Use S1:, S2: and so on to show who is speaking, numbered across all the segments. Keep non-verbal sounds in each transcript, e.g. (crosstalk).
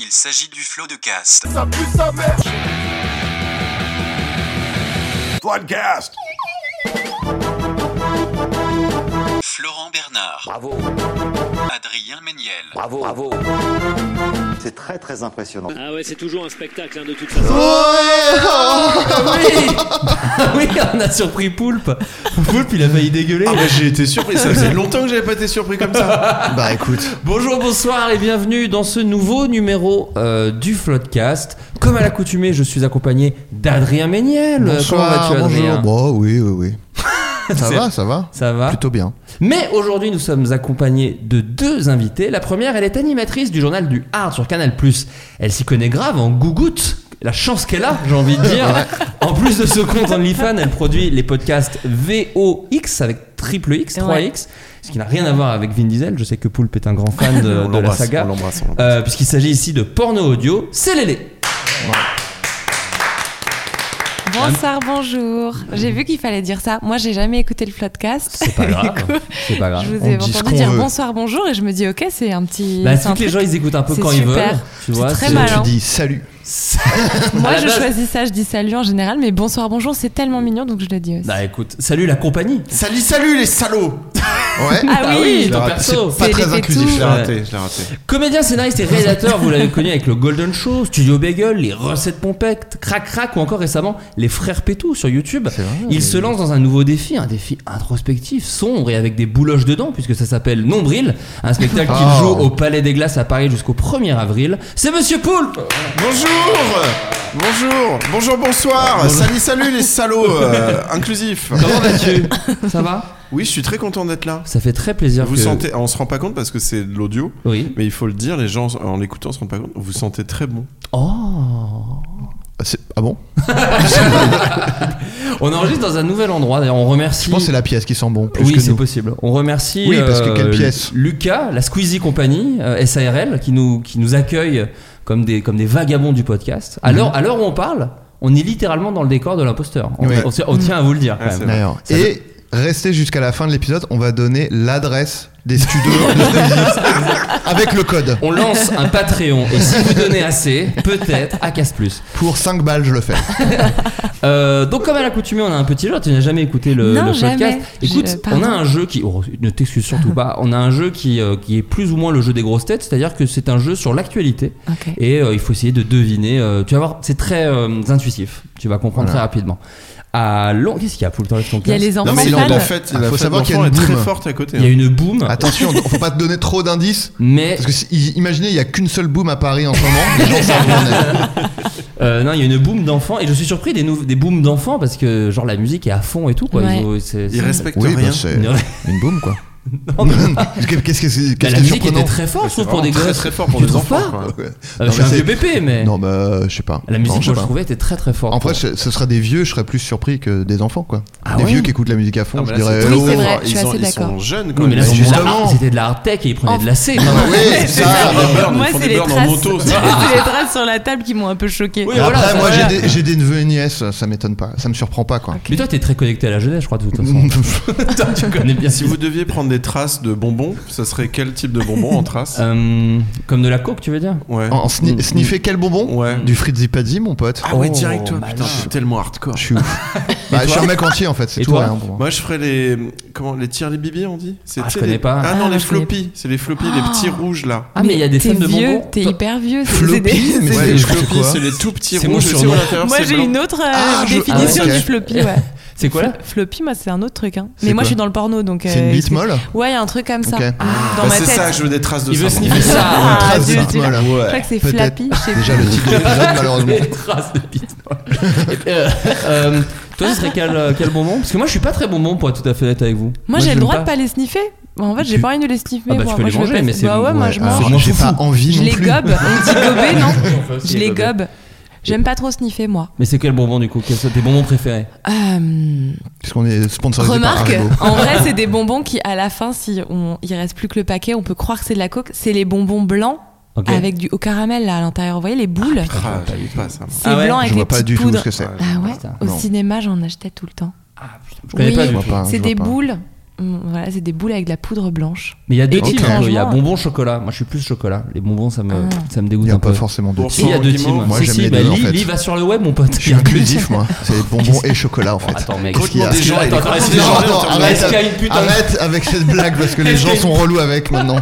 S1: Il s'agit du flot de cast.
S2: Floodcast
S1: Florent Bernard,
S3: Bravo,
S1: Adrien Méniel,
S3: bravo, bravo.
S4: C'est très très impressionnant.
S5: Ah ouais, c'est toujours un spectacle hein, de toute façon.
S6: Ah oui (laughs) Ah Oui, on a surpris Poulpe. Poulpe, il a failli dégueuler.
S2: j'ai été surpris, ça faisait longtemps que j'avais pas été surpris comme ça.
S7: (laughs)
S2: Bah écoute,
S6: Bonjour, bonsoir et bienvenue dans ce nouveau numéro euh, du Floodcast. Comme à l'accoutumée, je suis accompagné d'Adrien Méniel. Euh,
S2: bonsoir,
S6: Comment vas-tu, Adrien
S2: bonjour. Bon,
S7: Bah,
S2: oui, oui,
S6: (laughs)
S2: oui. Ça
S6: C'est- Ah.
S2: va, ça va
S6: Ça va
S2: Plutôt bien.
S6: Mais aujourd'hui, nous sommes accompagnés de deux invités. La première, elle est animatrice du journal du Hard sur Canal+. Elle s'y connaît grave en gougoute. La chance qu'elle a, j'ai envie de dire. En plus de ce compte OnlyFans, elle produit les podcasts VOX avec triple X, 3X,
S8: Ouais.
S6: ce qui n'a rien à voir avec Vin Diesel. Je sais que Poulpe est un grand fan de,
S2: On
S6: de la
S2: l'embrasse,
S6: saga.
S2: on l'embrasse, on l'embrasse.
S6: Euh, puisqu'il s'agit ici de porno audio, c'est Lélé.
S8: Bonsoir, bonjour. J'ai vu qu'il fallait dire ça. Moi, j'ai jamais écouté le podcast.
S6: C'est pas grave.
S8: Du coup,
S6: C'est pas grave.
S8: je vous
S2: On
S8: ai
S2: dit ce
S8: entendu
S2: qu'on
S8: dire
S2: veut.
S8: bonsoir, bonjour, et je me dis, ok, c'est un petit.
S6: Bah,
S8: c'est un
S6: vu que les gens
S8: truc.
S6: ils écoutent un peu
S8: C'est
S6: quand ils
S8: super.
S6: veulent, tu vois,
S8: très
S6: c'est-
S8: malin.
S2: Tu dis salut.
S6: à
S8: Moi,
S6: la
S8: je
S6: base-
S8: choisis ça, je dis salut en général, mais bonsoir, bonjour, c'est tellement mignon, donc je le dis aussi.
S6: Bah écoute, salut la compagnie.
S2: Salut, salut les
S7: (laughs)
S2: salauds Ouais
S8: Ah oui,
S6: oui,
S2: Je l'ai
S7: Bah,
S6: ton
S2: raté,
S6: perso.
S2: C'est pas
S8: C'est
S2: très
S8: les
S2: inclusif, je l'ai
S8: pétous.
S2: raté, je l'ai raté.
S6: Comédien, scénariste et réalisateur, vous l'avez connu avec le Golden Show, Studio Bagel, les recettes pompettes, Crac Crac ou encore récemment les Frères Pétou sur YouTube. Il se lance dans un nouveau défi, un défi introspectif, sombre et avec des bouloches dedans puisque ça s'appelle Nombril, un spectacle qu'il
S2: Oh.
S6: joue au Palais des Glaces à Paris jusqu'au 1er avril. C'est Monsieur Poulpe
S2: Bonjour Bonjour Bonjour, bonsoir Ah,
S7: Euh,
S2: Salut, salut les salauds (laughs) euh, Inclusif
S6: Comment vas-tu Ça va
S2: Oui, je suis très content d'être là.
S6: Ça fait très plaisir
S2: Vous
S6: que...
S2: sentez, on se rend pas compte parce que c'est de l'audio,
S6: Oui.
S2: mais il faut le dire, les gens en l'écoutant se rendent pas compte, vous sentez très bon.
S6: Oh
S2: Ah bon
S6: On enregistre dans un nouvel endroit, d'ailleurs on remercie...
S7: Je pense que c'est la pièce qui sent bon plus
S6: oui,
S7: que
S6: c'est
S7: nous.
S6: possible. On remercie
S7: Oui, parce que
S6: euh,
S7: quelle
S6: Lu-
S7: pièce
S6: Lucas, la Squeezie Company, euh, SARL, qui nous, qui nous accueille comme des, comme des vagabonds du podcast.
S7: Mhm.
S6: À l'heure à l'heure où on parle, on est littéralement dans le décor de l'imposteur. On,
S7: Ouais.
S6: on se- on tient à vous le dire quand
S2: Ouais,
S6: même.
S2: c'est vrai.
S7: D'ailleurs.
S6: Ça
S7: Et restez jusqu'à la fin de l'épisode, on va donner l'adresse des studios
S6: (laughs)
S7: de Squeezie avec le code.
S6: On lance un Patreon et si vous donnez assez, peut-être à Casse Plus.
S7: Pour 5 balles, je le fais.
S6: Euh, donc comme à l'accoutumée, on a un petit jeu. Tu n'as jamais écouté le,
S8: Non,
S6: le podcast.
S8: jamais.
S6: Écoute,
S8: Je- euh,
S6: on
S8: pardon.
S6: a un jeu qui, oh, ne t'excuse surtout pas. On a un jeu qui, euh, qui est plus ou moins le jeu des grosses têtes, c'est-à-dire que c'est un jeu sur l'actualité.
S8: Ok.
S6: Et euh, il faut essayer de deviner. euh, tu vas voir, c'est très euh, intuitif. Tu vas comprendre très rapidement. À Lon- Qu'est-ce qu'il y a pour le temps ton
S8: Il y a
S6: casque
S8: les
S2: Non
S8: enfants
S2: mais
S7: il
S2: il
S7: en
S8: fans.
S2: en
S7: a
S2: fait,
S7: Ah,
S2: il
S7: faut
S2: faut
S7: savoir
S2: savoir
S7: qu'il y a
S2: est
S7: une
S2: très
S7: boum.
S2: forte à côté.
S6: Il y a
S2: hein.
S6: une boom,
S7: Attention, faut pas te donner trop d'indices.
S6: mais
S7: Parce que si- i- imaginez, il y a qu'une seule boom à Paris en ce moment. Les gens savent où on est.
S6: euh, non, il y a une boom d'enfants. Et je suis surpris des, nou- des booms d'enfants parce que genre la musique est à fond et tout. Quoi.
S8: Ouais.
S6: Ils ont- c'est-
S2: Il
S6: c'est-
S2: respecte
S7: Oui, bah,
S2: rien.
S7: c'est
S6: Non,
S7: une boom quoi.
S6: (laughs)
S7: (laughs)
S6: non, non.
S7: Qu'est-ce que c'est
S6: Bah,
S7: qu'est-ce qui
S6: la
S7: est
S6: musique était
S7: surprenant
S6: très forte,
S2: C'est
S6: sauf pour des
S2: vraiment très
S6: gosses.
S2: très fort pour
S6: Tu
S2: des
S6: trouves
S2: enfants.
S6: pas
S2: quoi.
S7: Ouais. Non,
S6: Euh, je suis
S7: mais
S6: un
S7: c'est-
S6: vieux bébé, mais
S7: Non, bah, euh, je sais pas.
S6: la
S7: Non,
S6: musique,
S7: je sais
S6: moi, je
S7: pas.
S6: trouvais, était très très forte.
S7: En vrai, ce ce sera des vieux, je serais plus surpris que des enfants, quoi.
S6: Ah
S7: des
S6: ouais Ah, bah
S7: vieux qui écoutent la musique à fond,
S2: Non, mais
S7: je
S2: là,
S7: dirais.
S2: c'est
S8: Oui,
S7: hello.
S8: c'est vrai, je
S2: ils
S8: suis
S2: ont-
S8: assez
S2: hein. ils sont
S8: d'accord.
S2: jeunes
S6: Non,
S2: quoi.
S6: mais là,
S7: Bah,
S6: c'était de la-
S7: justement.
S6: c'était de la hard tech et ils prenaient de la C. maintenant.
S7: Oui, ça.
S8: Moi, c'est les
S2: en
S8: traces. (laughs)
S2: moto. ça.
S8: C'est les traces sur la table qui m'ont un peu choqué.
S6: Oui,
S7: Et
S6: voilà,
S7: Après,
S6: ça
S7: moi,
S6: va.
S7: j'ai des, j'ai des neveux et nièces, ça m'étonne pas, ça me surprend pas, quoi. (laughs)
S6: (laughs) Mais toi, t'es très connecté à la jeunesse, je crois, de toute façon. Toi, tu connais bien
S2: Si vous deviez prendre des des traces de bonbons, ça serait quel type de bonbons en traces
S6: Euh, comme de la coke, tu veux dire
S2: Ouais.
S7: En, en sni-
S2: Mm.
S7: sniffer quel bonbon
S2: Ouais.
S7: Du Fritzy Paddy, mon pote.
S2: Ah ouais,
S6: Oh,
S2: direct, toi.
S6: bah
S2: Putain,
S6: non.
S2: je suis tellement hardcore.
S7: Je suis ouf. Bah, je suis un mec entier en fait, c'est
S6: Et
S7: tout.
S6: toi
S7: ouais, un bonbon.
S2: Moi, je ferais les. Comment Les tirs, les bibis, on dit C'est-
S6: Ah,
S2: tu
S6: je
S2: sais,
S6: connais
S2: les-
S6: pas.
S2: Ah
S9: Ah,
S2: non, les
S9: je connais
S2: floppies. C'est les floppies, les petits rouges là.
S6: Ah, mais il y a des
S9: t'es
S6: thèmes de
S9: vieux,
S6: bonbons.
S9: T'es
S6: Toi- (laughs)
S9: hyper vieux. c'est- c'est
S7: Floppy,
S9: des-
S7: mais
S2: Ouais, les
S7: c'est- c'est
S2: floppies,
S7: quoi
S2: c'est les tout petits
S6: C'est mon
S2: rouges. je sais,
S6: surnom.
S2: à l'intérieur,
S8: Moi
S2: c'est
S8: j'ai
S2: blanc.
S8: une autre euh,
S7: Ah, je-
S8: définition
S7: ah, ok.
S8: du floppy. Ouais.
S6: C'est quoi là
S8: floppy, moi c'est un autre truc. Hein.
S7: C'est
S8: Mais moi
S7: quoi
S8: je suis dans le porno donc.
S7: C'est
S8: euh,
S7: une bite
S8: explique.
S7: molle
S8: Ouais, un truc comme ça. Ah,
S7: Ok.
S8: Dans
S2: Bah,
S8: ma
S2: c'est
S8: tête.
S2: ça, je veux des traces de
S6: Il veut
S2: ça.
S6: sniffer ça hein.
S7: Une
S8: Ah,
S7: trace
S8: Dieu,
S7: de bite
S8: Dieu.
S7: molle.
S8: Je crois que c'est
S7: Peut-être.
S8: flappy, je sais
S7: Déjà le titre de l'épisode,
S8: (laughs)
S6: (laughs)
S7: malheureusement.
S6: Les traces de bite. Et puis, euh, euh, Toi, ce serait quel, quel bonbon Parce que moi, je suis pas très bonbon pour être tout à fait honnête avec vous.
S8: Moi, j'ai
S6: j'aime
S8: le droit de pas les sniffer. Bah, en fait, j'ai
S6: Tu-
S8: pas envie de les sniffer.
S6: Ah bah,
S8: moi.
S6: tu peux
S8: Moi,
S6: les
S8: je vais
S6: manger,
S8: pas-
S6: mais c'est-
S8: Bah ouais, moi
S7: Ouais,
S8: je
S7: alors,
S8: mange.
S6: mange.
S7: Ah, J'ai pas envie
S8: Je
S7: non
S8: les
S7: plus.
S8: gobe. On dit gober, non Je les
S6: gobe.
S8: gobe. J'aime pas trop sniffer, moi.
S6: Mais c'est quel bonbon du coup Quels sont tes bonbons préférés
S8: Euh,
S7: Puisqu'on est sponsorisé
S8: Remarque,
S7: par Haribo.
S8: en vrai, c'est des bonbons qui, à la fin, si on, il reste plus que le paquet, on peut croire que c'est de la coke. C'est les bonbons blancs
S6: Ok.
S8: avec du haut caramel là à l'intérieur. Vous voyez les boules
S2: Ah, j'avais pas ça. moi.
S8: C'est
S6: Ah ouais
S8: blanc
S7: Je
S8: avec
S7: vois
S8: les
S7: pas
S8: petites
S7: du tout
S8: poudres.
S7: ce que c'est.
S8: Ah ouais
S6: Putain.
S8: Au
S7: Non.
S8: cinéma, j'en achetais tout le temps.
S6: Je connais
S8: Oui.
S6: pas du
S7: Je vois
S6: tout.
S7: pas,
S8: C'est
S7: je vois
S8: des
S7: pas.
S8: boules. Mm, Voilà, c'est des boules avec de la poudre blanche.
S6: Mais il y a deux
S8: Et
S6: types.
S7: étrangement,
S6: Il y a
S8: ouais.
S6: bonbons chocolat. Moi, je suis plus chocolat. Les bonbons, ça me,
S8: Ah.
S6: ça me
S7: Il
S6: dégoûte
S7: n'y
S6: un
S7: a pas
S6: peu.
S7: forcément (laughs) de
S6: Si, il y a
S2: Bon,
S6: deux
S2: Guimauve,
S6: types.
S7: moi,
S6: si,
S7: j'aime
S6: si,
S7: les
S6: bah,
S7: deux, en
S6: Lee-
S7: fait.
S6: Lee va sur le web, mon pote.
S7: Je suis
S6: (laughs)
S7: inclusif,
S8: (laughs)
S7: moi. C'est bonbons et chocolat en fait.
S6: Attends, mec.
S7: Qu'est-ce qu'il y a
S2: Franchement, gens,
S6: Est-ce que- attends,
S2: il est
S6: attends,
S2: complètement
S6: est-ce que-
S2: dérangé en
S7: Attends,
S2: termes de-
S7: arrête,
S6: Est-ce qu'il y a une putain de-
S7: arrête avec cette blague parce que les gens sont relous avec maintenant.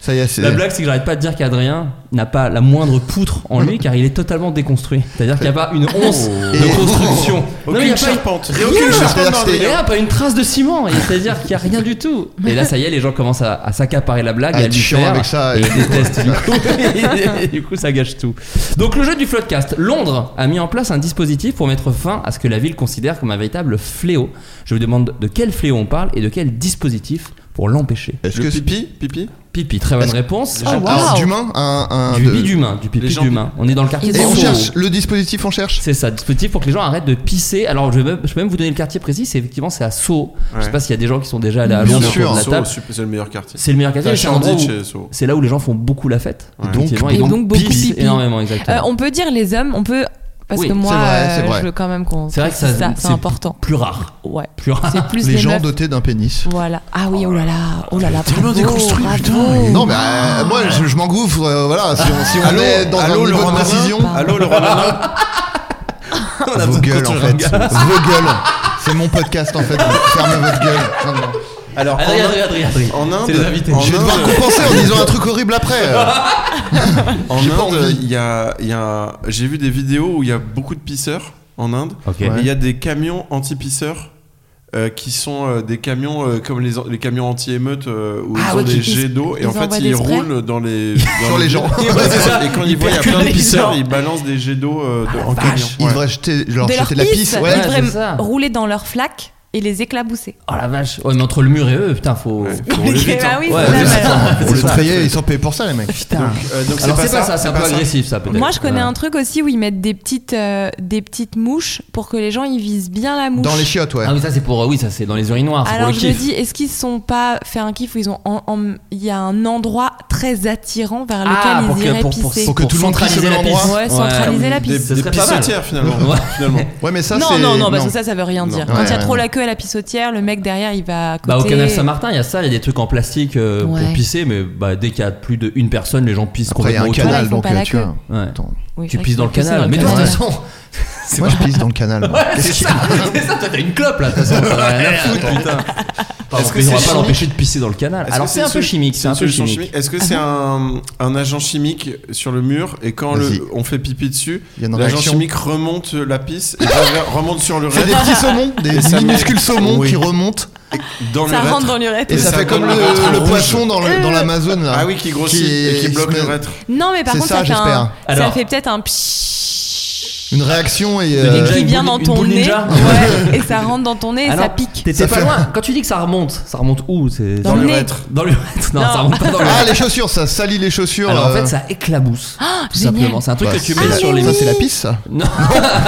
S7: Ça y est, c'est.
S6: La blague, c'est que j'arrête pas de dire qu'Adrien n'a pas la moindre poutre en lui car il est totalement déconstruit. C'est-à-dire qu'il n'y a pas une once de
S7: Oh. Et- oh.
S6: construction. Non, mais il y
S2: Aucune
S6: a pas-
S2: charpente.
S6: Rien,
S7: aucune charpente
S6: C'est-à-dire que
S7: dans le
S6: c'est-
S7: délire.
S6: rien, pas une trace de ciment. Et C'est-à-dire qu'il n'y a rien du tout. Et là, ça y est, les gens commencent à, à s'accaparer la blague
S7: À
S6: et à
S7: être
S6: lui
S7: Ah, chiant
S6: faire.
S7: avec ça,
S6: Et
S7: et-
S6: ils
S7: (laughs)
S6: détestent du coup. Et (laughs) du coup, ça gâche tout. Donc, le jeu du Floodcast. Londres a mis en place un dispositif pour mettre fin à ce que la ville considère comme un véritable fléau. Je vous demande de quel fléau on parle et de quel dispositif pour l'empêcher.
S7: Est-ce
S2: Le
S7: que
S2: pipi, pipi.
S6: Pipi, très bonne
S7: Est-ce- Ah,
S6: réponse.
S7: Un-
S8: wow.
S7: un d'humain, un, un
S6: Du
S7: de-
S6: pipi d'humain,
S2: Les
S6: du pipi
S2: gens-
S6: d'humain. On est dans le quartier
S7: Et
S6: des
S7: on
S6: fous.
S7: cherche le dispositif, on cherche.
S6: C'est ça, dispositif pour que les gens arrêtent de pisser. Alors je vais même, je peux même vous donner le quartier précis, c'est effectivement c'est à Sceaux. Je sais
S2: Ouais.
S6: pas s'il y a des gens qui sont déjà allés à
S7: Bien
S6: Londres
S7: sûr,
S6: autour de la
S2: Sceaux,
S6: table.
S2: c'est c'est le meilleur quartier.
S6: C'est le meilleur quartier,
S2: La
S6: mais c'est un endroit
S2: Chandite
S6: où-
S2: chez Sceaux.
S6: c'est là où les gens font beaucoup la fête.
S2: Ouais.
S6: effectivement,
S7: Donc,
S6: et
S8: donc beaucoup
S6: pissent
S8: pipi.
S6: énormément,
S8: Euh,
S6: exactement.
S8: on peut dire les hommes, on peut. Parce
S6: Oui,
S8: que
S6: c'est
S8: moi,
S7: vrai, c'est
S8: euh,
S7: vrai.
S8: je veux quand même qu'on.
S6: c'est vrai que ça,
S8: c'est important.
S6: Plus rare, (laughs)
S8: Ouais.
S2: (laughs)
S6: plus rare.
S8: C'est plus
S7: Les
S8: les,
S7: gens
S8: meufs.
S7: dotés d'un pénis.
S8: Voilà. Ah oui, oh là là, oh là là. Tellement
S7: déconstruit, Non, mais euh, moi je, je m'engouffre, euh, voilà, si on, si on
S2: Allô,
S7: est dans
S2: allô,
S7: un niveau
S2: Laurent
S7: de
S2: Nanin
S7: précision,
S2: Allô, Laurent Nanin
S6: (laughs)
S7: vos gueules en fait, vos gueules, c'est mon podcast en fait, fermez votre gueule. maintenant.
S2: Alors, en
S6: Adrien,
S2: Inde-
S6: Adrien, Adrien, Adrien.
S2: en Inde,
S6: C'est les invités.
S2: en
S7: Je vais devoir
S2: Inde-
S7: compenser en disant un truc horrible après. euh.
S2: En
S7: J'ai pas
S2: Inde,
S7: envie.
S2: il y a, il y a- j'ai vu des vidéos où il y a beaucoup de pisseurs en Inde.
S6: Ok.
S2: Et Il y a des camions anti-pisseurs euh, qui sont euh, des camions euh, comme les, les camions anti-émeutes euh, où
S8: Ah
S2: ils ont
S8: ouais,
S2: des
S8: qui-
S2: jets d'eau
S8: ils-
S2: et en
S8: ils envoient
S2: fait
S8: des
S2: ils
S8: sprays.
S2: roulent dans les
S7: (laughs) Sur les gens.
S2: Et quand ils voient il y a plein de
S6: les
S2: pisseurs,
S6: gens. Ah,
S2: ils balancent des jets d'eau euh, de-
S6: la
S2: en camion.
S6: vache.
S7: Ils
S2: Ouais.
S7: devraient jeter, leur
S8: De
S7: jeter
S8: leur
S7: de la
S8: pisse,
S7: pisse, ouais.
S8: ils devraient
S6: c'est ça.
S8: rouler dans leur flaque et les éclabousser.
S6: Oh la vache. Ouais, mais entre le mur et eux, putain, faut.
S2: Ouais.
S6: faut-
S2: Faut rouler vite, hein.
S8: Bah oui,
S6: Ouais,
S8: c'est
S6: mais
S8: ça,
S6: attends.
S8: voilà.
S7: Pour le frayer, ils sont payés pour ça les mecs.
S6: Putain.
S2: Euh, donc,
S6: Alors c'est pas ça,
S2: ça,
S6: c'est un peu
S2: pas ça.
S6: agressif ça peut-être.
S8: Moi, je connais
S6: Ouais.
S8: un truc aussi où ils mettent des petites, euh, des petites mouches pour que les gens ils visent bien la mouche.
S7: Dans les chiottes, ouais.
S6: Ah oui, ça c'est pour euh, oui, ça c'est dans les urinoirs, c'est pour
S8: Alors
S6: le
S8: je me
S6: kiff.
S8: dis, est-ce qu'ils se sont pas fait un kiff où ils ont, en- en- il y a un endroit très attirant vers lequel
S6: Ah, pour
S8: ils
S6: que-
S8: iraient
S6: pour- pour-
S8: pisser.
S7: Pour que tout le monde pisse au
S6: centraliser
S7: même
S6: la pisse.
S7: endroit.
S8: Ouais, centraliser la
S2: Des,
S8: pisse.
S6: Ce
S2: des
S6: serait pas mal.
S2: pissotières finalement.
S6: Ouais.
S2: (laughs) finalement.
S7: Ouais, mais ça
S8: non,
S7: c'est.
S8: non, non, parce que ça, ça veut rien dire.
S7: Non.
S8: Quand il y a
S7: Ouais,
S8: trop
S7: ouais.
S8: la queue à la pissotière, le mec derrière, il va à côté.
S6: Bah, au canal Saint-Martin, il y a ça, il y a des trucs en plastique euh, pour
S8: Ouais.
S6: pisser, mais bah, dès qu'il y a plus de une personne, les gens pissent
S7: Après, il y a
S6: complètement
S7: un
S6: autour.
S7: canal,
S8: Ils font
S7: donc
S8: pas la
S7: euh, tu
S8: queue.
S7: vois.
S6: Ouais.
S7: Attends.
S8: Oui,
S6: Tu
S8: c'est vrai
S6: pisses
S8: qu'ils
S6: dans le
S8: vont pisser
S6: canal.
S8: dans
S6: Mais
S8: le
S6: toi, de toute
S8: canal.
S6: façon,
S7: Moi je pisse dans le canal.
S6: c'est ça, c'est ça, toi, t'as une clope là, de toute façon, t'en as rien à foutre, putain. Enfin,
S2: Est-ce que
S6: on va
S2: c'est
S6: pas
S2: chimique
S6: l'empêcher de pisser dans le canal.
S2: Est-ce que
S6: Alors, c'est
S2: une
S6: un peu
S2: solu-
S6: chimique, c'est
S2: une
S6: un peu
S2: solution
S6: chimique.
S2: Est-ce que c'est un, un agent chimique sur le mur et quand
S7: Vas-y.
S2: le, on fait pipi dessus,
S7: Il y a une
S2: l'agent
S7: réaction.
S2: chimique remonte la pisse et revient- remonte sur le
S7: C'est des
S2: reste
S7: petits saumons,
S2: Et
S7: des
S2: ça
S7: minuscules
S2: met-
S7: saumons
S2: Oui.
S7: qui remontent
S2: dans
S8: Ça
S2: le
S8: rentre
S2: rêtre.
S8: dans l'urètre.
S7: et,
S2: Et
S7: ça,
S2: ça
S7: fait comme
S2: donne
S7: le,
S2: un rêtre
S7: le
S2: rouge.
S7: poisson dans le- dans l'Amazone là.
S2: Ah oui, qui grossit et qui bloque
S7: se
S2: le
S7: met-
S2: rêtre.
S8: Non, mais par
S7: C'est
S8: contre,
S7: ça,
S8: ça, fait un-
S7: j'espère.
S8: ça
S6: Alors-
S8: fait peut-être un pshhh
S7: Une réaction et.
S6: De
S7: euh,
S6: ninja.
S8: qui
S6: une
S8: vient
S6: boule-
S8: dans
S6: une
S8: ton
S6: boule
S8: nez.
S6: ninja.
S8: Ouais, et ça rentre dans ton nez et
S6: Ah non,
S8: ça pique.
S6: T'étais
S7: Ça
S6: pas
S7: fait-
S6: loin. Quand tu dis que ça remonte, ça remonte où c'est-
S8: Dans le nez.
S6: Dans l'urètre. Non,
S8: Non.
S6: ça remonte pas dans
S7: Ah
S6: l'urètre.
S7: les chaussures, ça salit les chaussures.
S6: Alors, en
S7: euh,
S6: fait, ça éclabousse. Tout
S8: Ah, génial.
S6: simplement. C'est un truc
S7: bah,
S6: que tu
S7: c'est-
S6: mets sur les
S7: Ça c'est la pisse. ça
S6: Non.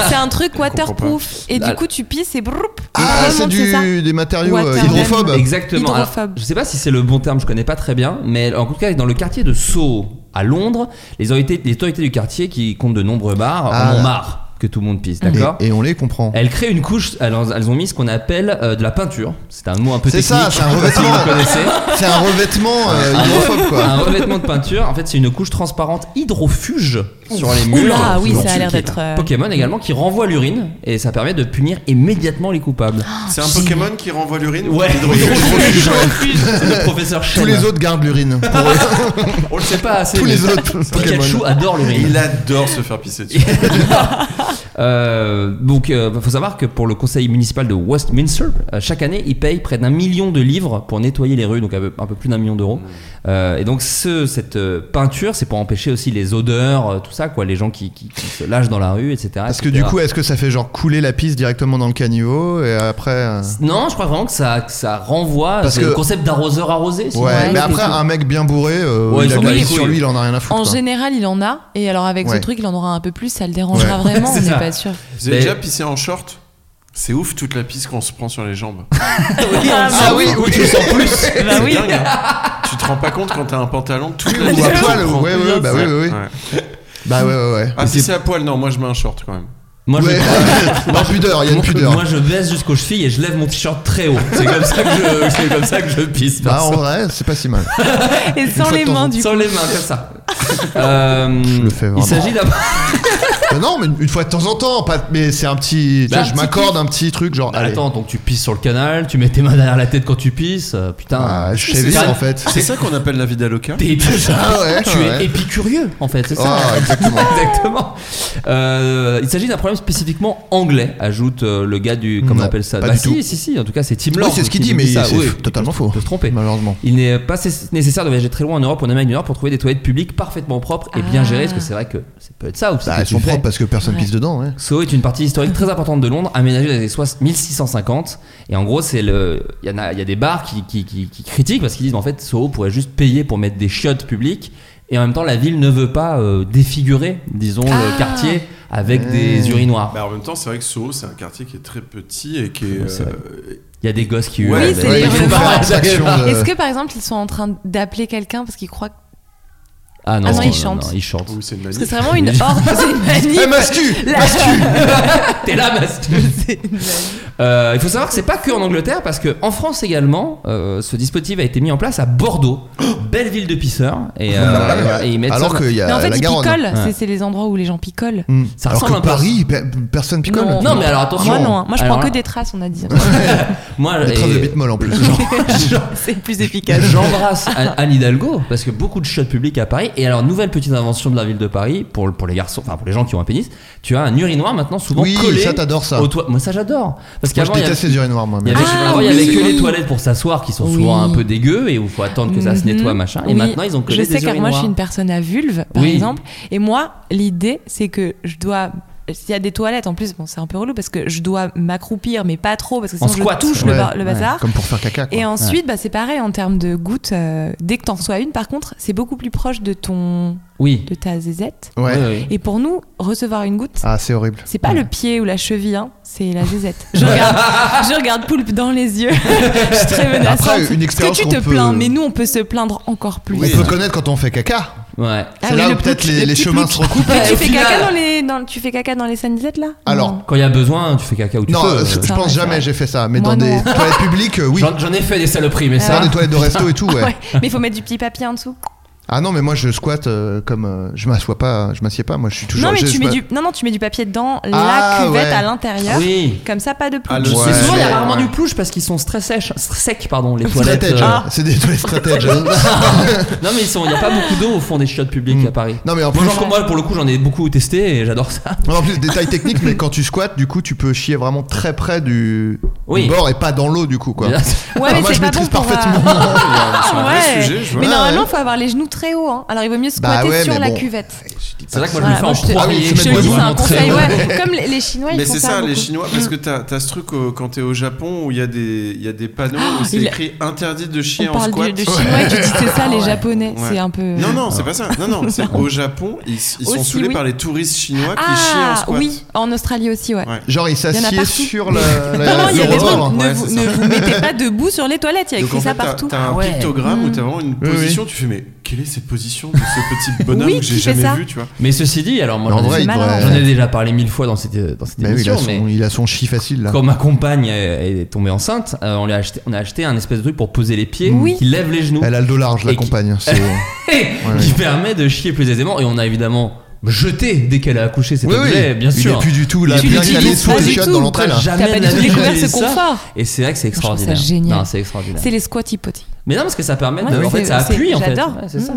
S8: C'est un truc waterproof. Et
S6: Ah.
S8: du coup, tu pisses et broup.
S7: Ah
S8: et
S7: c'est
S8: remonte, ça
S7: du des matériaux euh,
S8: Water.
S7: hydrophobes.
S6: Exactement. Alors,
S8: Hydrophobe.
S6: je sais pas si c'est le bon terme, je connais pas très bien, mais en tout cas, dans le quartier de Sceaux, à Londres, les autorités, les autorités du quartier qui comptent de nombreux bars
S7: Ah,
S6: en ont
S7: là.
S6: marre que tout le monde pisse, d'accord
S7: Et, et on les comprend.
S6: Elles créent une couche, elles, ont- elles ont mis ce qu'on appelle euh, de la peinture. C'est un mot un peu
S7: C'est
S6: technique.
S7: ça, c'est un
S6: je sais pas si
S7: revêtement.
S6: vous connaissez.
S7: C'est un revêtement euh,
S6: Un
S7: hydrophobe, (laughs) quoi.
S6: Un revêtement de peinture, en fait, c'est une couche transparente hydrofuge sur les murs.
S8: Oula, oui,
S6: Donc,
S8: ça a
S6: qui-
S8: l'air d'être, euh,
S6: Pokémon également qui renvoie l'urine et ça permet de punir immédiatement les
S8: (gasps)
S6: coupables.
S2: C'est un Pokémon qui renvoie l'urine
S6: Ouais,
S2: Hydrofuge.
S6: hydrofuge, ouais. C'est le professeur
S7: Tous
S6: Shen.
S7: les autres gardent l'urine. Pour eux.
S6: on le sait pas assez.
S7: Tous
S6: mais
S7: les autres
S6: Pikachu
S7: Pokémon.
S6: adore l'urine.
S2: Il adore se faire pisser dessus.
S6: Euh, donc, euh, faut savoir que pour le conseil municipal de Westminster, euh, chaque année, il paye près d'un million de livres pour nettoyer les rues, donc un peu, un peu plus d'un million d'euros.
S7: Mmh.
S6: Euh, et donc, ce- cette euh, peinture, c'est pour empêcher aussi les odeurs, euh, tout ça, quoi, les gens qui, qui- qui se lâchent dans la rue, etc.
S7: Parce que du coup, est-ce que ça fait genre couler la piste directement dans le caniveau et après. euh,
S6: non, je crois vraiment que ça, que ça renvoie
S7: Parce
S6: c'est
S7: que-
S6: le concept d'arroseur arrosé. si
S7: Ouais,
S6: on veut.
S7: mais après, un mec bien bourré, euh,
S6: Ouais,
S7: il
S6: il
S7: a
S6: s'en
S7: de la
S6: bat les
S7: piste sur
S6: couilles.
S7: lui, il en a rien à foutre. hein.
S8: En
S7: quoi.
S8: général, il en a, et alors avec
S7: Ouais.
S8: ce truc, il en aura un peu plus, ça le dérangera
S7: Ouais.
S8: vraiment,
S6: C'est
S8: on n'est
S6: ça.
S8: pas sûr.
S2: Vous avez
S6: Mais-
S2: déjà pissé en short C'est ouf toute la pisse qu'on se prend sur les jambes.
S7: Ah oui, ou tu le sens plus
S6: (laughs) Bah
S2: C'est
S7: (laughs)
S2: dingue, hein. Tu te rends pas compte quand t'as un pantalon toute la
S7: Ou à
S2: pisse qu'on
S7: poil, ouais,
S2: prend.
S7: ouais, ouais, bah oui, oui, oui.
S2: Ouais.
S7: Bah ouais, ouais, ouais.
S2: Ah si c'est à poil, non, moi je mets un short quand même.
S6: Moi, je-
S7: Ouais, (laughs) Par pudeur, il y a une
S6: Moi,
S7: pudeur.
S6: moi, je baisse jusqu'aux chevilles et je lève mon t-shirt très haut. C'est comme ça que je, c'est comme ça que je pisse.
S7: Bah
S6: perso.
S7: en vrai, c'est pas si
S6: (laughs)
S7: mal.
S8: Et sans
S7: fois de
S8: les
S7: temps en
S8: mains, du
S6: Sans les mains, comme
S8: (laughs)
S6: ça. Euh,
S7: Je le fais
S6: il
S7: vraiment.
S6: s'agit d'un.
S7: Bah non, mais une fois de temps en temps, pas... mais c'est un petit. tu
S6: Bah,
S7: sais, je
S6: petit Bah,
S7: m'accorde un petit truc, genre, allez.
S6: Attends, donc tu pisses sur le canal, tu mets tes mains derrière la tête quand tu pisses. euh, putain.
S7: Ah, je sais
S6: C'est
S7: vivre
S6: ça.
S7: en fait.
S2: C'est ça qu'on appelle la vida loca
S6: T'es
S7: Ah ouais,
S6: tu
S7: ouais.
S6: es épicurieux en fait, c'est ça
S7: Ah, exactement.
S6: (laughs) Exactement. Euh, il s'agit d'un problème spécifiquement anglais, ajoute euh, le gars du. Comment on
S7: Non,
S6: appelle ça
S7: pas
S6: Bah
S7: du
S6: si,
S7: tout.
S6: si, si, en tout cas c'est Tim
S7: Oui,
S6: Lord
S7: c'est ce qu'il
S6: qui
S7: dit,
S6: nous
S7: mais
S6: ça.
S7: c'est
S6: Oui,
S7: totalement faux.
S6: on peut se tromper.
S7: Malheureusement.
S6: Il n'est pas sé- nécessaire de voyager très loin en Europe ou en Amérique du Nord pour trouver des toilettes publiques parfaitement propres et bien
S8: Ah.
S6: gérées, parce que c'est vrai que ça peut être ça aussi.
S7: Bah,
S6: que
S7: elles
S6: tu
S7: sont
S6: fais.
S7: propres parce que personne
S8: Ouais.
S7: pisse dedans, ouais.
S6: Soho est une partie historique très importante de Londres, aménagée dans les années soix- 1650. Et en gros, c'est le, il y, en a- il y a des bars qui, qui- qui- qui critiquent parce qu'ils disent en fait Soho pourrait juste payer pour mettre des chiottes publiques. Et en même temps, la ville ne veut pas euh, défigurer, disons, le
S8: Ah. Mmh.
S6: quartier avec des urinoirs.
S2: Bah en même temps c'est vrai que Soho c'est un quartier qui est très petit et qui est...
S6: Ouais, c'est vrai.
S2: euh,
S6: Il y a des gosses qui
S2: Ouais,
S6: hurlent.
S8: Oui, c'est
S7: Ouais,
S8: les
S7: il faut
S8: urinoirs.
S7: faire
S6: (laughs)
S7: abstraction de-
S8: Est-ce que par exemple ils sont en train d'appeler quelqu'un parce qu'ils croient que
S6: Ah non,
S8: Ah non, ils
S6: non,
S8: chantent.
S6: non, ils chantent.
S2: oui, c'est une
S8: parce que
S2: manie.
S8: c'est
S7: (laughs)
S8: vraiment une horde, c'est une manif.
S7: Eh, Mastu
S8: La-
S6: T'es là,
S8: (laughs)
S6: Mastu.
S8: C'est une manif.
S6: Euh, il faut savoir que c'est pas que en Angleterre, parce que en France également, euh, ce dispositif a été mis en place à Bordeaux,
S8: Oh
S6: belle ville de pisseurs, et,
S7: Ah,
S6: euh, et ils mettent
S7: Alors
S6: ça-
S7: qu'il y a
S8: Mais en fait
S7: la
S8: ils
S7: Garonne. hein.
S8: picolent,
S6: hein. Ouais.
S8: c'est- c'est les endroits où les gens picolent.
S7: Hmm.
S6: Ça
S7: alors que
S6: ressemble un peu à
S7: Paris, pe- personne picole.
S8: Non.
S6: Non, mais alors attention.
S8: Moi non, hein. moi je prends
S6: Alors
S8: que
S6: là-
S8: des traces, on
S7: (laughs)
S8: a dit. (laughs)
S6: Moi,
S7: Les
S6: et-
S7: traces de bite molle en plus.
S8: c'est plus
S6: (laughs)
S8: efficace.
S6: J'embrasse Anne Anne Hidalgo parce que beaucoup de shots publics à Paris. Et alors, nouvelle petite invention de la ville de Paris pour, pour les garçons, enfin pour les gens qui ont un pénis, tu as un urinoir maintenant souvent
S7: Oui,
S6: collé.
S7: ça, t'adores ça.
S6: au toit- Moi ça j'adore. Parce
S7: Moi, je
S6: qu'avant il y avait,
S7: déteste les urinoirs, moi.
S6: il y
S7: mais-
S6: avait-
S8: Ah,
S6: avant, il y avait
S8: oui.
S6: que les toilettes pour s'asseoir qui sont souvent
S8: Oui. Mhm.
S6: un peu dégueux et où il faut attendre que ça se nettoie machin. Et
S8: Oui,
S6: maintenant ils ont collé
S8: Je
S6: des
S8: sais car moi je
S6: urinoirs.
S8: suis une personne à vulve, par
S6: Oui.
S8: exemple. Et moi, l'idée, c'est que je dois. S'il y a des toilettes, en plus, bon, c'est un peu relou parce que je dois m'accroupir, mais pas trop, parce que
S6: En
S8: sinon je
S6: squat.
S8: touche
S7: Ouais,
S8: le, bar- le
S6: ouais.
S8: bazar.
S7: Comme pour faire caca. quoi.
S8: Et ensuite, bah, c'est pareil en termes de gouttes. euh, dès que t'en reçois une, par contre, c'est beaucoup plus proche de ton,
S6: Oui.
S8: de ta zézette.
S7: Ouais.
S6: Ouais, ouais.
S8: Et pour nous, recevoir une goutte,
S7: Ah, c'est horrible.
S8: c'est pas le pied ou la cheville, hein, c'est la zézette.
S2: (laughs)
S8: Je regarde, je regarde Poulpe dans les yeux. je suis très menaçante.
S7: Après, une
S8: Parce que
S7: expérience
S8: tu
S7: qu'on
S8: te
S7: peut-
S8: plains, mais nous, on peut se plaindre encore plus.
S7: On peut connaître quand on fait caca.
S6: Ouais.
S8: Ah
S7: C'est
S8: oui,
S7: là
S8: le
S7: où peut-être
S8: plouc,
S7: les,
S8: le
S7: les
S8: petit
S7: chemins
S8: plouc.
S7: se recoupent. Ah,
S8: Mais tu
S6: au
S8: fais
S6: final-
S8: caca dans les dans, tu fais caca dans les sanisettes là
S7: Alors,
S8: Non.
S6: Quand il y a besoin, tu fais caca où tu
S7: Non,
S6: peux.
S7: euh, je, je
S8: Ça,
S7: pense
S8: ouais,
S7: jamais
S8: ouais.
S7: j'ai fait ça, mais
S8: Moi,
S7: dans
S8: non.
S7: des toilettes publiques, euh, oui.
S6: J'en j'en ai fait des saloperies, mais
S7: Dans
S6: ça.
S7: des toilettes de resto et tout, ouais.
S8: (laughs) Ouais, mais il faut mettre du petit papier en dessous.
S7: Ah non, mais moi je squatte euh, comme euh, je m'assois pas, je m'assieds pas, moi je suis toujours.
S8: non mais
S7: je- je
S8: tu mets
S7: m'a-
S8: du non non tu mets du papier dans
S7: Ah,
S8: la cuvette
S7: ouais.
S8: à l'intérieur.
S6: Oui.
S8: Comme ça pas de
S2: Ah,
S8: plus.
S2: le-
S7: Ouais,
S6: C'est souvent il y
S7: mais-
S6: a rarement
S7: ouais.
S6: du plouche parce qu'ils sont très sèches, secs pardon les toilettes.
S7: Stratège,
S6: euh,
S7: c'est des toilettes
S8: (laughs)
S7: stratèges.
S6: Non mais ils sont- il n'y a pas beaucoup d'eau au fond des chiottes publiques
S7: Mm.
S6: à Paris.
S7: non mais en
S6: Moi,
S7: plus,
S6: j'en- moi, pour le coup j'en ai beaucoup testé et j'adore ça.
S7: en plus détail technique, mais quand tu squattes, du coup tu peux chier vraiment très près du, du
S6: Oui.
S7: bord et pas dans l'eau du coup quoi.
S6: Bien-
S8: Ouais
S7: Alors
S8: mais
S7: moi je
S8: c'est pas bon
S7: maîtrise
S8: pour euh, (laughs)
S7: parfaitement.
S2: C'est un vrai
S8: ouais.
S2: sujet, je vois.
S8: Mais
S7: Ouais,
S8: normalement
S7: ouais.
S8: faut avoir les genoux très hauts hein. Alors il vaut mieux
S7: Bah
S8: squatter
S7: ouais,
S8: sur
S7: mais
S8: la
S7: bon.
S8: cuvette.
S6: (laughs) C'est vrai que moi
S8: Voilà,
S6: je le
S8: moi, je
S6: fais
S8: te-
S6: en
S7: Ah oui,
S6: premier.
S7: tu mets
S8: Je
S7: moi,
S8: le dis
S7: je
S8: c'est un
S7: montre
S8: conseil
S7: très
S8: ouais. Comme les, les chinois ils
S2: Mais
S8: font
S2: c'est
S8: ça,
S2: ça, les
S8: beaucoup.
S2: Chinois, parce que t'as as ce truc euh, quand t'es au Japon où il y, a des- il y a des panneaux où c'est
S8: Ah, il-
S2: écrit interdit de chier
S8: On
S2: en
S8: parle
S2: squat.
S8: de, de chinois et tu dis c'est ça les japonais
S2: Ouais.
S8: c'est un peu.
S2: Non, non, c'est pas ça. Non, non,
S8: (laughs)
S2: c'est au Japon, ils, ils sont
S8: Aussi,
S2: saoulés
S8: oui.
S2: par les touristes chinois qui chient en
S8: Ah
S2: squat.
S8: oui en Australie aussi ouais.
S2: Ouais.
S7: Genre il
S8: Il y en
S7: s'assied
S8: a partout.
S7: sur le, la-
S8: Non, non, il y a
S7: le
S8: des
S7: rebord.
S8: trucs. Ne,
S2: Ouais,
S8: vous,
S2: c'est
S8: ne
S2: ça.
S8: vous mettez pas debout sur les toilettes, il y a
S2: Donc
S8: écrit
S2: en fait,
S8: ça
S2: t'as-
S8: partout.
S2: T'as un
S6: Ah ouais.
S2: Mm. pictogramme où t'as vraiment une
S7: Oui,
S2: position, tu fais mais quelle est cette position de ce petit bonhomme
S8: Oui, (laughs)
S2: que j'ai
S8: qui fait
S2: jamais
S8: ça.
S2: vu, tu vois
S6: Mais ceci dit, alors moi
S7: Mais en
S6: j'en ai-
S7: vrai, il
S3: malin,
S7: devrait-
S6: j'en ai déjà parlé mille fois dans cette, dans cette
S7: Bah oui, il
S6: émission,
S7: a son,
S6: mais
S7: il a son chi facile là.
S6: quand ma compagne euh, est tombée enceinte, euh, on, lui a acheté, on a acheté un espèce de truc pour poser les pieds
S7: Oui.
S6: qui lève les genoux.
S7: Elle a le dos large, la
S6: Et qui- (laughs)
S7: compagne. hein, c'est-
S6: qui permet de chier plus aisément. Et on a évidemment jeté dès qu'elle a accouché cet
S7: Oui,
S6: objet,
S7: oui.
S6: bien
S7: Il
S6: sûr.
S7: est plus du tout là,
S6: Il est
S7: bien
S6: plus
S7: calé
S6: du
S7: sous
S6: tout,
S7: les
S6: pas
S7: chiottes
S6: du
S7: dans
S6: tout.
S7: l'entrée là.
S6: Jamais
S3: T'as pas
S6: de
S3: du
S6: la
S3: tout
S6: vie,
S3: découvert
S6: j'avais
S3: ce
S6: ça.
S3: confort.
S6: Et c'est vrai que c'est
S3: je trouve ça
S6: extraordinaire.
S3: génial.
S6: Non, c'est extraordinaire.
S8: C'est les squatty potty.
S6: Mais non, parce que ça permet de.
S3: Ouais,
S6: en fait,
S3: c'est-
S6: ça
S3: c'est-
S6: appuie en fait.
S3: j'adore.
S6: Ouais, c'est ça.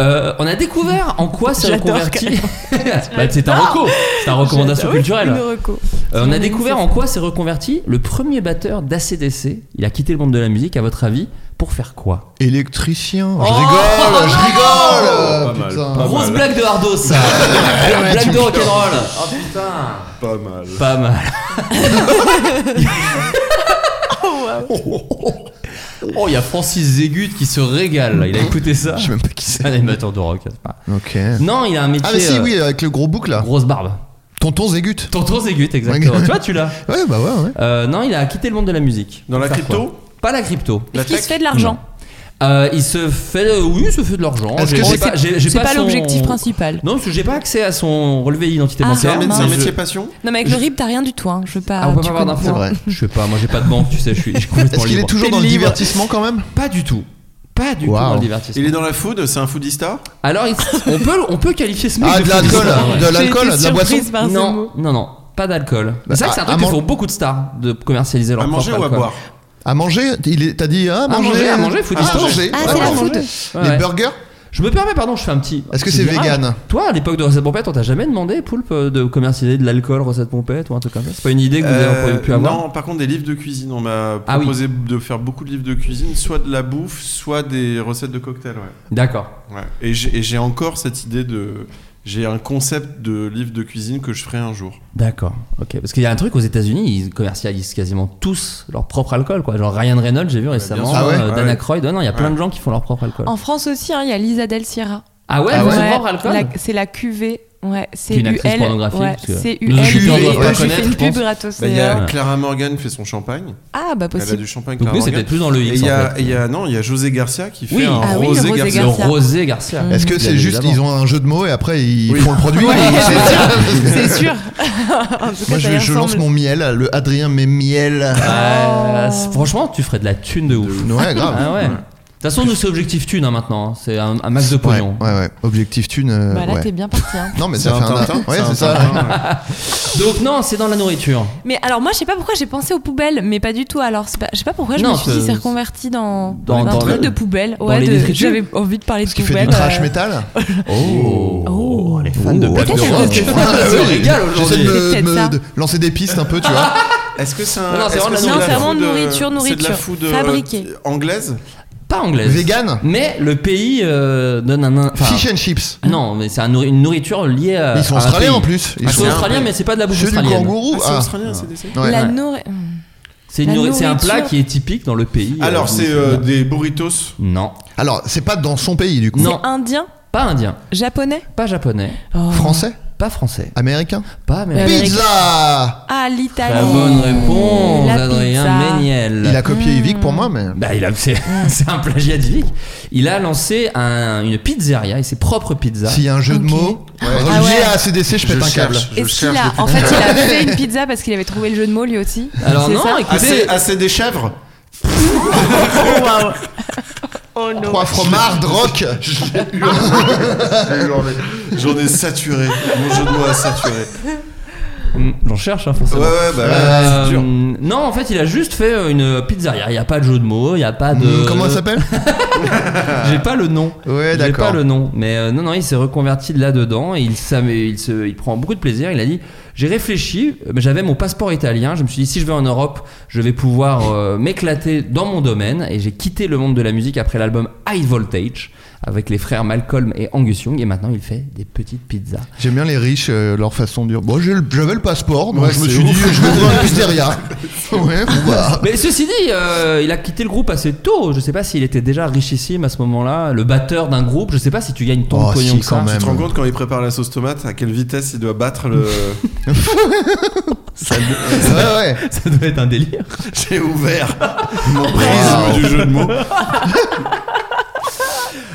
S6: Euh, on a découvert en quoi ça
S3: J'adore
S6: reconvertit. (laughs) Bah, c'est un reco, c'est ta recommandation culturelle.
S8: Une reco.
S6: Euh, on a
S8: Vraiment,
S6: découvert
S8: c'est
S6: en quoi s'est reconverti le premier batteur d'ACDC. Il a quitté le monde de la musique, à votre avis, pour faire quoi
S7: Électricien. Je
S6: Oh,
S7: rigole,
S6: (laughs)
S7: je rigole. euh,
S2: Pas mal,
S7: putain.
S2: pas
S6: Grosse
S2: mal.
S6: blague de Hardos,
S7: (laughs)
S6: ça
S7: Ouais, tu
S6: Blague de
S7: me-
S6: rock'n'roll Oh putain
S2: Pas mal.
S6: Pas mal
S7: (laughs)
S6: Oh, il y a Francis Zégut qui se régale, là. il a écouté ça.
S7: Je sais même pas qui c'est.
S6: (laughs) Un animateur de rock. c'est pas-
S7: Ok.
S6: Non, il a un métier.
S7: Ah mais si
S6: euh,
S7: oui avec le gros bouc là.
S6: Grosse barbe.
S7: Tonton Zégut.
S6: Tonton Zégut, exactement.
S7: Ouais.
S6: tu vois, tu l'as.
S7: Ouais bah ouais ouais.
S6: Euh, non, il a quitté le monde de la musique.
S2: Dans la
S6: Faire
S2: crypto
S6: quoi Pas la crypto.
S2: La
S8: Est-ce qu'il
S2: tech
S8: se fait de l'argent
S6: Non. Euh, il se fait, euh, oui, il se fait de l'argent.
S7: Est-ce
S6: J'ai-
S7: que
S6: j'ai
S7: c'est-
S6: pas- j'ai- j'ai
S8: C'est pas
S6: son-
S8: l'objectif principal.
S6: Non, parce que j'ai pas accès à son relevé d'identité
S8: Ah,
S2: C'est
S6: bancaire.
S2: un, mé-
S8: Ah,
S2: c'est un
S8: je-
S2: métier passion
S8: Non, mais avec le RIB, t'as rien du tout. Hein. Je veux pas.
S6: Ah, on peut
S8: tu
S6: pas avoir
S8: connais-
S6: d'infos.
S7: C'est vrai.
S6: Je sais pas, moi j'ai pas de banque, tu sais, je suis, je suis complètement
S7: Est-ce qu'il est
S6: libre.
S7: toujours
S6: T'es
S7: dans le
S6: libre.
S7: divertissement quand même
S6: Pas du tout. Pas du tout
S7: Waouh.
S6: dans le
S2: Il
S6: divertissement.
S2: est dans la food, c'est un foodista
S6: Alors, il- on, peut, on peut qualifier ce mec
S7: Ah de
S6: footballeur.
S7: l'alcool,
S6: Ouais.
S7: de l'alcool,
S8: été
S7: de la boisson.
S8: surprise par ce
S6: Non,
S8: mot.
S6: non, non, pas d'alcool. Mais c'est vrai que c'est un
S7: Bah, à- à
S6: truc que
S7: man-
S6: font beaucoup de stars de commercialiser leur
S2: À manger
S6: propre
S2: ou à
S6: alcool.
S2: boire
S7: À manger, il est- t'as dit ah,
S6: À manger, à manger, food
S7: Ah,
S6: histoire.
S7: manger.
S8: Ah,
S7: Ouais,
S8: c'est la
S7: ouais.
S8: food.
S6: Ouais,
S7: Les
S6: ouais.
S7: burgers
S6: Je me permets, pardon, je fais un petit.
S7: Est-ce que
S6: petit
S7: c'est
S6: virage.
S7: vegan
S6: Toi, à l'époque de Recette Pompette, on t'a jamais demandé, Poulpe, de commercialiser de l'alcool, Recette Pompette ou un truc comme ça C'est pas une idée que vous
S2: Euh,
S6: avez pu avoir
S2: Non, par contre, des livres de cuisine. On m'a
S6: Ah oui.
S2: proposé de faire beaucoup de livres de cuisine, soit de la bouffe, soit des recettes de cocktails. Ouais.
S6: D'accord.
S2: Ouais. Et j'ai et j'ai encore cette idée de. J'ai un concept de livre de cuisine que je ferai un jour.
S6: D'accord, ok. Parce qu'il y a un truc aux États-Unis, ils commercialisent quasiment tous leur propre alcool, quoi. Genre Ryan Reynolds, j'ai vu récemment,
S2: sûr.
S6: euh,
S2: Ah ouais
S6: Dan
S2: Ouais.
S6: Aykroyd. Ouais, non, il y a plein
S2: Ouais.
S6: de gens qui font leur propre alcool.
S8: En France aussi, hein, il y a Lisa Del Sierra.
S6: Ah ouais,
S7: Ah
S6: vous
S7: ouais.
S6: faites
S8: Ouais,
S6: propre alcool
S8: la- C'est la QV. Ouais, c'est
S6: Qui est une actrice
S8: UL,
S6: pornographique,
S8: Ouais,
S6: parce que
S8: c'est
S6: nos
S8: UL.
S6: auditeurs
S8: Je
S7: doivent pas
S8: fais
S6: connaître,
S8: une
S6: je pense.
S8: pub gratos. euh.
S2: Bah, il y a
S6: Ouais.
S2: Clara Morgan fait son champagne.
S8: Ah, bah
S2: Elle a
S8: possible.
S2: du champagne
S6: Donc
S2: Clara
S6: nous, c'est
S2: Morgan.
S6: peut-être plus dans le
S2: Et
S6: X.
S2: il y,
S6: en
S2: a-
S6: fait.
S2: et il y a- non, il y a José Garcia qui fait
S6: Oui.
S2: un
S8: Ah oui, le
S2: rosé,
S8: rosé
S2: Garcia.
S6: Le
S8: Garcia.
S6: rosé Garcia.
S7: Est-ce que
S6: Bien
S7: c'est juste
S6: évidemment.
S7: ils ont un jeu de mots et après ils
S2: Oui.
S7: font le produit et c'est-
S8: C'est sûr. (laughs) En tout cas,
S7: (laughs) Moi
S8: ça
S7: je,
S8: y
S7: je lance
S8: ressemble.
S7: mon miel, le Adrien mes miel.
S6: Ouais, Bah, c'est- Franchement, tu ferais de la thune de ouf.
S7: Ouais grave.
S6: Ah ouais. De toute façon, nous, c'est objectif thune hein, maintenant. hein. C'est un, un max de
S7: Ouais,
S6: pognon.
S7: ouais, ouais. Objectif thune. euh,
S8: Bah là,
S7: ouais.
S8: t'es bien parti.
S7: (laughs)
S8: hein.
S7: Non mais
S2: C'est
S7: ça fait
S2: un
S7: un.
S2: Tintin,
S7: Ouais
S2: un
S7: c'est ça.
S2: Tintin, ouais.
S6: Donc non, c'est dans la nourriture.
S8: Mais alors, moi, je sais pas pourquoi j'ai pensé aux poubelles, mais pas du tout. Alors, c'est pas- je sais pas pourquoi je
S6: Non,
S8: me suis
S6: c'est-
S8: dit c'est reconverti dans,
S6: Dans-
S8: un
S6: dans
S8: truc
S6: le-
S8: de poubelle.
S6: dans
S8: Ouais,
S6: les
S8: de-
S6: détritus.
S8: j'avais envie de parler
S7: Ce
S8: de
S7: qui fait
S8: poubelle.
S7: du trash
S8: euh,
S7: metal.
S6: Oh,
S8: Oh.
S6: les
S7: fans de blagues
S8: de rock.
S6: se régale
S7: J'essaie
S6: aujourd'hui.
S7: de
S8: C'est
S7: me-
S8: peut-être ça.
S7: me de lancer des pistes un peu, tu vois.
S2: Est-ce que c'est un.
S6: Non, non, c'est
S2: est-ce
S6: vraiment
S2: que
S6: de la
S2: de
S6: nourriture.
S8: Non, c'est vraiment
S2: food, euh,
S8: nourriture,
S2: C'est de la
S8: nourriture.
S2: food euh,
S8: Fabriquée.
S2: anglaise
S6: Pas anglaise.
S7: Vegan.
S6: Mais le pays euh, donne un. un- enfin,
S7: Fish and chips.
S6: non, mais c'est un nourri- une nourriture liée à.
S7: Ils sont
S6: à un
S7: australiens
S6: pays.
S7: en plus. Ils
S6: Ils sont
S7: sont
S6: australiens, mais c'est pas de la bouffe
S7: Ceux du
S6: australienne.
S7: kangourou.
S2: Ah, c'est
S7: Ah.
S2: australien, c'est des
S7: Ouais.
S8: La
S6: Ouais.
S8: nourri-
S6: C'est une
S8: La
S6: nourri- c'est un
S8: nourriture.
S6: plat qui est typique dans le pays.
S2: Alors,
S6: euh, où-
S2: c'est euh, des burritos.
S6: Non,
S7: Alors, c'est pas dans son pays du coup.
S6: Non.
S8: Indien
S6: pas indien,
S8: Japonais
S6: pas japonais,
S8: Oh.
S7: Français
S6: pas français,
S7: Américain
S6: pas américain.
S8: Américain.
S7: Pizza
S8: Ah, l'Italie.
S6: La bonne réponse,
S8: La
S6: Adrien
S8: pizza.
S6: Méniel.
S7: Il a copié
S8: Mmh.
S7: Yvick pour moi, mais.
S6: Bah, il a, (laughs) c'est, c'est un plagiat d'Yvick. Il a lancé un- une pizzeria et ses propres pizzas.
S7: S'il y a un jeu de
S8: Ok.
S7: mots relié
S8: Ah ouais.
S7: à ACDC, je pète un câble.
S2: cherche, je
S8: Est-ce qu'il
S2: cherche
S8: a,
S2: depuis-
S8: en fait, il a fait une pizza parce qu'il avait trouvé le jeu de mots lui aussi.
S6: Alors
S8: C'est
S6: non,
S8: ça
S2: Ah,
S6: écoutez,
S2: c'est- ah, c'est des chèvres Oh
S7: Trois
S8: (laughs)
S7: Mmh. fromards, de rock
S2: J'en ai saturé. Mon jeu de mots a saturé.
S6: Mm, j'en cherche hein,
S2: Ouais,
S6: forcément.
S2: ouais, bah,
S6: Euh,
S2: c'est dur.
S6: non, en fait, il a juste fait euh, une pizzeria. Il n'y a pas de jeu de mots, il n'y a pas de.
S7: Hmm,
S2: Mm,
S7: Comment ça s'appelle
S6: J'ai pas le nom.
S7: Ouais,
S6: J'ai pas
S7: d'accord.
S6: le nom, mais euh, non, non, il s'est reconverti de là-dedans et il, s'am- il, se, il prend beaucoup de plaisir. Il a dit J'ai réfléchi, euh, j'avais mon passeport italien. Je me suis dit Si je vais en Europe, je vais pouvoir euh, m'éclater dans mon domaine. Et j'ai quitté le monde de la musique après l'album High Voltage avec les frères Malcolm et Angus Young. Et maintenant, il fait des petites pizzas.
S7: J'aime bien les riches, euh, leur façon de dire. Bon, j'ai le- j'avais le passeport, donc
S2: Ouais,
S7: je me
S2: c'est
S7: suis
S2: ouf.
S7: dit, je vais ouvrir une
S6: (laughs)
S7: pizzeria. ouais, bon, bah.
S6: Mais ceci dit, euh, il a quitté le groupe assez tôt. Je sais pas s'il était déjà richissime à ce moment-là, le batteur d'un groupe. Je sais pas si tu gagnes ton
S7: Oh,
S6: pognon
S7: si,
S6: que ça.
S7: quand
S2: Tu te
S7: même.
S2: rends compte quand il prépare la sauce tomate à quelle vitesse il doit battre le.
S7: Ouais, ouais.
S6: (laughs) Ça doit être un délire.
S2: J'ai ouvert mon prisme du jeu de mots.
S6: (laughs)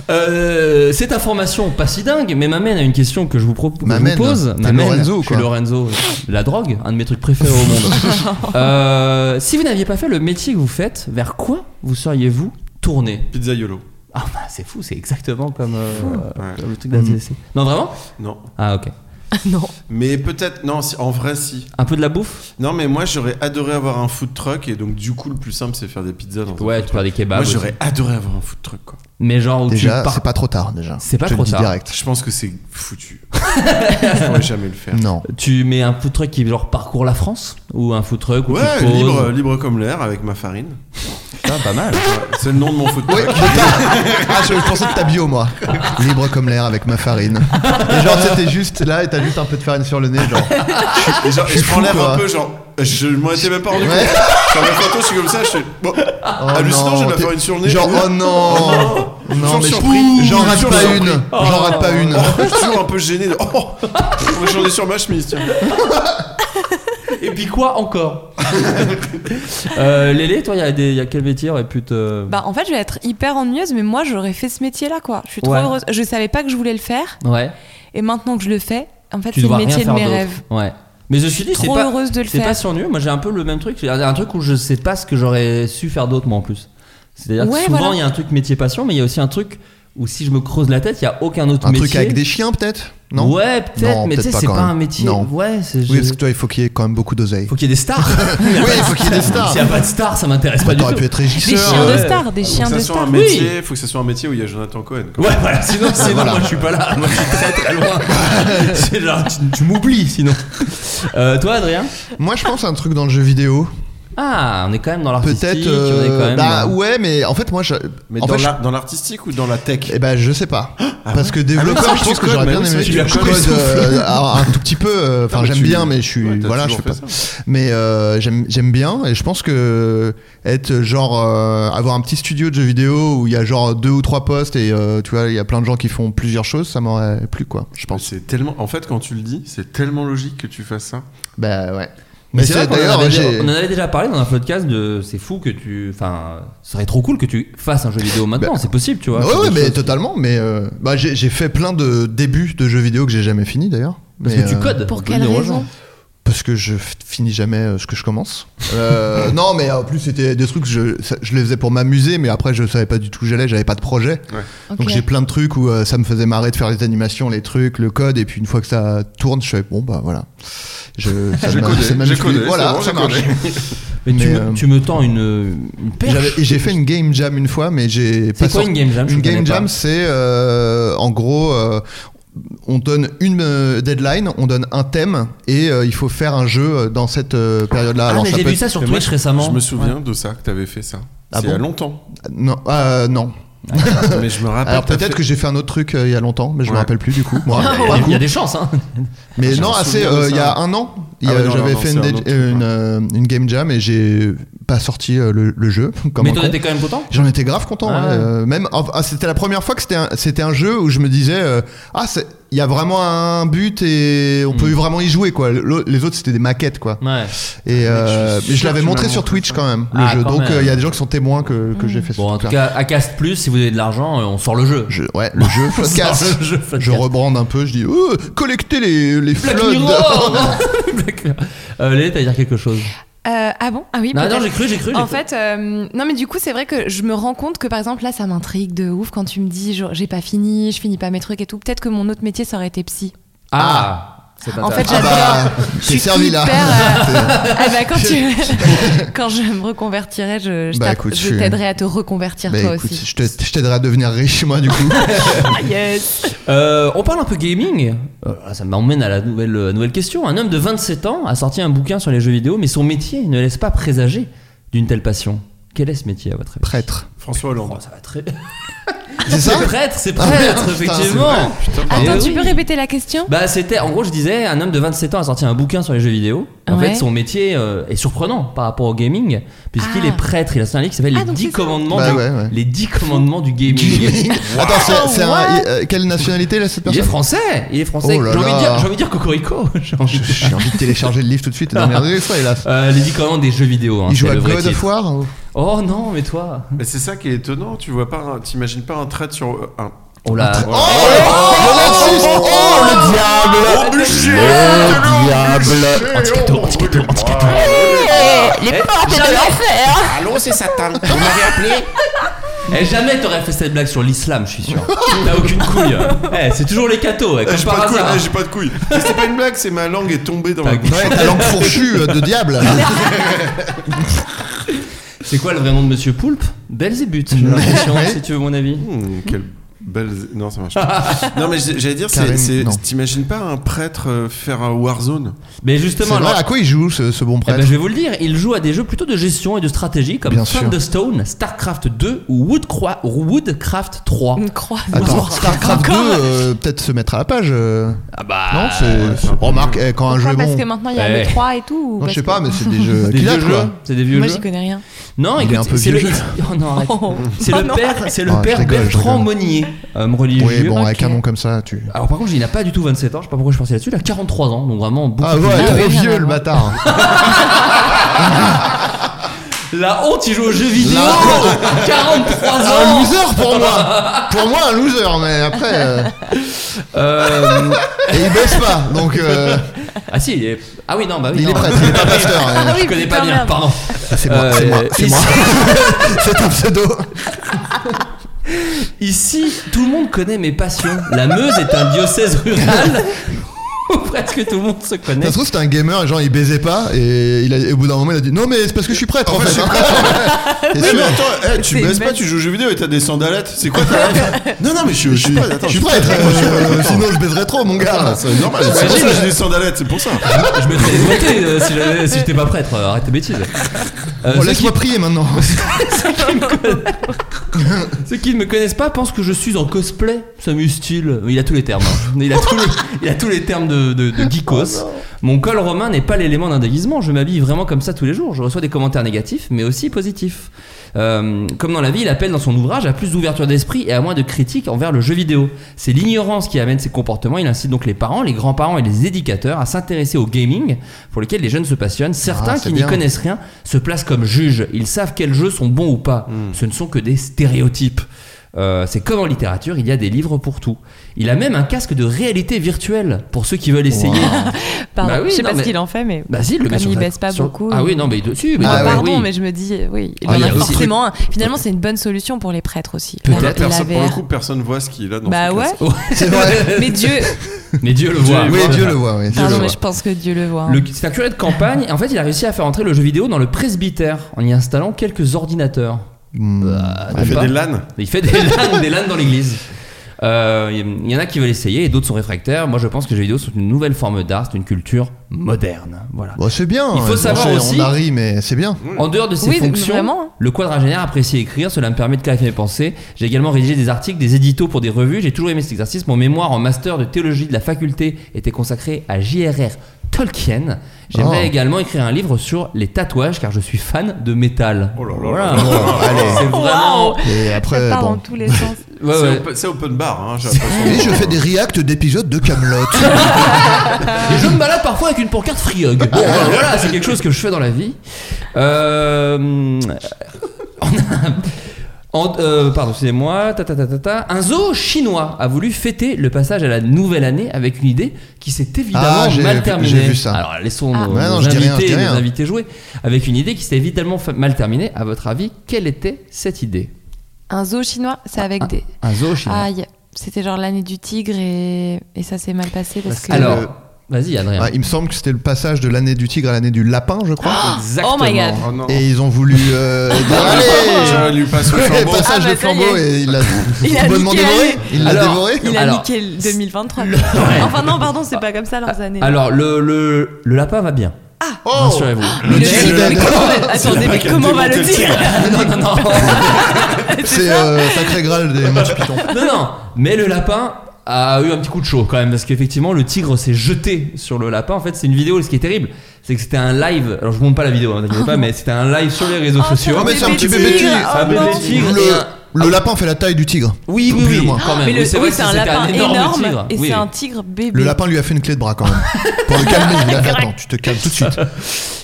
S6: Euh, cette information pas si dingue, mais m'amène à une question que je vous, propose.
S7: M'amène, hein.
S6: pose.
S7: t'es Lorenzo,
S6: je suis
S7: quoi.
S6: Lorenzo, la drogue, un de mes trucs préférés au monde. Euh, si vous n'aviez pas fait le métier que vous faites, vers quoi vous seriez-vous tourné
S2: Pizza YOLO.
S6: Ah bah c'est fou, c'est exactement comme, euh,
S2: Ouais.
S6: comme le truc de la
S7: Mhm.
S6: TDC. Non vraiment
S2: Non.
S6: Ah ok.
S3: non.
S2: Mais peut-être, non, si- en vrai, si.
S6: Un peu de la bouffe
S2: Non, mais moi, j'aurais adoré avoir un food truck et donc, du coup, le plus simple, c'est faire des pizzas dans un food
S6: Ouais, tu
S2: truck.
S6: parles des
S7: bah,
S6: kebabs.
S2: Moi,
S6: aussi.
S2: j'aurais adoré avoir un food truck, quoi.
S6: Mais genre où
S7: Déjà,
S6: tu pars
S7: c'est pas trop tard déjà.
S6: C'est pas
S7: Je te le
S6: trop
S7: dis
S6: tard.
S7: direct.
S2: Je pense que c'est
S7: (laughs)
S2: foutu. Je pourrais jamais le faire.
S7: Non.
S6: Tu mets un food truck qui genre parcourt la France ou un food truck ou
S2: Ouais,
S6: qui pose.
S2: libre, libre comme l'air avec ma farine.
S6: Putain, pas mal.
S2: Ouais, c'est le nom de mon food
S7: Oui,
S2: truck.
S7: bâtard. Ah, je, je pensais de ta bio, moi. Libre comme l'air avec ma farine. Et genre, tu sais, t'es juste là et t'as juste un peu de farine sur le nez, genre.
S2: Et genre,
S7: Je
S2: je,
S7: suis
S2: prends
S7: fou,
S2: l'air
S7: quoi.
S2: un peu, genre, je m'en étais même pas rendu
S7: Ouais.
S2: compte. Sur mes photos, je suis comme ça, je suis. Bon,
S7: Oh
S2: hallucinant, j'ai de la
S7: t'es-
S2: farine sur le nez.
S7: Genre, oh non. Non, mais
S2: surpris.
S7: je- j'en rate
S2: Toujours
S7: pas
S2: surpris. Oh.
S7: une. J'en rate pas une.
S2: Je suis toujours un peu gêné. de- Oh, j'en ai sur ma chemise, tiens.
S6: Et puis quoi
S7: (laughs)
S6: encore euh, Lélé, toi, il y, a des- y a quel métier aurait pu te.
S8: Bah, en fait, je vais être hyper ennuyeuse, mais moi, j'aurais fait ce métier-là, quoi. Je suis trop
S6: Ouais.
S8: heureuse. Je savais pas que je voulais le faire,
S6: ouais.
S8: et maintenant que je le fais, en fait,
S6: Tu
S8: c'est le
S6: dois rien
S8: métier de
S6: faire
S8: mes
S6: d'autre.
S8: rêves.
S6: Ouais. Mais je suis dit, c'est
S8: Trop
S6: pas.
S8: heureuse de le
S6: C'est
S8: faire.
S6: pas si ennuyeux. Moi, j'ai un peu le même truc. J'ai un truc où je sais pas ce que j'aurais su faire d'autre, moi, en plus. C'est-à-dire
S8: Ouais,
S6: que souvent, il
S8: voilà.
S6: y a un truc métier passion, mais il y a aussi un truc où si je me creuse la tête, il y a aucun autre
S7: Un
S6: métier.
S7: truc avec des chiens, peut-être Non
S6: Ouais, peut-être,
S7: Non,
S6: mais tu sais,
S7: peut-être pas
S6: c'est
S7: quand
S6: pas un
S7: même.
S6: métier.
S7: Non.
S6: Ouais, c'est.
S7: Oui,
S6: je-
S7: parce que toi, il faut qu'il y ait quand même beaucoup d'oseille.
S6: Faut qu'il y ait des stars.
S7: (laughs) Oui, il faut qu'il y
S6: (laughs)
S7: ait des stars.
S6: S'il n'y a pas de stars, ça m'intéresse pas
S7: Bah,
S6: du
S7: T'aurais
S6: tout.
S7: pu être
S8: Des
S7: régisseur. euh,
S8: chiens de
S6: ouais.
S8: stars, des chiens
S2: Faut
S8: de
S2: que ça soit
S8: stars.
S2: un métier, faut que ça soit un métier où il y a Jonathan Cohen. quoi.
S6: Ouais,
S7: (laughs)
S6: voilà, sinon, sinon
S7: Voilà.
S6: moi je suis pas là, moi je suis très
S7: (laughs)
S6: très loin. C'est genre, tu, tu m'oublies sinon. Euh, toi, Adrien
S7: Moi, je pense à un truc dans le jeu vidéo.
S6: Ah, on est quand même dans l'artistique,
S7: Peut-être.
S6: on est
S7: euh,
S6: quand même. hein.
S7: bah,
S6: dans-
S7: ouais, mais en fait, moi, je.
S2: Mais
S7: en
S2: dans
S7: fait, je-
S2: la- dans l'artistique ou dans la tech
S7: Eh ben je sais pas. Parce que
S2: Ah, mais
S7: développeur,
S2: oui,
S7: je
S2: tu
S7: pense que
S2: codes,
S7: j'aurais
S2: mais
S7: bien
S2: oui, c'est
S7: aimé.
S2: vrai que
S7: Je
S2: tu
S7: code
S2: codes sous
S7: euh, alors, un tout petit peu. euh, Enfin,
S2: Ah, mais
S7: j'aime
S2: tu-
S7: bien, mais je suis
S2: Ouais, t'as
S7: voilà, je
S2: toujours
S7: fais pas.
S2: fait
S7: Mais euh, j'aime j'aime bien et je pense que être genre euh, avoir un petit studio de jeux vidéo où il y a genre deux ou trois postes et euh, tu vois il y a plein de gens qui font plusieurs choses, ça m'aurait plu quoi. Je pense.
S2: C'est tellement. En fait, quand tu le dis, c'est tellement logique que tu fasses ça.
S7: Bah ouais.
S6: Mais c'est vrai qu'on en,
S7: d'ailleurs
S6: avait-
S7: j'ai-
S6: on en avait déjà parlé dans un podcast de c'est fou que tu. Enfin, ce serait trop cool que tu fasses un jeu vidéo maintenant,
S7: Bah,
S6: c'est possible, tu vois.
S7: Ouais,
S6: faire
S7: ouais,
S6: des
S7: mais
S6: choses.
S7: totalement. Mais euh, bah, j'ai j'ai fait plein de débuts de jeux vidéo que j'ai jamais fini d'ailleurs.
S6: Parce
S7: Mais,
S6: que tu
S7: euh,
S6: codes.
S8: Pour
S6: on peut
S8: quelle
S6: le dire aux
S8: raison
S6: gens.
S7: Parce que je f- finis jamais euh, ce que je commence. Euh, non, mais en plus, c'était des trucs, que je, ça- je les faisais pour m'amuser, mais après, je savais pas du tout où j'allais, j'avais pas de projet. Donc, j'ai plein de trucs où euh, ça me faisait marrer de faire les animations, les trucs, le code, et puis une fois que ça tourne, je fais bon, bah voilà.
S6: (laughs)
S7: Je, ça
S2: J'ai
S7: m'a-
S2: codé,
S7: ça m'a
S2: j'ai
S7: musclé.
S2: codé, c'est
S7: Voilà,
S2: bon,
S7: ça
S2: j'ai
S7: marche.
S2: codé.
S6: Mais, tu,
S7: Mais,
S6: me,
S7: euh,
S6: tu me tends une, une perche.
S7: J'avais- Et j'ai fait une game jam une fois, mais j'ai pas
S6: C'est quoi
S7: sorti-
S6: une game jam Je
S7: Une game
S6: connais pas.
S7: jam, c'est euh, en gros, euh, on donne une euh, deadline, on donne un thème, et euh, il faut faire un jeu euh, dans cette euh, période-là.
S6: Ah,
S7: Alors,
S6: mais
S7: ça
S6: j'ai
S7: peut
S6: vu ça sur
S2: Mais moi,
S6: Twitch récemment.
S2: Je me souviens de ça, que t'avais fait ça.
S7: Ah
S2: c'est il y a
S7: bon
S2: longtemps.
S7: Non, euh, non.
S2: Mais je me rappelle.
S7: Alors
S2: Ah, t'as
S7: peut-être
S2: fait-
S7: que j'ai fait un autre truc euh, il y a longtemps, mais je me
S2: Ouais. Ah,
S7: rappelle
S2: (laughs)
S7: plus du coup. Moi,
S6: Ah, Ouais,
S7: pour
S6: il y a-
S7: le
S6: il
S7: coup.
S6: y a des chances, hein.
S7: Mais
S2: Je
S7: non,
S2: me
S7: ah, c'est,
S2: souviens de
S7: euh,
S2: ça.
S7: il y a un an, il y
S2: Ah
S7: a-
S2: ouais, non,
S7: j'avais
S2: non,
S7: fait
S2: c'est
S7: une,
S2: un
S7: dé-
S2: autre truc,
S7: euh, une,
S2: ouais.
S7: euh, une game jam et j'ai pas sorti euh, le, le jeu. (laughs) (laughs) Comme
S6: Mais
S7: un
S6: t'en
S7: con.
S6: étais quand même content
S7: J'en étais grave content.
S6: Ah
S7: ouais,
S6: ouais.
S7: euh, même, ah, c'était la première fois que c'était un, c'était un jeu où je me disais, euh, ah, c'est- il y a vraiment un but et on
S2: Mm.
S7: peut vraiment y jouer quoi. L'au- Les autres c'était des maquettes quoi.
S6: Ouais.
S2: Ah,
S7: Et euh,
S2: suis
S7: mais je
S2: sûr
S7: l'avais
S2: que tu
S7: montré
S2: m'as
S7: sur
S2: montré
S7: Twitch
S2: ça.
S7: quand même le
S6: Ah,
S7: jeu.
S6: quand
S7: Donc euh, il
S6: même. Mm.
S7: y a des gens qui sont témoins que, que j'ai fait. ce
S6: Bon, en tout
S7: truc-là.
S6: cas, à Cast Plus, si vous avez de l'argent, euh, on sort le jeu.
S7: Je- ouais,
S6: (laughs)
S7: le jeu
S6: On sort
S7: Floodcast.
S6: le jeu,
S7: Je
S6: Floodcast.
S7: rebrande un peu, je dis oh, collectez les, les
S6: Black
S7: floods. Ah bah,
S6: Mirror (laughs) Black Mirror. Euh, Lélé, t'allais dire quelque chose
S8: Euh, ah bon Ah oui,
S6: Non,
S8: peut-être.
S6: non, j'ai cru, j'ai cru. j'ai
S8: En
S6: cru.
S8: fait, euh, non mais du coup, c'est vrai que je me rends compte que par exemple là, ça m'intrigue de ouf quand tu me dis genre, j'ai pas fini, je finis pas mes trucs et tout. Peut-être que mon autre métier ça aurait été psy.
S6: Ah, c'est pas
S8: En fait,
S6: intéressant.
S7: Ah
S8: j'adore.
S7: bah,
S8: Je
S7: t'es
S8: suis
S7: servi là. (laughs)
S8: hyper, euh, ah bah, quand tu- (laughs) quand je me reconvertirai, je, je
S7: Bah,
S8: t'app-
S7: écoute,
S8: je
S7: je-
S8: t'aiderai à te reconvertir
S7: Bah,
S8: toi
S7: écoute,
S8: aussi.
S7: je te- je t'aiderai à devenir riche moi du coup.
S8: Ah, yes.
S6: Euh, on parle un peu gaming. Euh, ça m'emmène à la nouvelle, euh, nouvelle question. Un homme de 27 ans a sorti un bouquin sur les jeux vidéo, mais son métier ne laisse pas présager d'une telle passion. Quel est ce métier à votre avis
S7: Prêtre.
S2: François
S6: Oh,
S2: Hollande.
S6: ça va très.
S7: C'est ça
S6: C'est prêtre, c'est
S7: Ah,
S6: prêtre,
S7: putain,
S6: effectivement.
S7: Ah,
S8: Attends,
S7: bah
S6: Eh
S8: tu
S6: oui.
S8: peux répéter la question
S6: Bah c'était en gros je disais un homme de 27 ans a sorti un bouquin sur les jeux vidéo. En
S8: Ouais.
S6: fait son métier euh, est surprenant par rapport au gaming puisqu'il
S8: Ah.
S6: est prêtre, il a sorti un livre qui s'appelle
S8: Ah,
S6: les
S8: donc
S6: 10
S8: c'est ça.
S6: commandements
S7: Bah
S6: du
S7: ouais, ouais.
S6: les 10 commandements du (laughs) gaming.
S7: Attends, c'est- c'est un-
S8: what
S7: euh, quelle nationalité là cette
S6: il est
S7: personne
S6: français, il est français.
S7: Oh là
S6: j'ai envie de
S7: là.
S6: dire j'ai envie de dire cocorico. J'ai envie de-
S7: Je- J'ai envie de télécharger le livre tout de suite et d'emmerder les fois, hélas.
S6: Euh, les 10 commandements des jeux vidéo hein,
S7: Il
S6: c'est
S7: joue à
S6: le vrai
S7: God of
S6: titre.
S7: War ou-
S6: Oh non, mais toi.
S2: Mais c'est ça qui est étonnant, tu vois pas, un- t'imagines pas un trait sur un
S6: Oh là
S7: Oh, le oh, le
S2: oh,
S7: diable Oh,
S6: Le diable Anticato, anticato, anticato
S3: Les
S6: Eh,
S3: portes de l'enfer
S6: Allô, c'est Satan Vous m'avez appelé Eh, jamais t'aurais fait cette blague sur l'islam, je suis sûr. T'as aucune couille. Eh, c'est toujours les cathos, eh,
S2: Eh,
S6: comme
S2: J'ai pas,
S6: par
S2: de couilles,
S6: hasard.
S2: eh, j'ai pas de couilles. Mais C'était pas une blague, c'est ma langue est tombée dans
S6: Ta
S2: la bouche.
S7: Ouais, ta langue fourchue euh, de diable
S6: C'est quoi le vrai nom de Monsieur Poulpe Belzébuth, j'ai l'impression, si tu veux mon avis.
S2: Hmm, quelle belle. Non, ça marche pas.
S6: (laughs)
S2: non, mais j'ai- j'allais dire, c'est-
S7: Karen,
S2: c'est-
S7: non.
S2: t'imagines pas un prêtre euh, faire un Warzone
S6: Mais
S7: C'est
S6: justement,
S7: vrai,
S6: alors,
S7: à quoi il joue ce, ce bon
S6: Eh ben,
S7: prêtre
S6: je vais vous le dire, il joue à des jeux plutôt de gestion et de stratégie comme
S7: Bien sûr.
S6: Thunderstone, StarCraft 2 ou Woodcra- Woodcraft 3.
S3: Une croix.
S7: Attends,
S6: Encore.
S7: Starcraft 2, euh, peut-être se mettre à la page. euh,
S6: Ah bah.
S7: non, c'est.
S2: c'est un peu
S7: remarque, eh, quand un jeu
S8: Pourquoi
S7: est
S8: Parce
S7: bon.
S8: que maintenant il y a
S6: Eh.
S8: le 3 et tout. ou
S7: Non, je
S8: parce
S7: sais
S8: que-
S7: pas, mais c'est des jeux
S6: (laughs) Des
S7: qu'il a,
S6: vieux jeux,
S7: quoi.
S6: c'est des vieux
S3: Moi
S6: jeux.
S3: j'y connais rien.
S6: Non,
S7: Il est
S6: écoute,
S7: un peu
S6: c'est le,
S7: vieux jeu.
S6: (laughs) oh non, arrête.
S3: Oh.
S6: c'est le père, c'est le
S7: Ah, je
S6: père
S7: rigole, je
S6: Bertrand
S7: rigole.
S6: Monnier, homme religieux.
S7: Oui, bon,
S6: Ok.
S7: avec un nom comme ça, tu.
S6: Alors par contre, il n'a pas du tout 27 ans. Je sais pas pourquoi je pensais là-dessus. Il a 43 ans, donc vraiment beaucoup.
S7: Ah
S6: plus
S7: ouais,
S6: vieux.
S7: trop vieux le bâtard
S6: La honte, il joue aux jeux vidéo.
S7: La Ah,
S6: 43
S7: Un
S6: ans.
S7: loser pour moi Pour moi, un loser, mais après. euh,
S6: Euh,
S7: Et il baisse pas, donc. euh,
S6: ah si, il est... ah oui non, bah oui.
S7: Il
S6: non.
S7: est prêtre, il est
S6: (laughs)
S7: pas pasteur.
S8: Ah
S7: euh,
S6: Ah Je connais pas bien. Pardon.
S7: C'est moi, c'est moi,
S6: Euh,
S7: c'est moi. (laughs) C'est un pseudo.
S6: Ici, tout le monde connaît mes passions. La Meuse est un diocèse rural (laughs) où presque tout le monde se
S7: Ça
S6: connaît.
S7: se trouve, c'était un gamer, genre il baisait pas, et, il a- et au bout d'un moment, il a dit Non, mais c'est parce que je suis prêtre en, fait. hein.
S2: (laughs)
S7: T'es
S2: Mais
S7: sûr
S2: attends, eh, tu
S3: C'est
S2: baisses
S3: une
S2: pas,
S3: belle-
S2: tu joues aux jeux vidéo et t'as des sandalettes. C'est quoi ta Non, non, mais je suis- je suis pas. Attends,
S7: Je suis prêtre, euh, sinon je baiserais trop, mon gars.
S2: C'est normal, Ah, c'est pour ça que j'ai des sandalettes, c'est pour ça.
S6: Je me serais démonté euh, si j'avais- si j'étais pas prêtre. euh, arrête tes bêtises.
S7: Bon,
S6: Euh, ceux,
S7: Oh,
S6: qui,
S7: laisse-moi prier maintenant. (laughs)
S6: ceux qui ne me connaissent pas pensent que je suis en cosplay. Ça muse-t-il Il a tous les termes. hein. Il, a tous les, il a tous les termes de, de, de
S7: Oh
S6: geekos. Mon col romain n'est pas l'élément d'un déguisement. Je m'habille vraiment comme ça tous les jours. Je reçois des commentaires négatifs, mais aussi positifs. Euh, comme dans la vie, il appelle dans son ouvrage à plus d'ouverture d'esprit et à moins de critiques envers le jeu vidéo. C'est l'ignorance qui amène ces comportements. Il incite donc les parents, les grands-parents et les éducateurs à s'intéresser au gaming pour lequel les jeunes se passionnent. Certains
S7: Ah, c'est
S6: qui n'y
S7: bien.
S6: connaissent rien se placent comme juges. Ils savent quels jeux sont bons ou pas.
S7: Hmm.
S6: Ce ne sont que des stéréotypes. Euh, c'est comme en littérature, il y a des livres pour tout. Il a même un casque de réalité virtuelle pour ceux qui veulent essayer.
S3: (laughs) Pardon,
S6: Bah oui,
S3: je sais
S6: non,
S3: pas
S6: mais-
S3: ce qu'il en fait, mais.
S6: Bah si, il le
S3: Comme
S6: met sur
S3: il
S6: sa-
S3: baisse pas
S6: sur-
S3: beaucoup.
S6: Ah oui, non, mais il doit- si, mais il
S7: Ah
S6: doit-
S7: ouais.
S3: Pardon,
S6: oui.
S3: mais je me dis, euh, oui, il
S6: Ah, il y
S3: en
S6: a
S3: a
S6: aussi-
S3: forcément un. Finalement, c'est une bonne solution pour les prêtres aussi.
S6: Peut-être.
S3: La- la
S2: Personne, pour le
S3: VR.
S2: coup, personne voit ce qu'il a dans
S3: Bah
S2: son
S3: ouais.
S2: casque.
S7: (laughs) C'est vrai.
S3: Mais Dieu,
S6: (laughs) Mais Dieu le voit.
S7: Oui, Dieu le voit, oui. Dieu
S3: pardon, Ah,
S7: le
S3: mais
S7: voit.
S3: je pense que Dieu le voit. hein.
S6: Le- C'est un curé de campagne. et En fait, il a réussi à faire entrer le jeu vidéo dans le presbytère en y installant quelques ordinateurs.
S7: Hmm.
S3: Bah,
S2: Il fait
S6: Pas-
S2: des LAN.
S6: Il fait des LAN, des LAN dans l'église. Euh, Il y en a qui veulent essayer et d'autres sont réfractaires. Moi, je pense que les jeux vidéo sont une nouvelle forme d'art, c'est une culture moderne. Voilà.
S7: Bon, c'est bien.
S6: Il faut
S7: euh,
S6: savoir
S7: on-
S6: aussi-
S7: On a ri, mais c'est bien.
S6: En dehors de ces
S3: Oui,
S6: fonctions,
S3: vraiment.
S6: le quadragénaire apprécie écrire, cela me permet de clarifier mes pensées. J'ai également rédigé des articles, des éditos pour des revues, j'ai toujours aimé cet exercice. Mon mémoire en master de théologie de la faculté était consacré à J.R.R. Tolkien. J'aimerais
S7: Oh.
S6: également écrire un livre sur les tatouages car je suis fan de métal.
S2: Oh là là
S6: Voilà.
S2: là là.
S7: Allez.
S6: C'est vraiment.
S7: Et après,
S8: Ça part
S7: bon.
S8: dans tous les sens.
S6: Ouais,
S2: C'est
S6: ouais.
S2: open- C'est open bar, hein, j'ai l'impression.
S7: Et je fais des reacts d'épisodes de (laughs) Camelot.
S6: Et je me balade parfois avec une pancarte Free Hug. Bon,
S7: Ah.
S6: voilà, voilà, c'est quelque chose que je fais dans la vie. Euh, on a- en- euh, pardon, excusez-moi. ta, ta, ta, ta, ta. Un zoo chinois a voulu fêter le passage à la nouvelle année avec une idée qui s'est évidemment
S7: Ah, j'ai
S6: mal
S7: vu-
S6: terminée.
S7: j'ai vu ça.
S6: Alors laissons
S8: Ah.
S6: nos,
S7: Ouais, non,
S6: nos
S7: je dis rien,
S6: invités,
S7: je dis
S6: nos
S7: rien.
S6: invités jouer avec une idée qui s'est évidemment fa- mal terminée. À votre avis, quelle était cette idée
S8: Un zoo chinois, c'est avec des.
S6: Un zoo chinois.
S8: Aïe, c'était genre l'année du tigre et, et ça s'est mal passé parce que.
S6: Alors,
S7: le-
S6: vas-y, Adrien.
S7: Ah, il me semble que c'était le passage de l'année du tigre à l'année du lapin, je crois.
S6: Exactement.
S3: Oh my God. Oh,
S2: Oh non.
S7: Et ils ont voulu euh, (laughs) dire, allez
S2: Je lui passe le
S7: Ouais,
S2: flambeau.
S3: Ah
S7: passage
S3: bah,
S7: de
S3: ça y
S7: flambeau
S3: est.
S7: et il l'a
S3: (laughs) Il a
S7: bonnement
S3: niqué la
S7: dévoré.
S3: vie.
S7: Il l'a
S6: Alors,
S7: dévoré.
S3: Il a
S6: Alors,
S3: niqué le 2023.
S6: Ouais.
S3: Enfin non, pardon, c'est pas comme ça leurs années.
S6: Alors, le, le, le lapin va bien.
S7: Oh.
S6: Rassurez-vous.
S7: Le
S3: Mais-
S7: tigre,
S3: mais
S7: il a-
S3: comment-
S2: C'est
S3: Attendez,
S2: là-bas
S3: mais
S2: qu'il a
S3: comment va le
S2: démonté
S3: dire
S7: (laughs)
S6: non, non, non,
S7: C'est euh, sacré graal des Monty Python.
S6: non, non. Mais le lapin a eu un petit coup de chaud quand même parce qu'effectivement le tigre s'est jeté sur le lapin. En fait, c'est une vidéo. Ce qui est terrible, c'est que c'était un live. Alors je vous montre pas la vidéo, hein, t'inquiète pas, mais c'était un live sur les réseaux sociaux.
S7: Oh, mais c'est un petit
S3: bébé
S7: bébé
S3: tigre.
S7: tigre.
S6: Un
S3: Oh, non.
S6: bébé tigre
S7: Le-
S6: et un-
S7: Le lapin fait la taille du tigre.
S6: Oui, oui,
S7: Plus ou
S6: oui,
S7: moins.
S6: quand même.
S3: Mais le-
S6: Oui, c'est vrai
S3: oui,
S6: que
S3: c'est un
S6: c'était
S3: lapin
S6: énorme,
S3: énorme,
S6: tigre.
S3: et
S6: Oui.
S3: c'est un tigre bébé.
S7: Le lapin lui a fait une clé de bras quand même. Pour le calmer, il a fait attends, tu te calmes tout de suite.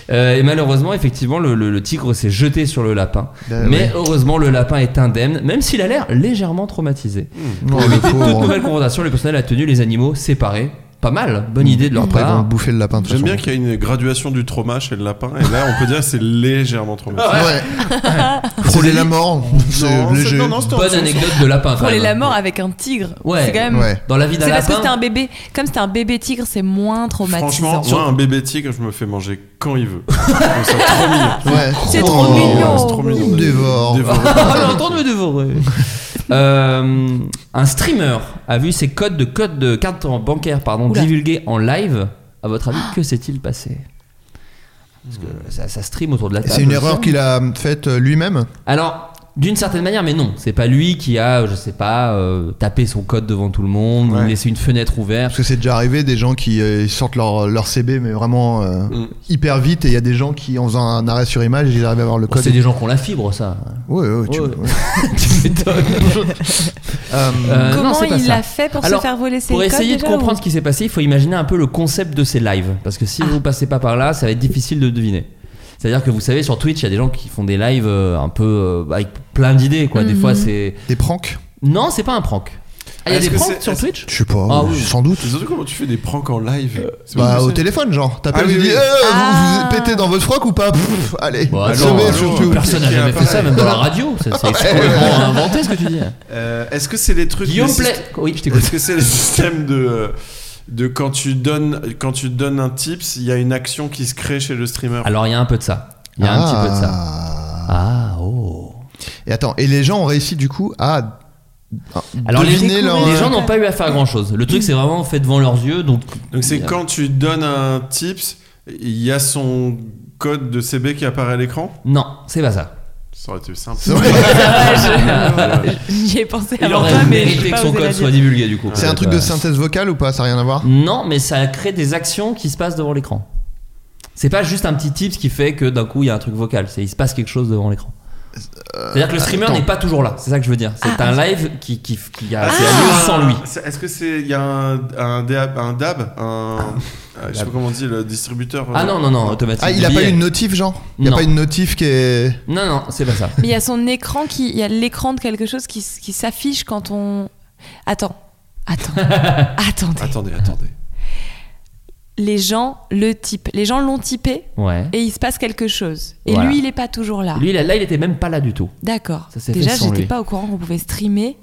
S6: Euh, et malheureusement, effectivement, le, le- le tigre s'est jeté sur le lapin.
S7: Bah,
S6: Mais
S7: ouais.
S6: heureusement, le lapin est indemne, même s'il a l'air légèrement traumatisé.
S7: Non,
S6: Pour
S7: le
S6: éviter toute
S7: pauvre.
S6: nouvelle confrontation, le personnel a tenu les animaux séparés. Pas mal, bonne idée de leur
S7: Mm. Après, ils vont
S6: part.
S7: bouffer le lapin de toute
S2: J'aime bien
S7: façon.
S2: qu'il y a une graduation du trauma chez le lapin, et là on peut dire que c'est légèrement traumatisé.
S7: Ouais. Frôler la mort, c'est
S2: Ah, Non, c'est-
S7: léger.
S2: non, non, c'était en
S6: Bonne
S2: dessous,
S6: anecdote de lapin. quand
S3: Pour les
S6: même.
S3: la mort avec un tigre.
S6: Ouais.
S3: C'est quand même.
S7: Ouais.
S6: Dans la vie d'un
S3: C'est parce que
S6: lapin.
S3: c'était un bébé. Comme c'était un bébé tigre, c'est moins traumatisant.
S2: Franchement, moi, un bébé tigre, je me fais manger quand il veut. Je trouve ça trop mignon.
S7: Ouais.
S3: C'est trop mignon.
S2: C'est trop mignon.
S7: Il me Oh. dévore. (laughs)
S6: (laughs) Ah, il est en train de me dévorer. (laughs) Euh, un streamer a vu ses codes de code de carte bancaire pardon,
S3: Oula.
S6: divulgués en live. À votre avis, que s'est-il passé Parce que ça, ça stream autour de la table.
S7: C'est une
S6: aussi.
S7: erreur qu'il a faite euh, lui-même.
S6: Alors, d'une certaine manière, mais non, c'est pas lui qui a, je sais pas, euh, tapé son code devant tout le monde,
S2: Ouais.
S6: ou laissé une fenêtre ouverte.
S7: Parce que c'est déjà arrivé des gens qui euh, ils sortent leur, leur CB mais vraiment euh,
S2: Mm.
S7: hyper vite et il y a des gens qui en faisant un arrêt sur image ils arrivent à voir le
S6: Bon,
S7: code.
S6: c'est des gens qui ont la fibre,
S7: (laughs)
S6: ça.
S7: Ouais, ouais, tu-
S6: Ouais, ouais.
S7: ouais.
S6: Tu m'étonnes.
S7: Euh,
S6: Euh, non,
S3: Comment
S6: c'est pas
S3: il
S6: ça.
S3: l'a fait pour
S6: Alors,
S3: se faire voler ses
S6: Pour
S3: codes
S6: essayer de
S3: déjà,
S6: comprendre
S3: ou- Ah.
S6: ce qui s'est passé, il faut imaginer un peu le concept de ces lives. Parce que si vous passez pas par là, ça va être difficile de deviner. C'est-à-dire que vous savez, sur Twitch, il y a des gens qui font des lives euh, un peu euh, avec plein d'idées. quoi. Des fois,
S3: Mhm.
S6: c'est.
S7: Des pranks
S6: Non, c'est pas un prank. Ah, il y a
S2: Est-ce
S6: des
S2: que
S6: pranks
S2: c'est-
S6: sur
S2: est-ce-
S6: Twitch
S7: Je sais pas,
S6: Ah
S7: euh,
S6: oui.
S7: sans doute.
S2: Mais surtout comment tu fais des pranks en live C'est
S7: Bah,
S2: pas
S7: au
S2: possible.
S7: téléphone, genre. T'appelles,
S2: Ah oui,
S7: tu dis
S2: oui.
S7: Eh, vous-
S3: Ah.
S7: vous pétez dans votre froc ou pas Pff,
S2: Eh,
S7: Allez,
S6: Bon,
S7: bah,
S6: alors,
S7: semez
S6: alors,
S7: surtout.
S6: Personne n'a
S2: Quelqu'un
S6: jamais fait ça,
S2: apparaît.
S6: même dans la radio. Ça,
S2: (laughs)
S6: C'est complètement inventé ce que tu dis.
S2: Euh, Est-ce que c'est les trucs.
S6: Guillaume
S2: les syst-
S6: Play. Oh, Oui, je t'écoute.
S2: Est-ce que c'est les systèmes de. euh, De quand tu donnes quand tu donnes un tips, il y a une action qui se crée chez le streamer.
S6: Alors, il y a un peu de ça. Il y a un petit peu de ça.
S7: Ah.
S6: Ah, oh.
S7: Et attends, et les gens ont réussi du coup à. à
S6: Alors les,
S7: deviner leur.
S6: les gens n'ont pas eu à faire grand chose. Le truc c'est vraiment fait devant leurs yeux, donc
S2: Donc c'est
S6: Il y a-
S2: quand tu donnes un tips, il y a son code de CB qui apparaît à l'écran.
S6: non, c'est
S2: (laughs)
S6: pas ça.
S2: Ça aurait été simple. (laughs)
S7: (laughs)
S2: Euh,
S3: (laughs) J'y ai pensé
S6: Il
S3: avant
S6: aurait
S3: toi, mais j'ai
S6: mérité que
S3: pas
S6: son
S3: osé la
S6: code
S3: dire.
S6: soit divulgué du coup. Euh,
S7: C'est un truc de synthèse vocale ou pas Ça n'a rien à voir
S6: Non, mais ça crée des actions qui se passent devant l'écran. C'est pas juste un petit tips qui fait que d'un coup il y a un truc vocal, c'est il se passe quelque chose devant l'écran. C'est-à-dire que le streamer
S7: attends. Ah,
S6: n'est pas toujours là, c'est ça que je veux dire. C'est un live qui, qui, qui a
S2: Ah,
S6: qui a lieu sans lui.
S2: c'est- Est-ce que c'est il y a un un DAB, un, DAB, un euh, je sais pas comment on dit le distributeur.
S6: Ah
S2: euh,
S6: non, non, non, automatique.
S7: Ah, il
S6: de
S7: a pas eu
S6: billets.
S7: une notif, genre Il n'y a
S6: Non.
S7: pas une notif qui est.
S6: Non, non, c'est pas ça.
S3: Mais il y a son écran qui, il y a l'écran de quelque chose qui, s- qui s'affiche quand on. Attends,
S6: (laughs)
S3: attends, attendez.
S2: Attendez, attendez.
S3: Les gens le typent, les gens l'ont typé
S6: Ouais.
S3: et il se passe quelque chose. Et
S6: Voilà.
S3: lui, il est pas toujours là.
S6: Lui là, là, il était même pas là du tout.
S3: D'accord.
S6: Ça s'est fait
S3: Déjà,
S6: sans
S3: j'étais
S6: lui.
S3: pas au courant qu'on pouvait streamer.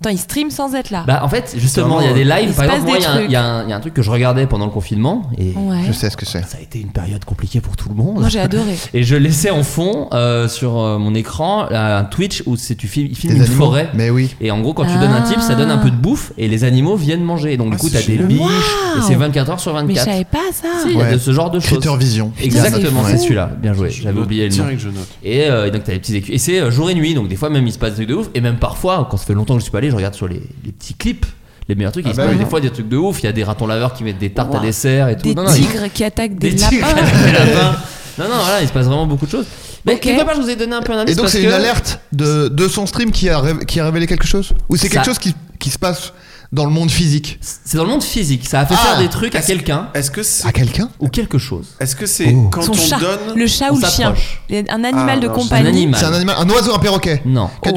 S3: Attends, il stream sans être là.
S6: Bah en fait justement il y a
S7: euh,
S6: des lives
S3: Il
S6: par
S3: se
S6: exemple
S3: passe
S6: moi il
S3: des
S6: y a un-
S3: trucs.
S6: il y, a un- il y a un truc que je regardais pendant le confinement et
S3: ouais.
S7: Je sais ce que c'est.
S6: ça a été une période compliquée pour tout le monde.
S3: Moi, j'ai adoré.
S6: Et je laissais en fond euh, sur euh, mon écran euh, un Twitch où c'est tu filmes, il filme
S7: Des
S6: une
S7: animaux
S6: forêt.
S7: Mais oui.
S6: Et en gros, quand tu donnes un tip, ça donne un peu de bouffe et les animaux viennent manger. Donc, du
S2: Ah,
S6: coup,
S2: c'est
S6: t'as des
S2: génial.
S6: biches
S3: Waouh.
S6: et c'est 24 heures sur 24.
S3: Ah, Mais je savais pas ça.
S6: Si, il y a
S7: Ouais.
S6: de ce genre de choses.
S7: Critter Vision.
S6: Exactement,
S3: Ouais.
S6: c'est celui-là. Bien joué,
S2: Je
S6: j'avais
S2: note
S6: oublié le nom.
S2: Direct, je note.
S6: Et, euh, et donc, t'as les petits écu- Et c'est euh, jour et nuit, donc des fois, même il se passe des trucs de ouf. Et même parfois, quand ça fait longtemps que je suis pas allé, je regarde sur les, les petits clips. Les meilleurs trucs,
S7: Ah
S6: il
S7: bah
S6: se passe
S7: oui.
S6: des fois des trucs de ouf. Il y a des ratons laveurs qui mettent des tartes à
S3: Ouah.
S6: dessert et tout.
S3: Des
S6: Non, non, il-
S3: tigres qui attaquent des,
S6: des tigres
S3: lapins.
S6: (laughs) avec
S3: (laughs)
S6: des lapins. Non, non, voilà, il se passe vraiment beaucoup de choses. Mais
S3: Ok.
S6: quelque part, je vous ai donné un peu un indice.
S7: Et donc
S6: parce
S7: c'est
S6: que-
S7: une alerte de, de son stream qui a, rév- qui a révélé quelque chose Ou c'est quelque
S6: Ça.
S7: chose qui, qui se passe dans le monde physique
S6: C'est dans le monde physique. Ça a fait
S7: Ah.
S6: faire des trucs à quelqu'un
S2: Est-ce que c'est
S7: À quelqu'un
S6: ou quelque chose.
S2: est-ce que c'est
S7: Oh.
S2: quand
S3: Son
S2: on
S3: chat,
S2: donne
S3: le chat
S6: on
S3: ou le chien,
S6: s'approche.
S3: Il y a un animal
S2: Ah,
S3: de
S2: non, c'est un
S6: Un
S3: compagnie.
S6: animal.
S7: C'est un animal, un oiseau, un perroquet
S6: Non.
S7: Qu'a-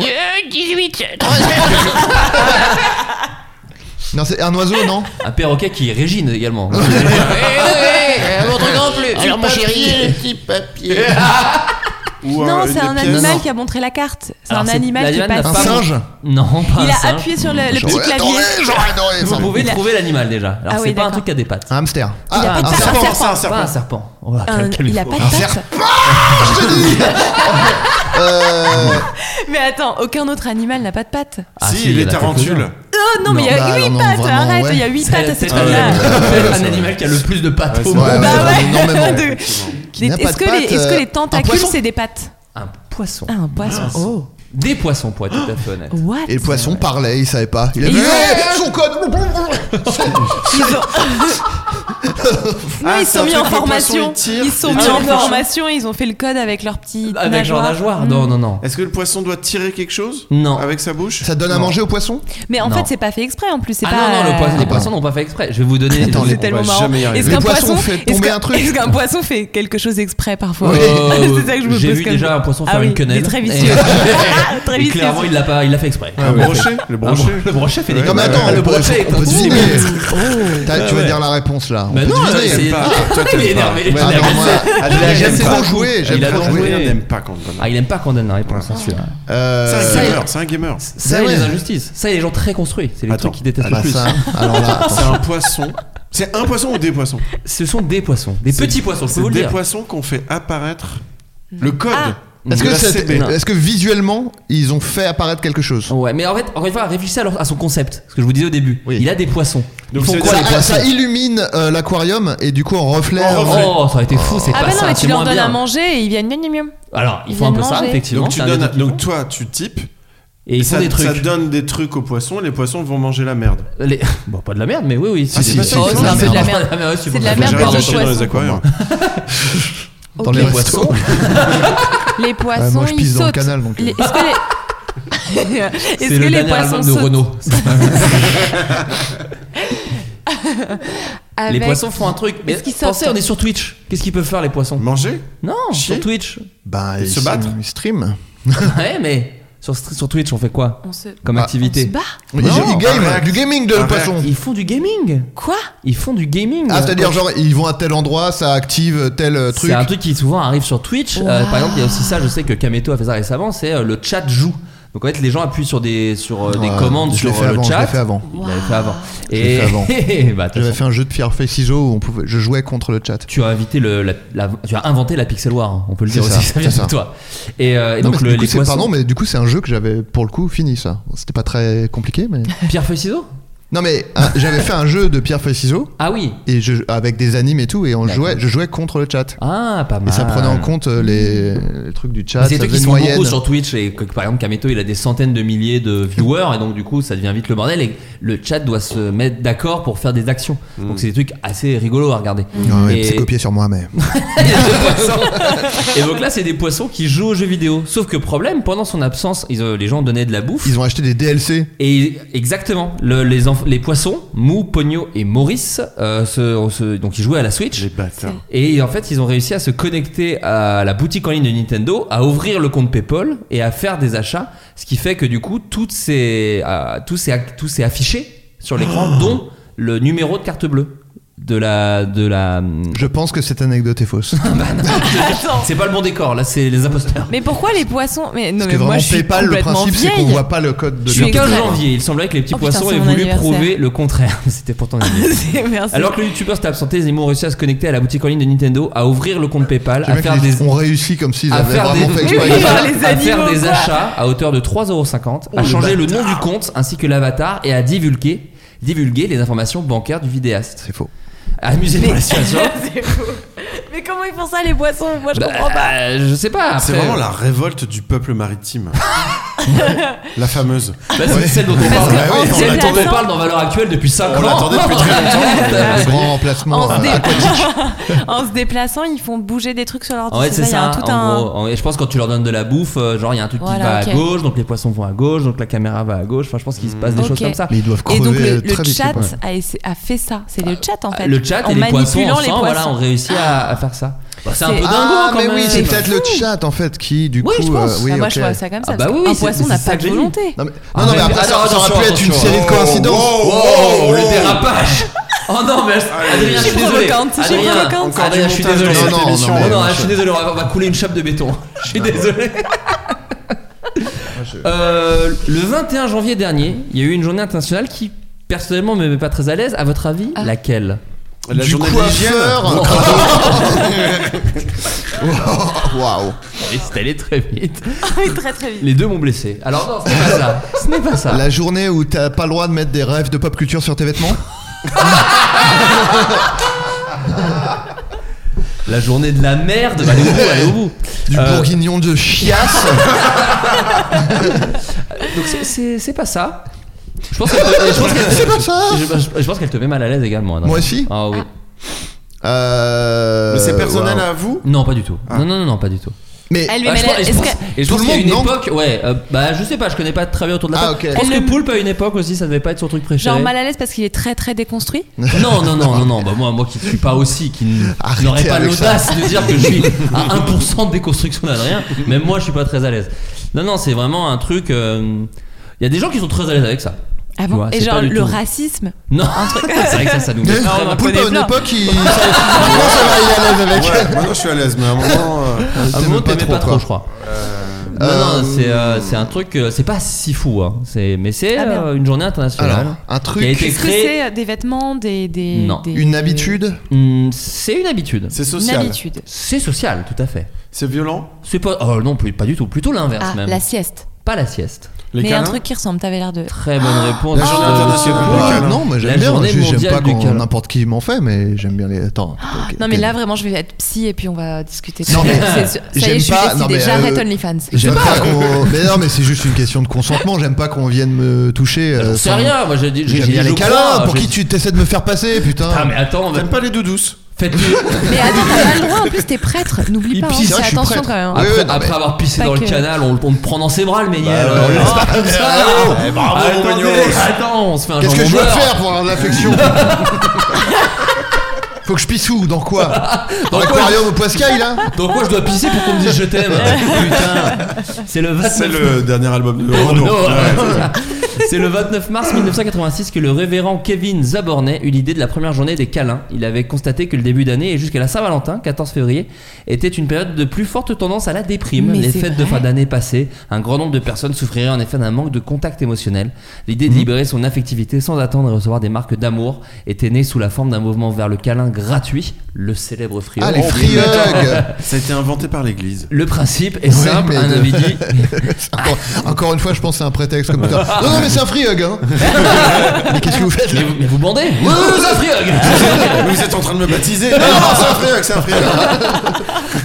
S7: Non, c'est un oiseau, non
S3: (laughs)
S6: Un perroquet qui est Régine (laughs) également. eh,
S7: Alors mon
S3: euh,
S7: chéri
S2: ou un-
S3: Non,
S2: une
S3: c'est un
S2: pièce
S3: animal
S7: Non.
S3: qui a montré la carte. C'est
S6: Alors,
S3: un
S6: c'est-
S3: animal qui
S6: l'animal n'a
S7: Un
S6: pas
S3: passe.
S7: singe
S6: Non, pas
S3: Il
S6: un
S3: a
S6: singe.
S3: appuyé sur le, le petit
S7: J'aurais adoré,
S3: clavier.
S7: j'aurais adoré ça.
S6: Vous pouvez trouver l'animal déjà. Alors,
S3: Ah
S6: c'est
S3: oui,
S6: pas un
S3: d'accord.
S6: truc à des pattes.
S7: Un hamster
S3: Il a
S7: Ah,
S3: pas de
S7: un
S3: pattes,
S7: serpent
S3: un serpent.
S6: Pas un serpent. Oh là,
S3: Un-
S6: calme-toi.
S3: il a pas
S7: Un
S3: de
S7: cerf.
S3: pattes. (laughs) Mais attends, aucun autre animal n'a pas de pattes.
S6: Ah,
S2: Si, il
S6: y en
S2: est
S6: a
S2: tarentule.
S6: quelques-uns.
S3: Oh non, mais il y
S7: Non,
S3: a
S7: bah,
S3: 8
S7: non, non,
S3: pattes,
S7: vraiment,
S3: arrête,
S7: ouais.
S3: il y a 8
S6: C'est
S3: pattes à
S6: peut-être
S3: cette
S2: Ah ouais.
S3: là
S6: un animal qui a le plus de pattes au
S2: Ouais,
S6: monde.
S7: Ouais, ouais,
S3: Bah ouais. (laughs)
S7: énormément.
S3: De-
S7: Il n'a pas
S3: Est-ce
S7: de
S3: que, les,
S7: pattes,
S3: est-ce que
S7: euh,
S3: les
S7: un
S3: tentacules,
S7: poisson
S3: c'est des pattes
S6: Un poisson.
S3: Ah, un poisson. Oh.
S6: Des poissons pour être tout à fait honnête.
S3: What
S7: Et le poisson parlait, il Eh, savait pas. Il
S3: Et
S7: avait
S3: ils ont-
S7: Eh, son code
S8: Non,
S2: Ah,
S8: ils
S2: c'est
S8: sont
S2: un
S8: mis
S2: truc,
S8: en
S2: le poisson,
S8: formation.
S2: il tire,
S8: ils sont
S2: il
S8: mis
S2: tire
S8: en
S2: le poisson.
S8: formation, ils ont fait le code avec leur petit.
S6: Avec genre
S3: Mm.
S6: nageoire Non, non, non.
S2: Est-ce que le poisson doit tirer quelque chose
S6: Non.
S2: avec sa bouche
S7: Ça donne à
S6: Non.
S7: manger au poisson
S8: Mais en
S6: Non.
S8: fait, c'est pas fait exprès en plus. C'est
S6: Ah
S8: pas.
S6: non, non, le poisson- les
S7: Attends.
S6: poissons n'ont pas fait exprès. Je vais vous donner.
S7: Attends,
S6: les-
S8: C'est tellement
S2: va
S8: marrant.
S2: jamais y arriver.
S8: Est-ce
S7: Le
S8: qu'un
S7: poisson
S8: poisson,
S7: fait
S8: est-ce
S7: tomber
S8: qu'un-
S7: un truc
S8: Est-ce qu'un poisson fait quelque chose exprès parfois
S7: Oui.
S6: Euh,
S8: C'est ça que je me
S6: J'ai
S8: pose
S6: vu
S8: comme
S6: déjà un poisson faire
S8: Ah oui,
S6: une quenelle.
S8: des très
S6: Et-
S8: vicieux. Très
S6: et
S8: vicieux.
S6: clairement, il l'a pas, il l'a fait exprès.
S2: Ah, Le brochet Le
S6: Ah,
S2: brochet
S6: le brochet fait des
S2: Ouais,
S7: Non mais
S2: bah,
S7: attends,
S6: le
S7: on peut-
S6: brochet est
S7: on
S6: un
S7: peut
S6: bon
S7: deviner.
S6: Oh.
S7: T'as- Tu
S6: Ah
S7: vas
S6: ouais.
S7: dire la réponse là.
S6: Bah
S7: on peut
S6: non,
S7: deviner.
S6: c'est-
S2: pas. Toi,
S6: Il est
S2: t'aimes pas.
S6: énervé.
S2: Ouais,
S6: je l'ai
S7: non,
S6: agacé.
S7: moi-
S6: Ah, je l'ai
S7: J'aime
S6: agacé.
S7: trop jouer, j'aime
S6: Il a
S7: trop
S6: trop
S7: jouer.
S2: Adrien
S6: joué.
S2: n'aime pas quand on donne.
S6: Ah, il aime pas qu'on donne la réponse, hein, celui-là.
S7: Euh,
S2: C'est un
S6: ça,
S2: gamer, c'est un gamer.
S6: Ça,
S7: Mais
S6: il y a les
S7: ouais.
S6: injustices. Ça, il y a les gens très construits. C'est les
S2: Attends.
S6: trucs qu'ils détestent le
S7: bah
S6: plus.
S7: ça, alors là, attends.
S2: C'est un poisson. C'est un poisson ou des poissons
S6: Ce sont des poissons. Des petits poissons, je peux
S2: C'est
S6: vous le
S2: des
S6: dire.
S2: poissons qu'on fait apparaître
S8: Mm.
S2: le code.
S8: Ah,
S7: Est-ce
S2: de
S7: que,
S2: la
S7: c'est-
S2: CB.
S6: Non.
S7: est-ce que visuellement ils ont fait apparaître quelque chose
S6: Ouais, mais en fait, encore une fois, réfléchissez à, leur- à son concept. Ce que je vous disais au début.
S7: Oui.
S6: Il a des poissons.
S2: Donc, ça
S6: Ils font
S2: veut
S6: quoi
S2: dire-
S6: les
S7: ça,
S6: poissons
S7: ça illumine euh, l'aquarium et du coup on reflète.
S2: On reflète.
S6: Oh, ça aurait été fou, c'est
S8: Ah
S6: pas
S8: bah non,
S6: ça.
S8: mais tu
S6: c'est
S8: leur
S6: moins
S8: donnes
S6: bien.
S8: à manger et ils viennent miam miam.
S6: Alors, ils
S8: Ils
S6: font un peu
S8: viennent
S6: ça,
S8: manger.
S6: effectivement.
S2: Donc, tu
S6: c'est un des
S2: donnes,
S6: trucs qu'ils
S2: donc
S6: font.
S2: toi, tu types,
S6: et ils font
S2: ça,
S6: des trucs.
S2: ça donne des trucs aux poissons, les poissons vont manger la merde.
S6: Les- (laughs) Bon, pas de la merde, mais oui, oui.
S2: Ah, c'est pas ça,
S6: oh,
S2: ils font
S6: c'est
S2: la
S6: un (laughs) peu de la
S8: merde.
S6: merde. Ah, mais ouais,
S8: C'est de
S6: bon,
S8: la
S6: je
S8: merde
S2: J'ai
S6: vais
S8: dans
S2: arrêté
S8: les
S2: de
S6: parler
S2: chier dans les
S8: poissons. (laughs)
S2: aquariums.
S7: Dans les
S6: Les
S7: restos.
S6: poissons.
S8: Les poissons,
S7: Ouais, moi je pisse
S8: ils
S7: dans le
S8: sautent.
S7: canal donc. euh,
S8: Les- Est-ce que les, Est-ce
S6: C'est
S8: que
S6: le
S8: les
S6: dernier
S8: poissons
S6: album de
S8: sautent
S6: Renault.
S8: (laughs)
S6: Les
S8: avec-
S6: poissons font un truc. Mais
S8: Est-ce qu'ils
S6: pensez,
S8: sortent
S6: on est sur Twitch. Qu'est-ce qu'ils peuvent faire les poissons
S2: Manger
S6: Non,
S2: Chier.
S6: sur Twitch. (laughs)
S7: Bah
S2: Ils
S7: ils
S2: se battent
S7: Ils stream.
S6: Ouais, mais sur, sur Twitch, on fait quoi
S8: On se,
S6: comme
S7: Bah,
S8: on se
S6: activité
S8: bat
S7: Ils-
S2: Non,
S7: ils game,
S2: arrête.
S7: du gaming de
S2: Arrête.
S7: poisson.
S6: Ils font du gaming.
S8: Quoi
S6: Ils font du gaming.
S7: Ah, c'est-à-dire, genre, ils vont à tel endroit, ça active tel euh, truc.
S6: C'est un truc qui souvent arrive sur Twitch. Euh, par exemple, il y a aussi ça, je sais que Kameto a fait ça récemment, c'est euh, le chat joue. Donc en fait, les gens appuient sur des, sur, euh, des
S7: Ouais,
S6: commandes
S7: je l'ai
S6: sur
S7: fait
S6: euh,
S7: avant,
S6: le
S7: je
S6: chat.
S7: l'ai fait avant.
S6: Il l'avait fait avant.
S7: Je
S6: Et
S7: l'ai fait avant.
S6: (laughs) bah, de toute
S7: J'avais
S6: façon,
S7: fait un jeu de pierre, feuille, ciseaux où on pouvait, je jouais contre le chat.
S6: tu as invité le, la- la- tu as inventé la pixel war, hein, on peut le dire
S7: C'est
S6: aussi,
S7: ça,
S6: ça vient
S7: c'est ça.
S6: de toi. Et, euh, et
S7: Non,
S6: donc
S7: mais
S6: le,
S7: du coup,
S6: les
S7: c'est-
S6: poissons.
S7: pardon, mais du coup, c'est un jeu que j'avais pour le coup fini, ça. C'était pas très compliqué,
S6: (laughs)
S7: mais.
S6: Pierre feuille ciseaux
S7: non, mais hein, j'avais fait un jeu de pierre, feuille, ciseaux
S6: Ah oui.
S7: et je, avec des animes et tout, et on
S6: D'accord.
S7: jouait, je jouais contre le chat.
S6: Ah pas mal.
S7: Et ça prenait en compte euh, les, les trucs du chat.
S6: Mais C'est des
S7: ça faisait
S6: trucs qui
S7: une
S6: sont
S7: moyenne.
S6: beaucoup sur Twitch et que, par exemple Kameto il a des centaines de milliers de viewers et donc du coup ça devient vite le bordel et le chat doit se mettre d'accord pour faire des actions. Donc c'est des trucs assez rigolos à regarder.
S7: Ah Ouais, ouais,
S6: Et- (laughs)
S7: C'est copié sur moi, mais.
S6: Il y a deux poissons. et donc là c'est des poissons qui jouent aux jeux vidéo. Sauf que problème pendant son absence ils, euh, les gens donnaient de la bouffe.
S7: Ils ont acheté des DLC.
S6: Et exactement, le- les, enf- les poissons, Mou, Pogno et Maurice, euh, se- se- donc ils jouaient à la Switch.
S2: Les bâtards.
S6: Et en fait, ils ont réussi à se connecter à la boutique en ligne de Nintendo, à ouvrir le compte PayPal et à faire des achats. Ce qui fait que du coup, toutes ces, euh, tout s'est ac- tout s'est affiché sur l'écran, dont le numéro de carte bleue de la de la.
S7: Je pense que cette anecdote est fausse.
S8: Oh.
S6: C'est pas le bon décor. Là, c'est les imposteurs.
S8: Mais pourquoi les poissons Mais non,
S7: Parce
S8: mais
S7: que
S8: moi
S7: vraiment,
S8: je suis
S7: PayPal, le
S8: complètement
S7: principe, c'est qu'on
S8: vieille. (laughs)
S7: voit pas le code de
S8: Je suis
S6: Le
S7: carte.
S6: 15
S8: extrême.
S6: janvier, il semblerait que les petits
S8: Oh putain,
S6: poissons
S8: c'est
S6: aient
S8: mon
S6: voulu
S8: anniversaire.
S6: prouver le contraire. (laughs) C'était pourtant.
S8: C'est- Merci.
S6: Alors que le youtubeur s'était absenté, les ont réussi à se connecter à la boutique en ligne de Nintendo, à ouvrir le compte PayPal, à
S7: Les mecs,
S6: faire
S7: ils
S6: des.
S7: ont réussi comme s'ils
S6: à
S7: avaient
S6: faire
S7: vraiment
S6: des,
S7: fait
S6: (laughs)
S8: Oui,
S7: exprès.
S8: oui, par les
S6: à faire
S8: animaux,
S6: des
S8: quoi. Oh,
S6: achats à hauteur de 3,50€, à
S7: le
S6: changer le nom du compte ainsi que l'avatar et à divulguer, divulguer les informations bancaires du vidéaste.
S7: C'est faux.
S6: Amusé de la situation.
S8: (laughs) C'est fou. Mais comment ils font ça les poissons Moi je
S6: Bah,
S8: comprends pas.
S6: euh, je sais pas.
S2: C'est
S6: après-
S2: vraiment la révolte du peuple
S8: (laughs)
S2: maritime. la fameuse.
S6: Bah, c'est
S7: Ouais.
S6: celle dont on
S7: Parce
S6: parle.
S7: que
S6: Ouais,
S7: on
S6: celle
S8: l'attendait.
S6: dont on parle dans Valeur Actuelle depuis 5 ans.
S2: On l'attendait depuis très
S7: Le grand remplacement.
S8: En se,
S7: euh,
S8: dé-
S7: aquatique.
S8: (laughs) en se déplaçant, ils font bouger des trucs sur leur
S6: En fait, c'est
S8: Il y a
S6: ça.
S8: un- tout
S6: en
S8: un.
S6: gros. En- et je pense que quand tu leur donnes de la bouffe, euh, genre il y a un truc qui
S8: Voilà,
S6: va
S8: ok. Mm.
S6: à gauche, donc les poissons vont à gauche, donc la caméra va à gauche. Enfin, je pense qu'il se passe des
S8: Ok.
S6: choses comme ça.
S7: Mais ils doivent crever
S8: Et donc le,
S7: très
S8: le
S7: vite.
S8: chat
S7: quoi.
S8: a, essa- a fait ça. C'est le chat en fait.
S6: Le chat
S8: en
S6: et les poissons
S8: manipulant
S6: ensemble,
S8: les poissons. Ah.
S6: voilà, ont réussi à, à faire ça. Bah, c'est un
S8: C'est-
S6: peu dingo
S7: Ah,
S6: quand
S7: mais
S6: même.
S7: oui, c'est
S6: C'est-
S7: peut-être le chat en fait qui du coup.
S6: Oui, je pense.
S7: euh,
S8: Ah, moi je
S7: ok.
S8: vois ça comme ça.
S6: Ah bah
S8: parce
S6: oui,
S8: qu'un
S6: oui, c'est-
S8: poisson
S6: c'est
S8: n'a
S6: ça
S8: pas
S6: que
S8: de
S6: j'ai dit.
S8: volonté.
S7: Non mais,
S6: Ah,
S7: non, non, mais
S6: mais-
S7: après ça,
S6: alors,
S7: ça aurait
S6: attention,
S7: pu être une
S6: attention.
S7: série de
S2: Oh,
S7: coïncidences.
S2: wow,
S6: Oh, le
S7: (laughs)
S6: dérapage Oh non, mais
S7: Ah,
S6: Adrien,
S8: Je
S6: je suis
S8: suis
S6: désolé.
S8: provocante, je suis
S6: Adrien,
S8: provocante.
S6: Adrien,
S2: Encore du
S6: je suis
S2: montage
S6: désolé.
S2: dans
S7: cette Non, non, émission. Oh, non, mais-
S6: non, je suis désolé, on va, on va couler une chape de béton.
S7: (laughs)
S6: Je suis désolé. Euh, le 21 janvier dernier, il y a eu une jojournée internationale qui, personnellement, me met pas très à l'aise. À votre avis,
S8: Ah.
S6: laquelle
S2: La
S7: Du
S2: journée de l'hygiène.
S7: (laughs)
S10: (laughs)
S7: coiffeur. Wow. Waouh.
S6: Et c'est allé très vite.
S8: (laughs) Oui, très très vite.
S6: Les deux m'ont blessé. Alors non, ce n'est pas ça. Ce n'est pas ça.
S7: La journée où t'as pas le droit de mettre des rêves de pop culture sur tes
S6: (laughs)
S7: vêtements.
S6: La journée de la merde.
S7: (laughs)
S6: Allez au bout, allez au bout.
S7: Du
S6: Euh,
S7: bourguignon de
S6: (laughs)
S7: chiasse.
S6: Donc c'est- c'est c'est pas ça.
S7: (laughs)
S6: Je pense qu'elle te, je pense qu'elle-
S7: C'est pas ça.
S6: hein, je- je- je pense qu'elle te met mal à l'aise également. Adrien.
S7: Moi aussi
S6: Ah oui.
S7: Euh,
S2: Mais c'est personnel
S7: waouh.
S2: à vous
S6: Non, pas du tout.
S2: Ah.
S6: Non, non, non, non, pas du tout.
S7: Mais (laughs)
S8: Elle lui
S6: Ah,
S8: met
S6: je pense-
S8: la-
S6: et je
S8: est-ce
S6: pense-
S8: que-
S6: et je
S7: Tout
S6: pense
S7: le
S6: qu'il y a une
S7: monde, non
S6: époque, ouais, euh, bah je sais pas, je connais pas très bien autour de la
S7: Ah,
S6: table.
S7: ok.
S6: Je pense
S8: Elle
S6: que
S8: le-
S6: Poulpe a une époque aussi, ça devait pas être son truc préféré.
S8: Genre mal à l'aise parce qu'il est très très déconstruit
S6: (laughs) Non, non, non, non, non, bah moi, moi qui ne suis pas aussi, qui n-
S7: Arrêtez
S6: n'aurais pas
S7: avec ça.
S6: l'audace de dire que
S7: (laughs)
S6: je suis à 1% de déconstruction d'Adrien, même moi je suis pas très à l'aise. Non, non, c'est vraiment un truc. euh, Il y a des gens qui sont très à l'aise avec ça.
S8: Ah
S6: Tu
S8: bon
S6: vois,
S8: Et
S6: c'est
S8: genre
S6: pas du
S8: le
S6: tout-
S8: racisme
S6: Non, c'est vrai que ça, ça nous met
S7: Non,
S6: vraiment-
S7: Poulpe à une
S8: plein.
S7: époque,
S6: (laughs)
S7: il. Comment ça va, il est à l'aise avec
S2: Ouais, maintenant je suis à l'aise, mais à un moment. euh,
S8: (laughs)
S6: À un
S7: T'aimais
S6: moment,
S7: pas
S6: Ah, t'aimais
S7: trop,
S6: pas trop,
S7: quoi.
S6: je crois. Non,
S7: Euh,
S6: non, c'est euh, c'est un truc, euh, c'est pas si fou, hein. C'est- mais c'est
S8: Ah, merde.
S6: euh, une journée internationale.
S7: Alors, un truc.
S6: qui a été
S8: Est-ce que
S6: créée.
S8: c'est euh, des vêtements, des. des
S6: Non.
S8: des-
S7: Une
S8: des-
S7: habitude
S6: Hmm, C'est une habitude.
S2: C'est
S8: Une
S2: social.
S8: habitude.
S6: C'est social, tout à fait.
S2: C'est violent.
S6: C'est pas. Oh non, plus- pas du tout. Plutôt l'inverse
S8: Ah,
S6: même.
S8: la sieste.
S6: Pas la sieste.
S2: Les
S8: Mais un
S2: câlins
S8: truc qui ressemble, t'avais l'air de.
S6: Très bonne réponse.
S7: La journée
S6: de
S2: internationale
S6: monsieur
S2: du
S7: Ouais,
S6: Poulpe.
S2: câlin.
S7: non, mais
S6: Ah, La
S7: hein. j'aime bien.
S6: journée
S7: juste, J'aime
S6: mondiale Ah,
S7: pas
S6: du
S7: quand
S6: câlin.
S7: n'importe qui m'en fait, mais j'aime bien les. Attends. ok,
S8: Non mais là
S7: t'aimes-
S8: vraiment je vais être psy et puis on va discuter. de
S7: Non,
S8: ça.
S7: mais
S8: (laughs) C'est- ça y est,
S7: j'aime
S8: je suis
S7: pas- non,
S8: décidée.
S7: mais,
S8: J'arrête
S7: euh,
S8: OnlyFans.
S7: J'aime pas qu'on. Mais non, mais c'est juste une question de consentement. J'aime pas qu'on vienne me toucher. euh,
S6: C'est
S7: sans-
S6: rien. Moi, j'ai dit. j'ai
S7: J'aime
S6: dit,
S7: bien
S6: je
S7: les câlins.
S6: crois,
S7: Pour
S6: j'ai
S7: qui
S6: dit-
S7: tu t'essaies de me faire passer,
S6: Ah
S7: putain
S6: mais attends, on va-
S2: T'aimes pas les doudous
S6: faites-le.
S8: Mais attends, t'as pas le droit. En plus t'es prêtre. N'oublie
S6: Il
S8: pas. hein,
S6: pisse,
S8: fais
S7: hein, je suis
S8: attention
S7: prêtre.
S8: quand même.
S7: Ah,
S6: Après,
S7: ouais, non,
S6: après
S7: mais-
S6: avoir pissé
S8: Pas
S6: dans le
S8: que-
S6: canal, on, on te prend dans ses bras, le Méniel.
S7: Bah,
S6: Alors,
S7: ouais,
S6: là,
S7: ouais.
S6: comme ça,
S7: Ouais, bravo,
S6: Ah, attendez,
S2: Mignos.
S6: attends, on se fait un
S7: Qu'est-ce que
S6: jambon
S7: je dois
S6: beurre.
S7: faire pour avoir de
S6: (laughs)
S7: l'affection Faut que je pisse où Dans quoi Dans
S6: Dans quoi
S7: l'aquarium au poiscaille
S6: (laughs)
S7: là
S6: Dans quoi je dois pisser pour qu'on me dise je t'aime hein,
S7: (laughs)
S6: Putain, c'est le 29
S2: C'est le dernier album de
S6: Oh
S2: Renaud.
S6: non, ouais,
S2: Ouais.
S6: c'est ça. C'est le 29 mars 1986 que le révérend Kevin Zabornet eut l'idée de la première journée des câlins. Il avait constaté que le début d'année et jusqu'à la Saint-Valentin, 14 février, était une période de plus forte tendance à la déprime.
S8: Mais
S6: Les
S8: c'est
S6: fêtes de
S8: vrai.
S6: fin d'année passées, un grand nombre de personnes souffriraient en effet d'un manque de contact émotionnel. L'idée de libérer son affectivité sans attendre et recevoir des marques d'amour était née sous la forme d'un mouvement vers le câlin gratuit, le célèbre free
S7: Ah,
S6: hug.
S7: les free hugs
S2: Ça a été inventé par l'église.
S6: Le principe est
S7: Ouais,
S6: simple,
S7: mais
S6: un
S7: de-
S6: (laughs) individu
S7: C'est encore, encore une fois, je pense que c'est un prétexte comme putain. Non, non, mais c'est un free hug,
S6: (laughs)
S7: hein. mais qu'est-ce que vous faites là
S6: Mais vous, mais vous bandez Oui, oui, oui, c'est un free (laughs) hug
S2: Mais vous êtes en train de me baptiser Non, non, non, c'est un frère, c'est un frère.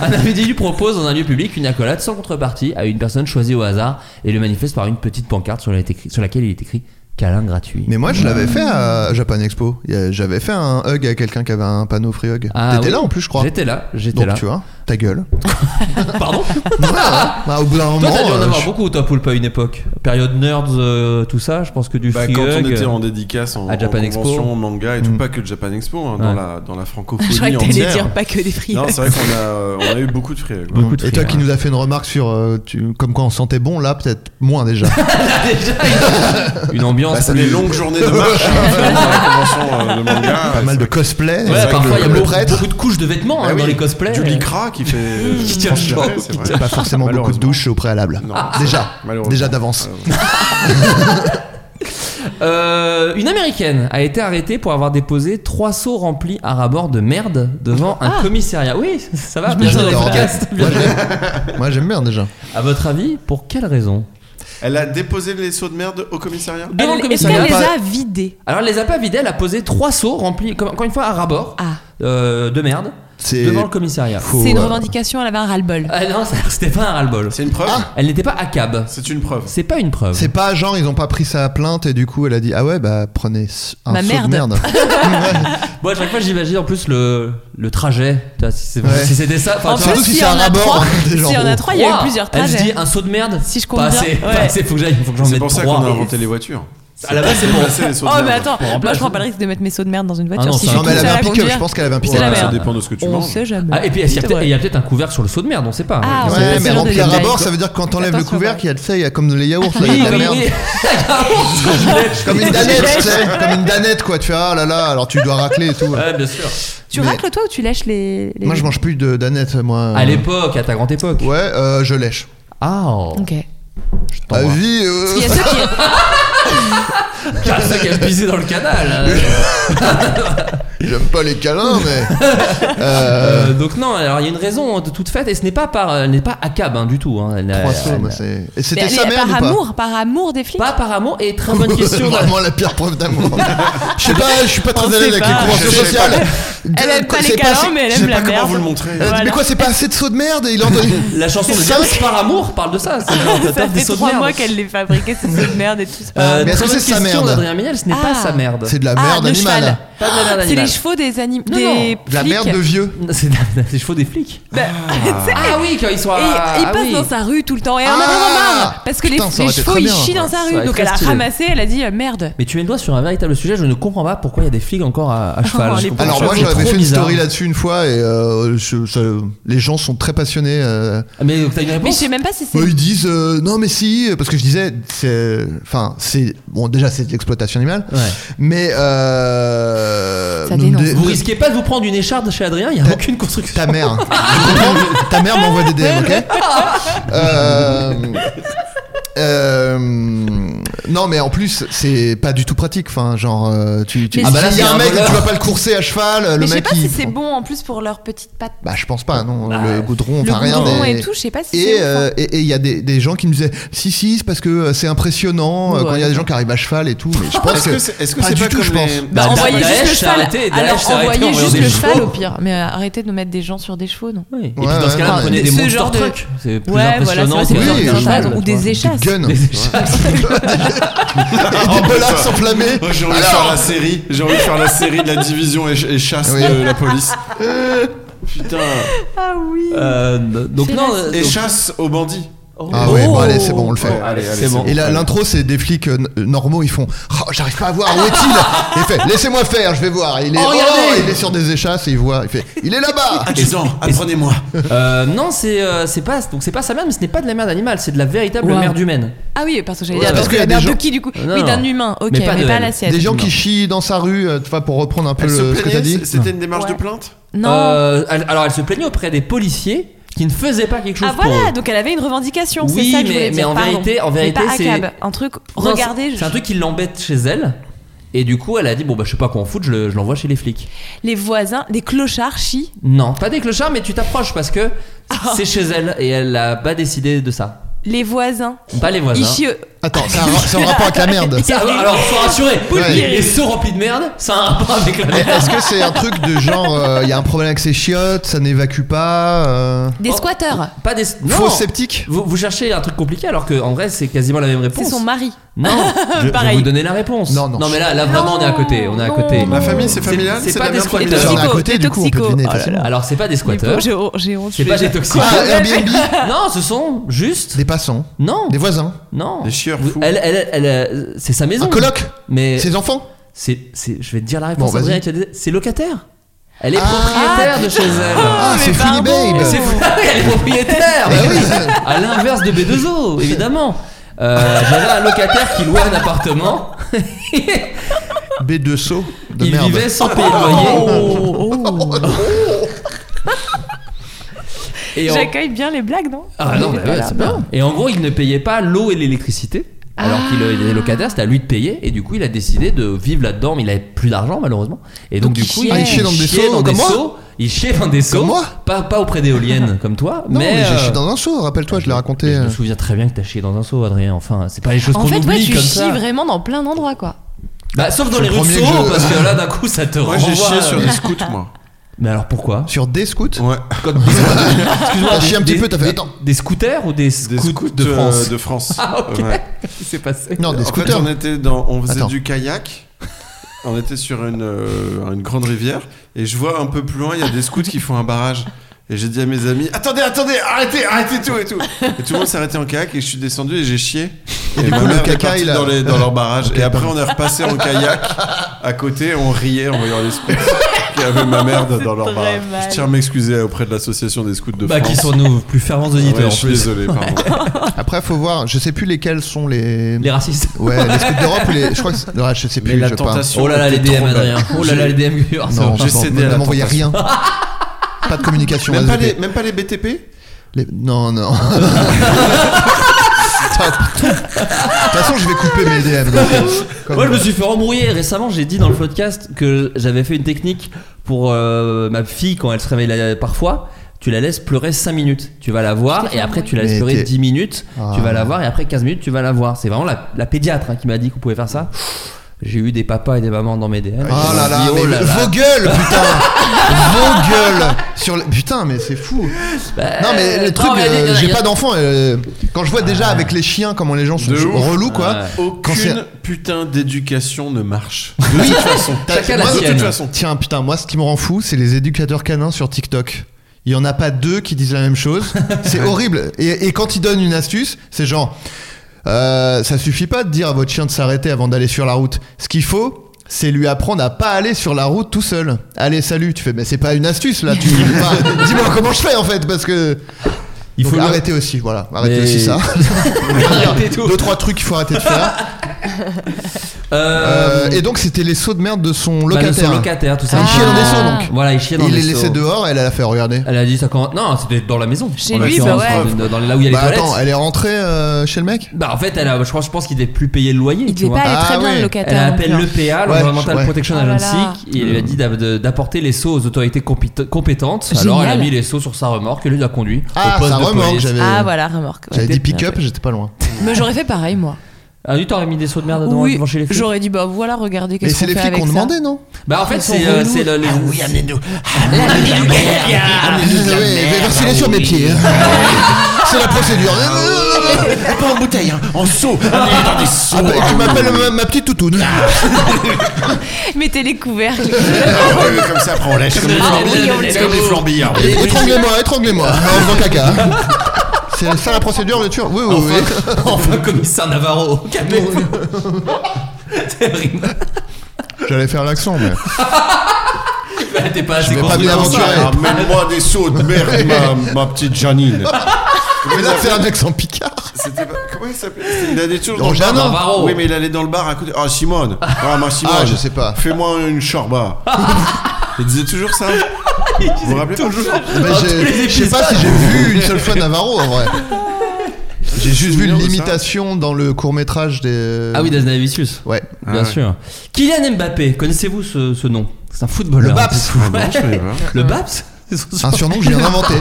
S6: Un individu propose dans un lieu public une accolade sans contrepartie à une personne choisie au hasard et le manifeste par une petite pancarte sur, laquelle est écrit- sur laquelle il est écrit câlin gratuit.
S7: Mais moi, je l'avais fait à Japan Expo. Il y a- J'avais fait un hug à quelqu'un qui avait un panneau free hug.
S6: Ah,
S7: T'étais
S6: oui.
S7: là en plus, je crois.
S6: J'étais là, j'étais
S7: Donc
S6: là.
S7: tu vois, ta gueule.
S6: (laughs)
S7: (laughs)
S6: Pardon
S7: Ouais, ouais. Bah, au bout d'un moment.
S6: Toi, t'as dû en
S7: euh,
S6: avoir
S7: je-
S6: beaucoup, toi, Poulpe, à une époque. Période nerds, euh, tout ça, je pense que du
S2: Bah,
S6: free
S2: quand on
S6: hug,
S2: était
S6: euh, (laughs)
S2: en dédicace en,
S6: à
S2: en
S6: Japan Expo.
S2: convention manga et tout,
S7: Mm.
S2: pas que Japan Expo, hein, dans,
S6: Ouais.
S2: la, dans la
S8: Je croyais
S2: francophonie
S8: que t'allais
S2: entière.
S8: dire pas que des frites.
S2: Non, c'est vrai qu'on a, euh, on a eu beaucoup de frères.
S6: beaucoup de
S7: Et toi
S6: free
S7: qui
S6: hug.
S7: nous a fait une remarque sur euh, tu- comme quoi on sentait bon, là peut-être moins déjà.
S6: Ah, Déjà,
S2: (laughs)
S6: une- une ambiance.
S2: Bah, c'est
S6: plus-
S2: des longues journées de marche hein,
S6: (laughs)
S2: dans la convention euh, de manga.
S7: Pas mal de cosplay,
S6: Ouais,
S7: avec le-
S6: parfois, il y a
S7: comme le
S6: beaucoup,
S7: prêtre.
S6: beaucoup de couches de vêtements
S2: Bah
S6: hein, dans
S2: oui,
S6: les cosplays.
S2: Du lycra qui fait. euh,
S6: Qui tient
S2: franchement,
S6: chaud,
S2: c'est
S6: qui
S2: vrai.
S7: C'est pas forcément beaucoup de
S2: Malheureusement.
S7: douches au préalable.
S2: Non.
S7: Déjà,
S2: Malheureusement.
S7: déjà d'avance.
S6: Euh, une américaine a été arrêtée pour avoir déposé trois seaux remplis à ras-bord de merde devant un commissariat. Oui, ça va, bien sûr, dans les
S7: J'adore.
S6: podcasts.
S7: Moi,
S2: (laughs)
S7: j'aime- Moi j'aime bien déjà.
S6: À votre avis, pour quelle raison
S2: Elle a déposé les seaux de merde au commissariat
S6: Devant le
S8: Elle- Est-ce
S6: commissariat.
S8: qu'elle les
S7: pas-
S8: a vidés
S6: Alors, elle les a pas vidés, elle a posé trois seaux remplis, comme- encore une fois, à ras-bord
S8: Ah.
S6: euh, de merde
S7: C'est
S6: devant le commissariat.
S7: Faut,
S8: C'est une
S7: euh,
S8: revendication, elle avait un ras-le-bol.
S6: Ah non, ça- c'était pas un ras-le-bol.
S2: C'est une preuve
S6: Elle n'était pas à cab.
S2: C'est une preuve.
S6: C'est pas une preuve.
S7: C'est pas genre ils ont pas pris sa plainte et du coup elle a dit ah ouais bah prenez s- un
S8: Ma
S7: seau
S8: merde.
S7: de
S8: (laughs)
S7: merde.
S6: Moi, à chaque fois, j'imagine en plus le, le trajet. Tu vois, Si c'est-
S7: Ouais.
S6: si c'était ça, enfin,
S8: En
S6: tu
S8: plus,
S6: vois,
S7: Surtout si
S8: s'il y
S7: c'est un
S8: en a
S7: rabord
S8: trois-
S7: (laughs) des gens.
S8: s'il y en a
S7: gros.
S8: trois, il y a eu
S6: Ouah,
S8: plusieurs
S6: Elle se
S8: trajets.
S6: dit
S7: ah,
S6: un saut de merde.
S8: Si je
S6: pas
S8: comprends
S6: assez, pas
S8: bien, ouais.
S6: assez, faut que j'aille, faut que j'en
S2: C'est
S6: mette
S2: pour ça
S6: trois.
S2: qu'on a inventé les voitures.
S6: À la base, c'est pour.
S2: remplacer les seaux de
S8: Oh, mais
S2: merde.
S8: attends,
S6: Pour
S8: moi
S6: remplacer.
S8: je prends pas le risque de mettre mes seaux de merde dans une voiture.
S6: Ah non,
S8: si
S6: ça
S8: je
S7: Non
S8: suis
S7: mais elle
S8: toute
S7: avait un
S8: seule à
S7: pick-up,
S8: conduire.
S7: je pense qu'elle avait un
S8: C'est
S7: pick-up.
S8: la
S2: Ça
S8: merde.
S2: dépend de ce que tu
S8: On
S2: manges.
S8: sait jamais.
S6: Ah, et puis il y a
S8: C'est
S6: peut-être-
S8: vrai.
S6: il y a peut-être un couvert sur le seau de merde, on sait pas.
S8: Ah,
S6: Ouais.
S8: on sait
S7: Ouais,
S8: pas ce
S7: mais
S8: genre de
S7: remplir à
S8: détail.
S7: bord, ça veut dire que quand t'enlèves le
S8: Attention,
S7: couvercle, il y a, tu sais, il y a comme les yaourts, là, il y
S6: Oui,
S7: a de la
S6: comme
S7: merde.
S8: (laughs)
S6: oui.
S7: Comme une
S8: Des
S7: danette,
S8: gilets.
S7: tu
S8: (laughs)
S7: sais, comme une danette, quoi. Tu vois, ah là là, alors tu dois racler et tout.
S6: Ouais, bien sûr.
S8: Tu
S7: Mais-
S8: racles toi ou tu lèches les. les-
S7: Moi, je mange plus de danette, moi.
S6: À l'époque, à ta grande époque.
S7: Ouais, euh, je lèche.
S6: Ah, oh.
S8: Ok.
S7: (laughs)
S6: Bon,
S7: Ah,
S6: bah.
S7: vie, euh,
S8: Parce qu'il y a ceux qui.
S6: Car ça qui a pissé dans le canal. euh.
S7: j'aime pas les câlins, mais. (laughs)
S6: Euh, donc non, alors il y a une raison hein, de toute faite et ce n'est pas par, elle n'est pas à cab hein, du tout. hein. Elle,
S7: Trois
S6: elle-
S7: sous,
S6: elle-
S7: moi, bah, c'est. Et
S8: Mais
S7: c'était sa
S8: allez,
S7: merde ou
S8: Par
S7: pas
S8: amour, par amour des flics.
S6: Pas par amour
S7: (laughs)
S6: et très bonne question.
S7: (laughs) Vraiment la pire preuve d'amour. Je sais pas, je suis pas très à l'aise avec les conventions sociales.
S3: Elle aime pas les câlins, mais elle aime la merde.
S2: montrer.
S7: Elle a dit,
S3: Voilà.
S7: Mais quoi, c'est pas assez de sauts de merde Et il en donne.
S6: euh, La chanson de Diams par amour parle de ça. C'est genre, t'as
S3: (laughs) Ah, Ça
S6: des
S3: fait
S6: sauts de
S3: trois
S6: merde.
S3: mois qu'elle les fabriquait, ces sauts de merde et tout. c'est pas
S6: Euh,
S3: grave.
S7: Mais est-ce
S6: très
S7: que
S6: bonne
S7: c'est sa
S6: question
S7: merde
S6: d'Adrien Méniel, ce n'est pas
S3: Ah.
S6: sa merde.
S7: (laughs) C'est de la
S3: Ah,
S7: merde
S3: le
S7: animale.
S3: cheval. Ah,
S6: Pas de la merde
S3: C'est les
S6: animale. (laughs)
S3: chevaux des animaux.
S6: Non,
S3: Des
S6: non,
S7: De la
S3: flics.
S7: merde de vieux.
S6: C'est de la- les chevaux des flics.
S3: Bah, tu sais,
S6: Ah oui, quand ils sont.
S3: Et
S6: à-
S3: il
S6: ah
S3: passe
S6: oui.
S3: dans sa rue tout le temps. Et on en
S7: Ah
S3: a vraiment marre Parce que les,
S7: Putain,
S3: les
S7: ça aurait été
S3: chevaux
S7: très
S3: ils
S7: bien.
S3: chient dans sa
S6: Ça
S3: rue.
S6: aurait
S3: Donc
S6: été
S3: elle a
S6: stylé.
S3: ramassé, elle a dit euh, merde.
S6: Mais tu mets le doigt sur un véritable sujet. Je ne comprends pas pourquoi il y a des flics encore à, à cheval.
S3: Oh,
S6: Je
S3: les
S6: comprends
S7: Alors
S6: pas.
S7: moi
S6: C'est
S7: j'avais
S6: trop
S7: fait une
S6: bizarre.
S7: story là-dessus une fois et euh, je- ça- les gens sont très passionnés. euh.
S6: Ah, Mais t'as
S3: Mais
S6: une
S3: je
S6: réponse
S3: sais même pas si c'est.
S7: Eux, ils disent euh, non mais si parce que je disais c'est enfin c'est bon déjà c'est de l'exploitation animale
S6: Ouais.
S7: mais euh,
S8: Ça dénonce.
S7: de-
S6: Vous
S7: de-
S6: risquez pas de vous prendre une écharde chez Adrien, il n'y a
S7: Ta-
S6: aucune construction.
S7: ta mère (laughs) Tu comprends ta mère m'envoie des DM ok Euh, euh, non mais en plus c'est pas du tout pratique enfin genre euh, tu, tu
S3: Mais
S6: Ah bah là,
S7: s'il y
S6: c'est
S7: a un
S6: un
S7: mec et
S6: voleur.
S7: tu vas pas le courser à cheval le
S3: Mais je sais
S7: mec
S3: pas
S7: il-
S3: si c'est bon en plus pour leurs petites pattes.
S7: bah je pense pas non
S6: Ah,
S7: le goudron
S3: Le
S7: enfin rien
S3: goudron
S7: mais-
S3: et tout, je sais pas si
S7: Et
S3: c'est. ouf, hein.
S7: euh, et- et il y a des, des gens qui me disaient si si c'est parce que euh, c'est impressionnant euh,
S6: Ouais.
S7: quand il y a des gens qui arrivent à cheval et tout. Mais je pense
S2: Est-ce
S7: que
S2: que c'est est-ce que
S7: pas
S2: c'est
S7: du
S2: pas
S7: tout,
S2: comme
S7: je
S2: les-
S6: Bah,
S3: Bah, envoyez
S6: Daesh,
S3: juste le
S6: c'est
S3: cheval.
S6: arrêté, Daesh,
S3: Alors
S6: c'est arrêté,
S3: envoyez
S6: envoyez
S3: juste
S6: des
S3: le cheval
S6: chevaux.
S3: au pire. Mais euh, arrêtez de nous mettre des gens sur des chevaux, non
S6: Oui. Et
S7: Ouais,
S6: puis dans ce
S7: ouais,
S6: cas-là,
S7: ouais.
S6: prenez des
S3: Ce
S6: monster
S3: genre de-
S6: trucks. C'est plus
S3: Ouais,
S6: impressionnant.
S3: voilà, c'est
S6: c'est
S3: vrai,
S7: c'est
S6: plus
S7: plus
S3: c'est un
S7: impressionnant,
S3: cheval. Ou
S6: (laughs)
S3: des
S7: du
S3: échasses. (laughs)
S7: gun
S6: Des échasses.
S7: et des bolas enflammés.
S2: Moi, J'ai envie de faire la série. J'ai envie de faire la série de la division et, et chasse
S7: Oui.
S2: de la police. Putain.
S3: Ah oui
S6: Euh, donc
S3: C'est
S6: non.
S3: la-
S6: euh,
S2: Et
S6: donc-
S2: chasse aux bandits.
S6: Oh.
S7: Ah ouais, bon, allez, c'est bon, on le fait.
S6: Oh, allez, allez, c'est bon.
S7: Et là, l'intro, c'est des flics euh, n- normaux, ils font Oh, J'arrive pas à voir, où est-il Il fait Laissez-moi faire, je vais voir. Et Il est,
S6: Oh, regardez
S7: il est sur des échasses et il voit, il fait Il est là-bas
S2: Accusant, apprenez-moi.
S6: Euh, non, c'est euh, c'est pas donc c'est pas sa merde, mais ce n'est pas de la merde animale, c'est de la véritable
S3: Wow.
S6: merde humaine.
S3: Ah oui, parce que j'allais
S7: Ouais,
S3: dire.
S7: parce
S3: Parce que
S7: qu'il y a
S3: la
S7: des
S3: merde
S7: gens-
S3: de qui du coup
S6: Non,
S3: Oui,
S6: non.
S3: d'un humain, ok,
S6: Mais
S3: mais
S6: pas de
S3: pas
S6: elle.
S3: la sienne.
S7: Des gens
S6: Non.
S7: qui chient dans sa rue, euh, tu vois, pour reprendre un peu
S2: Elle se
S7: le, ce que t'as dit.
S2: plaignait. C'était une démarche de
S3: Ouais.
S2: plainte.
S3: Non
S6: Euh, elle- alors elle se plaignait auprès des policiers qui ne faisaient pas quelque chose
S3: Ah
S6: Euh, pour
S3: voilà,
S6: eux.
S3: donc elle avait une revendication,
S6: Oui,
S3: c'est ça que
S6: mais-
S3: je voulais
S6: mais
S3: dire.
S6: en
S3: pardon.
S6: vérité- en
S3: Mais
S6: vérité,
S3: pas
S6: c'est-
S3: accable. Un truc,
S6: Non,
S3: regardez,
S6: c'est-
S3: je-
S6: c'est un truc qui l'embête chez elle. Et du coup, elle a dit bon bah je sais pas quoi en foutre, je le- je l'envoie chez les flics.
S3: les voisins, les clochards chient.
S6: Non, pas des clochards, mais tu t'approches parce que
S3: Ah.
S6: c'est chez elle et elle a pas décidé de ça.
S3: Les voisins. euh,
S6: Pas les voisins.
S3: Ils chient.
S7: Attends, c'est un- c'est en rapport avec la merde.
S6: Ça, alors, faut rassurer,
S7: Ouais.
S6: les, les seaux remplis de merde, ça a un rapport avec la
S7: Mais
S6: merde.
S7: Est-ce que c'est un truc de genre euh, il y a un problème avec ses chiottes, ça n'évacue pas euh,
S3: Des
S6: Oh.
S3: squatteurs.
S6: Pas des. Non.
S7: Faux sceptique
S6: Vous, vous cherchez un truc compliqué alors que en vrai c'est quasiment la même
S3: C'est
S6: réponse.
S3: son mari. (laughs)
S6: Non, je, je vais
S3: Pareil.
S6: vous donner la réponse.
S7: Non, non.
S6: mais là, là vraiment on est à côté, on est à
S3: Non,
S6: côté.
S3: non.
S2: La famille, c'est familial.
S6: C'est pas
S2: de la merde
S6: des squatteurs.
S7: J'en ai à
S3: toxicos,
S7: côté,
S3: les
S7: du coup, on peut
S3: toxicos.
S7: deviner
S3: Oh là là.
S7: facilement.
S6: Alors c'est pas des squatteurs,
S3: J'ai honte, j'ai honte.
S6: c'est
S3: je
S6: pas
S3: vais-
S6: des toxiques.
S3: (laughs)
S7: Ah, Airbnb
S6: (laughs) Non, ce sont juste.
S7: Des passants,
S6: Non,
S7: des voisins,
S6: non.
S2: Des chieurs
S6: Vous-
S2: fous.
S6: Elle, elle, elle, euh, c'est sa maison.
S7: un coloc,
S6: Mais
S7: ses enfants.
S6: c'est, c'est, je vais te dire la réponse.
S7: Bon, vas-y.
S6: Adrien, tu as des- c'est locataire. Elle est
S7: Ah,
S6: propriétaire de chez elle.
S3: (laughs)
S7: Ah, c'est Funny
S3: pardon.
S7: Babe
S6: C'est fou, elle est propriétaire
S7: Bah
S6: bah
S7: oui.
S6: oui. À l'inverse de B2O, évidemment Euh, J'avais un locataire qui louait un appartement
S7: B2 Sceaux de
S6: Il
S7: merde.
S6: vivait sans payer le loyer et, en...
S3: J'accueille bien les blagues, non
S6: Ah non, bah ouais, c'est bien. et en gros, il ne payait pas l'eau et l'électricité alors qu'il euh, il était locataire, c'était à lui de payer, et du coup il a décidé de vivre là-dedans, mais il avait plus d'argent malheureusement. Et
S3: Donc,
S6: donc, du
S3: il
S6: coup,
S3: chiait. Ah, il
S7: chiait dans des
S6: chiait
S7: seaux,
S6: dans des
S7: comme moi
S6: seaux, il chiait dans des seaux,
S7: Comme moi
S6: pas, pas auprès des éoliennes comme toi,
S7: Non, mais, je
S6: euh,
S7: suis dans un show, rappelle-toi, je l'ai raconté.
S6: Je me
S7: euh,
S6: souviens très bien que t'as chié dans un seau, Adrien. Enfin, c'est pas les choses
S3: En
S6: qu'on
S3: fait,
S6: oublie
S3: ouais, tu
S6: comme
S3: chies
S6: ça.
S3: vraiment dans plein d'endroits, quoi.
S6: Bah, sauf dans
S7: Je
S6: les rues de
S7: promets que
S6: Sceaux,
S7: je-
S6: parce que là, d'un coup, ça te
S2: Moi,
S6: renvoie.
S2: j'ai chié sur
S6: euh,
S2: des scouts, moi.
S6: (laughs) Mais alors pourquoi
S7: Sur des scouts
S2: Ouais. (laughs)
S6: Excuse-moi,
S7: T'as
S6: des-
S7: chié un petit
S6: des-
S7: peu, t'as fait,
S6: des-
S7: attends.
S6: Des scooters ou des scouts,
S2: Des scouts euh,
S6: de France (laughs)
S2: de France.
S6: Ah, ok.
S2: Ouais.
S6: Qu'est-ce qui s'est passé
S7: Non, des
S2: en fait,
S7: scooters.
S2: on était dans, on faisait
S7: Attends.
S2: du kayak. On était sur une, euh, une grande rivière et je vois un peu plus loin, il y a des scouts qui font un barrage. Et j'ai dit à mes amis, attendez, attendez, arrêtez, arrêtez tout et tout. Et tout le monde s'est arrêté en kayak et je suis descendu et j'ai chié. Et,
S7: du
S2: ma
S7: coup, le
S2: mère est
S7: caca,
S2: partie
S7: il a-
S2: dans, les- dans leur barrage.
S7: Ok,
S2: et après,
S7: pardon.
S2: on est repassé en kayak à côté, on riait en voyant les scouts qui avaient ma merde dans leur
S3: très
S2: barrage.
S3: mal.
S2: Je tiens à m'excuser auprès de l'association des scouts de
S6: Bah,
S2: France.
S6: qui sont nos plus fervents auditeurs
S2: Ouais,
S6: en
S2: je suis
S6: plus.
S2: désolé,
S7: (laughs)
S2: pardon.
S7: Après, faut voir, je sais plus lesquels sont les.
S6: Les racistes.
S7: Ouais, les scouts d'Europe ou les. Je crois que. c'est- Ouais, je sais plus,
S2: Mais la
S7: je sais pas.
S2: tentation-
S6: Oh là là, les
S2: T'es
S6: DM,
S2: trop belle.
S6: Adrien. Oh là là, les DM. que- Ah, c'est
S7: Non,
S6: bon.
S2: J'ai
S7: pardon,
S2: cédé
S7: ne
S2: à la
S7: m'envoyez rien.
S2: tentation.
S7: Pas de communication.
S2: Même pas, les,
S7: SVP.
S2: même pas les BTP
S7: Les- Non, non. (laughs) De toute façon, je vais couper mes DM. donc, euh, comme-
S6: Moi, je me suis fait embrouiller. Récemment, j'ai dit dans le podcast que j'avais fait une technique pour euh, ma fille quand elle se réveille la- parfois. Tu la laisses pleurer 5 minutes. Tu vas la voir et après, tu la laisses
S7: Mais
S6: pleurer
S7: t'es-
S6: 10 minutes.
S7: Ah.
S6: Tu vas la voir et après 15 minutes, tu vas la voir. C'est vraiment la, la pédiatre hein, qui m'a dit qu'on pouvait faire ça. J'ai eu des papas et des mamans dans mes DM.
S7: Oh là là,
S6: Ils ont dit,
S7: mais vos gueules, putain Vos gueules sur le- Putain, mais c'est fou Non, mais le truc,
S6: Bah, non, mais
S7: euh,
S6: il y a-
S7: j'ai
S6: il y a-
S7: pas d'enfant. euh, quand je vois déjà avec les chiens comment les gens sont
S2: De ouf.
S7: relous, quoi.
S6: Ouais.
S7: Quand c'est-
S2: Aucune putain d'éducation ne (laughs) marche. De toute façon.
S7: T'as-
S6: Chacun la
S7: moi, de
S6: sienne.
S7: toute façon. Tiens, putain, moi, ce qui me rend fou, c'est les éducateurs canins sur TikTok. Il y en a pas deux qui disent la même
S6: (laughs)
S7: chose. C'est horrible. Et, et quand ils donnent une astuce, c'est genre, euh, ça suffit pas de dire à votre chien de s'arrêter avant d'aller sur la route. Ce qu'il faut, c'est lui apprendre à pas aller sur la route tout seul. Allez, salut. Tu fais, mais c'est pas une astuce
S6: (laughs)
S7: là. Tu pas- dis-moi comment je fais en fait, parce que
S6: Il
S7: Donc,
S6: faut leur-
S7: arrêter aussi. Voilà, arrêter
S6: Mais- (laughs)
S7: aussi ça.
S6: Arrêtez tout.
S7: deux trois trucs qu'il faut arrêter de faire.
S6: Euh,
S7: Euh, et donc c'était les sauts de merde de son
S6: bah,
S7: locataire. Ah.
S6: de son locataire, tout ça.
S7: Il chiait dans des seaux, donc.
S6: Voilà, il chiait dans Ah,
S7: il
S6: des
S7: les laissé
S6: seaux.
S7: dehors, elle elle a fait regarder.
S6: Elle a dit ça quand. Non, c'était dans la maison.
S8: Chez
S6: En
S8: lui,
S6: l'occurrence,
S8: bah ouais.
S6: dans- dans- là où il y a les
S7: Bah
S6: toilettes.
S7: attends, elle est rentrée euh, chez le mec
S6: Bah en fait, elle a, je pense, je pense qu'il devait plus payer le loyer.
S8: Il
S6: tu
S8: devait
S6: vois.
S8: pas aller
S7: Ah
S8: très bien
S7: ouais.
S8: le
S6: Elle
S8: locataire. non plus,
S6: appelle
S8: hein.
S6: l'EPA,
S7: Ouais,
S6: l'Environmental
S7: ouais.
S6: Protection
S8: Oh là
S6: Agency,
S8: là.
S6: et il lui a dit d'a- de- d'apporter les seaux aux autorités compit- compétentes. Alors elle
S8: Génial.
S6: a mis les seaux sur sa remorque et lui l'a conduit
S7: Ah,
S6: au poste
S7: ça
S6: de
S7: remorque,
S6: police.
S7: j'avais
S8: Ah voilà, remorque. ouais.
S7: j'avais dit pick-up,
S8: Bien fait.
S7: j'étais pas loin.
S8: Mais j'aurais fait pareil moi.
S6: Ah oui, t'aurais mis des seaux de merde devant,
S8: Oui,
S6: devant chez les flics.
S8: j'aurais dit bah voilà, regardez
S7: Mais
S8: qu'est-ce
S7: c'est
S8: qu'on
S7: les
S8: fait
S7: flics
S8: avec
S7: qu'on
S8: ça.
S7: demandait, non
S6: Bah en fait,
S8: Ils sont
S6: c'est euh,
S8: relous.
S6: c'est le.
S7: Ah
S6: oui, amenez-nous. Ah,
S7: Oui, versez-les sur mes pieds. C'est la procédure.
S6: Ah,
S2: Pas en bouteille, hein, en seau.
S7: Ah bah, tu m'appelles ma, ma petite toutoune.
S6: Ah,
S8: Mettez les couvercles.
S2: comme ça, après on lâche. Comme,
S6: Ah, oui, on
S2: des
S6: lâche.
S2: comme des flambillards.
S6: Et-
S7: Étranglez-moi, étranglez-moi.
S6: Ah.
S7: En faisant caca. C'est ça la procédure, bien sûr Oui, oui, oui.
S6: (laughs) Enfin, commissaire Navarro, calmez-vous. (laughs) C'est (laughs) horrible.
S7: J'allais faire l'accent, mais.
S6: Bah, T'es pas assez
S7: vais pas
S6: construit
S7: bien
S6: pour ça.
S7: m'aventurer.
S2: Ramène-moi des seaux de merde, (laughs) ma, ma petite Janine.
S7: Mais là, c'est un accent picard.
S2: C'était pas- Comment il s'appelait Il allait toujours dans
S7: Donc,
S2: le bar.
S7: Jeannin.
S6: Navarro.
S2: Oui, mais il allait dans le bar à côté. Ah, Simone. Ah, ma Simone.
S7: Ah, je sais pas.
S2: Fais-moi une (laughs) chorba. il disait toujours ça. Vous vous rappelez toujours
S7: Bah, j'ai-
S6: les
S7: je sais pas si j'ai vu une seule fois Navarro en vrai. J'ai juste vu
S2: souvenir de ça.
S7: l'imitation dans le court métrage des.
S6: Ah oui, Daznavicius.
S7: Ah Ouais.
S6: Bien
S2: ouais.
S6: sûr. Kylian Mbappé, connaissez-vous ce, ce nom C'est un footballeur.
S7: Le Baps.
S6: C'est fou.
S2: Ah non, je connais pas.
S6: Le Baps C'est son
S7: Un
S6: surnom.
S7: surnom que je viens (laughs) d'inventer.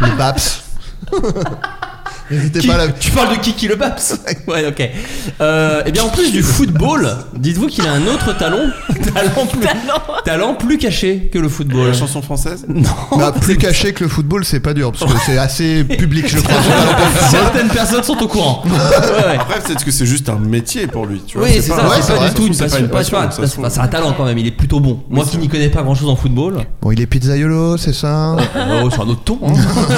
S7: le (laughs) Baps. N'hésitez
S6: Qui-
S7: pas à la.
S6: (laughs) Tu parles de Kiki le (laughs) Baps Ouais, ok. Euh, eh bien, en plus du football, dites-vous qu'il a un autre (laughs) talent, talent, plus, talent plus caché que le football.
S2: La chanson française
S6: Non.
S7: Bah, plus caché que le football, c'est pas dur parce que c'est assez public, je (laughs) crois. C'est pas-
S6: (laughs) Certaines personnes sont au courant. Ouais, ouais.
S2: Après, peut-être que c'est juste un métier pour lui. Tu vois,
S6: Oui, c'est ça,
S2: pas-
S7: ouais,
S6: c'est
S7: c'est
S6: pas
S7: vrai,
S6: du tout une
S2: c'est pas
S6: passion.
S2: une
S6: Ouais, C'est
S2: passion,
S6: pas-
S2: ça se
S6: c'est pas-
S2: trouve.
S6: c'est un talent quand même, il est plutôt bon. Moi qui n'y connais pas grand chose en (laughs) football,
S7: Bon, il est pizzaïolo, c'est ça.
S6: oh, c'est un autre ton, (laughs) hein.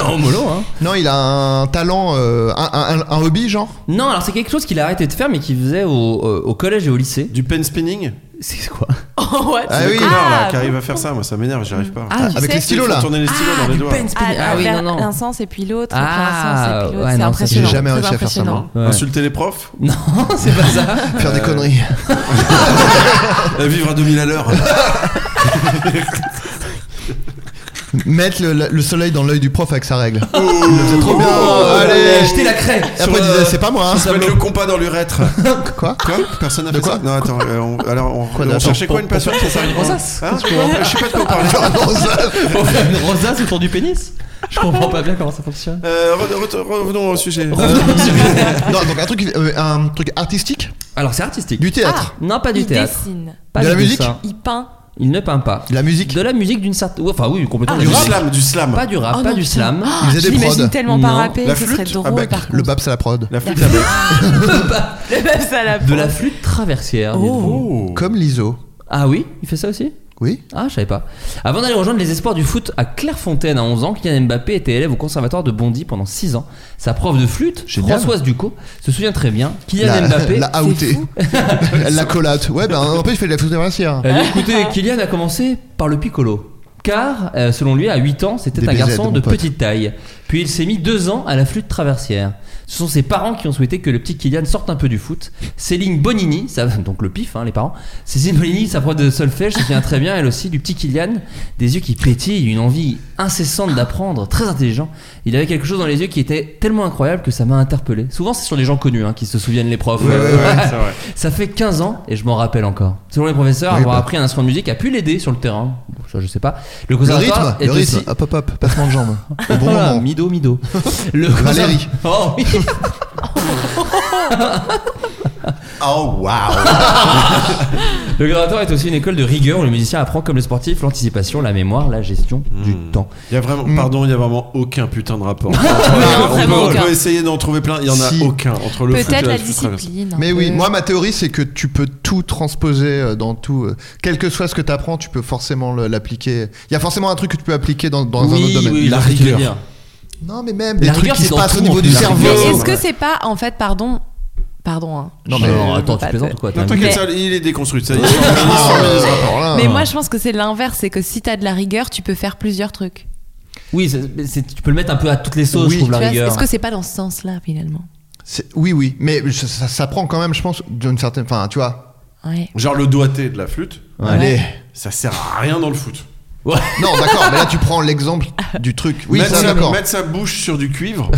S6: en mollo. Hein.
S7: Non, il a un talent, euh, un, un- un hobby, genre.
S6: Non, alors c'est quelque chose qu'il a arrêté de faire mais qu'il faisait au, euh, au collège et au lycée.
S2: Du pen spinning
S6: C'est quoi
S8: Oh, what
S7: Ah
S2: Le
S7: oui.
S2: connard là qui arrive à faire ça, moi ça m'énerve, j'y arrive pas.
S6: Ah,
S7: Avec les stylos là.
S2: Faut tourner les stylos dans les doigts.
S8: Ah,
S6: Ah oui,
S8: faire
S6: non, non.
S8: un sens et puis l'autre, et puis
S6: Ah,
S8: un sens et puis l'autre.
S6: ouais, non,
S8: c'est
S6: ça,
S7: J'ai
S8: impressionnant.
S7: jamais
S8: très
S7: réussi à faire ça.
S8: impressionnant.
S7: moi.
S6: Ouais.
S2: Insulter les profs,
S6: Non, c'est (laughs) pas ça.
S7: Faire des (laughs) conneries.
S2: euh, vivre à 2000 à l'heure.
S7: Mettre le, le soleil dans l'œil du prof avec sa règle. il le faisait trop bien. Oh,
S6: Oh,
S7: allez.
S6: Jeter la craie.
S7: Et
S6: sur
S7: après, il
S6: le-
S7: disait, c'est pas moi. hein.
S2: Ça mettre le compas dans l'urètre.
S7: (laughs) Quoi
S2: Quoi Personne n'a
S7: De
S2: fait
S7: quoi
S2: ça Non, attends, euh, on- alors on, on
S7: d'attends,
S2: cherchait quoi
S7: pour-
S2: une passion
S6: pour faire une rosace
S2: Hein Je sais
S7: (laughs)
S2: pas de quoi on parlait.
S7: Ah,
S6: Faut faire une rosace autour du pénis Je comprends pas bien comment ça fonctionne.
S2: Euh, re- re- revenons au sujet. Euh,
S7: Non, donc un truc, euh, un truc artistique,
S6: Alors c'est artistique.
S7: du théâtre,
S6: Non, pas du
S8: Il
S6: théâtre.
S8: dessine,
S6: Pas
S7: De
S6: du
S7: la musique
S6: dessin.
S8: il peint.
S6: Il ne peint pas.
S7: de la musique.
S6: De la musique d'une certaine. Enfin, oui, complètement. de
S2: du
S6: la musique.
S2: slam, du slam.
S6: Pas du Ah, rap,
S8: Oh
S6: pas
S8: non,
S6: du
S8: putain.
S6: slam.
S8: Oh,
S7: Il faisait
S8: je
S7: des prods.
S8: l'imagine tellement pas
S6: Non.
S8: rappé,
S2: La
S8: ce serait
S2: flûte, à
S8: drôle
S2: bec.
S8: par
S7: Le
S8: contre.
S7: BAP, c'est la prod.
S2: La flûte à bec.
S8: Le bap, ça la
S6: De la flûte traversière. dites-vous.
S2: Oh.
S7: Comme l'ISO.
S6: Ah oui, il fait ça aussi
S2: (laughs)
S7: Oui
S6: Ah, je savais pas. Avant d'aller rejoindre les espoirs du foot à Clairefontaine à 11 ans, Kylian Mbappé était élève au conservatoire de Bondy pendant 6 ans. Sa prof de flûte,
S7: Génial.
S6: Françoise Ducot, se souvient très bien. Kylian
S7: La,
S6: Mbappé.
S7: la outé. la collate. Ouais, ben en plus, il fait de la hein. fouturacière.
S6: Elle dit, Euh, écoutez, Kylian a commencé par le piccolo. Car, euh, selon lui, à 8 ans, c'était
S7: Des
S6: un
S7: baisers
S6: garçon
S7: de mon
S6: de
S7: pote.
S6: petite taille. Puis il s'est mis 2 ans à la flûte traversière. Ce sont ses parents qui ont souhaité que le petit Kylian sorte un peu du foot. Céline Bonini, ça- (laughs) donc le pif, hein, les parents. Céline Bonini, sa prof de solfège, se souvient très bien, elle aussi, du petit Kylian. Des yeux qui pétillent, une envie incessante d'apprendre, très intelligent. Il avait quelque chose dans les yeux qui était tellement incroyable que ça m'a interpellé. Souvent, c'est sur les gens connus hein, qui se souviennent les profs.
S2: Ouais, ouais, ouais, c'est vrai.
S6: Ça fait 15 ans et je m'en rappelle encore. Selon les professeurs,
S7: Oui,
S6: avoir
S7: bah.
S6: appris un instrument de musique a pu l'aider sur le terrain. Bon, ça, je sais pas. Le
S7: Le
S6: conservatoire
S7: rythme, le
S6: est
S7: rythme.
S6: aussi-
S7: Hop, hop, hop. Passement de
S6: (laughs)
S7: jambes. Au bon
S6: Voilà,
S7: moment.
S6: Mido,
S7: (laughs)
S6: Mido. Le (laughs)
S7: Valérie.
S6: conserv- Oh oui.
S2: Oh wow
S6: Le Graduatoire est aussi une école de rigueur où le musicien apprend comme le sportif l'anticipation, la mémoire, la gestion du temps.
S2: Il y a vraiment, pardon, il y a vraiment aucun putain de
S8: (laughs)
S2: rapport. on,
S3: Non,
S2: peut,
S3: vraiment
S2: on peut
S3: aucun.
S2: essayer d'en trouver plein, il y en a
S7: Si.
S2: aucun entre le foot et
S8: Peut-être la
S2: la frustration.
S8: discipline. un
S7: Mais oui,
S8: peu.
S7: moi ma théorie c'est que tu peux tout transposer euh, dans tout. euh, Quel que soit ce que tu apprends, tu peux forcément le- l'appliquer. Il y a forcément un truc que tu peux appliquer dans, dans un autre domaine.
S2: La
S6: je vois ce que tu veux
S2: rigueur.
S6: dire.
S7: Non, mais même
S6: La
S7: des trucs
S6: rigueur,
S7: qui
S6: c'est
S7: se
S6: dans
S7: passent
S6: tout,
S7: au niveau
S6: en
S7: du
S6: fait, la
S7: cerveau.
S6: rigueur.
S8: Mais
S6: Oh,
S8: est-ce
S6: ouais.
S8: que c'est pas, en fait, pardon, pardon, hein.
S7: Non,
S6: Mais
S7: mais
S6: non, attends, tu
S8: pas
S6: plaisantes
S8: te-
S6: ou quoi t'as
S2: Non,
S6: un
S2: t'inquiète,
S6: mec-
S2: ça, il est déconstruit. Ça y est.
S7: Ah,
S8: Mais moi, je pense que c'est l'inverse, c'est que si t'as de la rigueur, tu peux faire plusieurs trucs.
S6: Oui, c'est- mais c'est- tu peux le mettre un peu à toutes les sauces,
S7: Oui.
S6: je trouve, la
S8: Tu vois,
S6: rigueur.
S8: Est-ce que c'est pas dans ce sens-là finalement
S7: C'est- Oui, oui, mais ça, ça- ça prend quand même, je pense, d'une certaine. Enfin, tu vois.
S8: Ouais.
S2: Genre le doigté de la flûte,
S6: Ouais.
S7: Allez.
S2: ça sert à rien dans le foot.
S7: Non,
S6: (laughs)
S7: d'accord, mais là, tu prends l'exemple du truc. Oui,
S2: mettre,
S7: ça,
S2: sa,
S7: d'accord.
S2: mettre sa bouche sur du cuivre,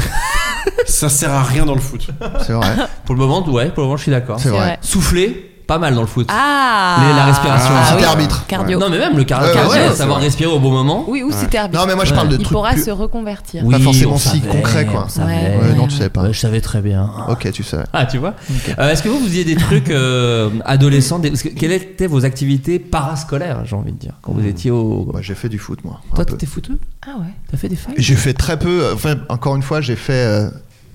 S2: ça sert à rien dans le foot.
S7: C'est
S6: (laughs)
S7: vrai.
S6: Pour le moment, ouais, pour le moment, je suis d'accord.
S7: C'est
S8: C'est
S7: vrai.
S8: vrai.
S6: Souffler, pas mal dans le foot.
S8: Ah
S6: Les- la respiration.
S8: Ah
S7: Si
S8: oui.
S7: t'es arbitre.
S8: Cardio.
S6: Non, mais même le car-
S7: Euh,
S6: cardio,
S7: ouais,
S6: savoir respirer au bon moment.
S8: Oui, ou si t'es arbitre.
S7: Non, mais moi, je parle de
S8: Il
S7: trucs.
S8: pourra
S7: plus-
S8: se reconvertir.
S7: Pas forcément
S6: on
S7: si
S6: savait,
S7: concret, quoi.
S6: on savait.
S7: Ouais,
S8: Ouais,
S7: non,
S8: ouais.
S7: tu savais pas.
S6: Ouais, je savais très bien.
S7: Ok, tu savais.
S6: Ah, tu vois. Euh, Est-ce que vous, vous faisiez des trucs euh, adolescents des- parce que Quelles étaient vos activités parascolaires, j'ai envie de dire, quand vous étiez au.
S7: Moi, j'ai fait du foot, moi. Hmm. un
S6: Toi,
S7: peu.
S6: t'étais foutu
S8: Ah ouais.
S6: T'as fait des failles
S7: J'ai fait très peu. euh, Enfin, encore une fois, j'ai fait. euh,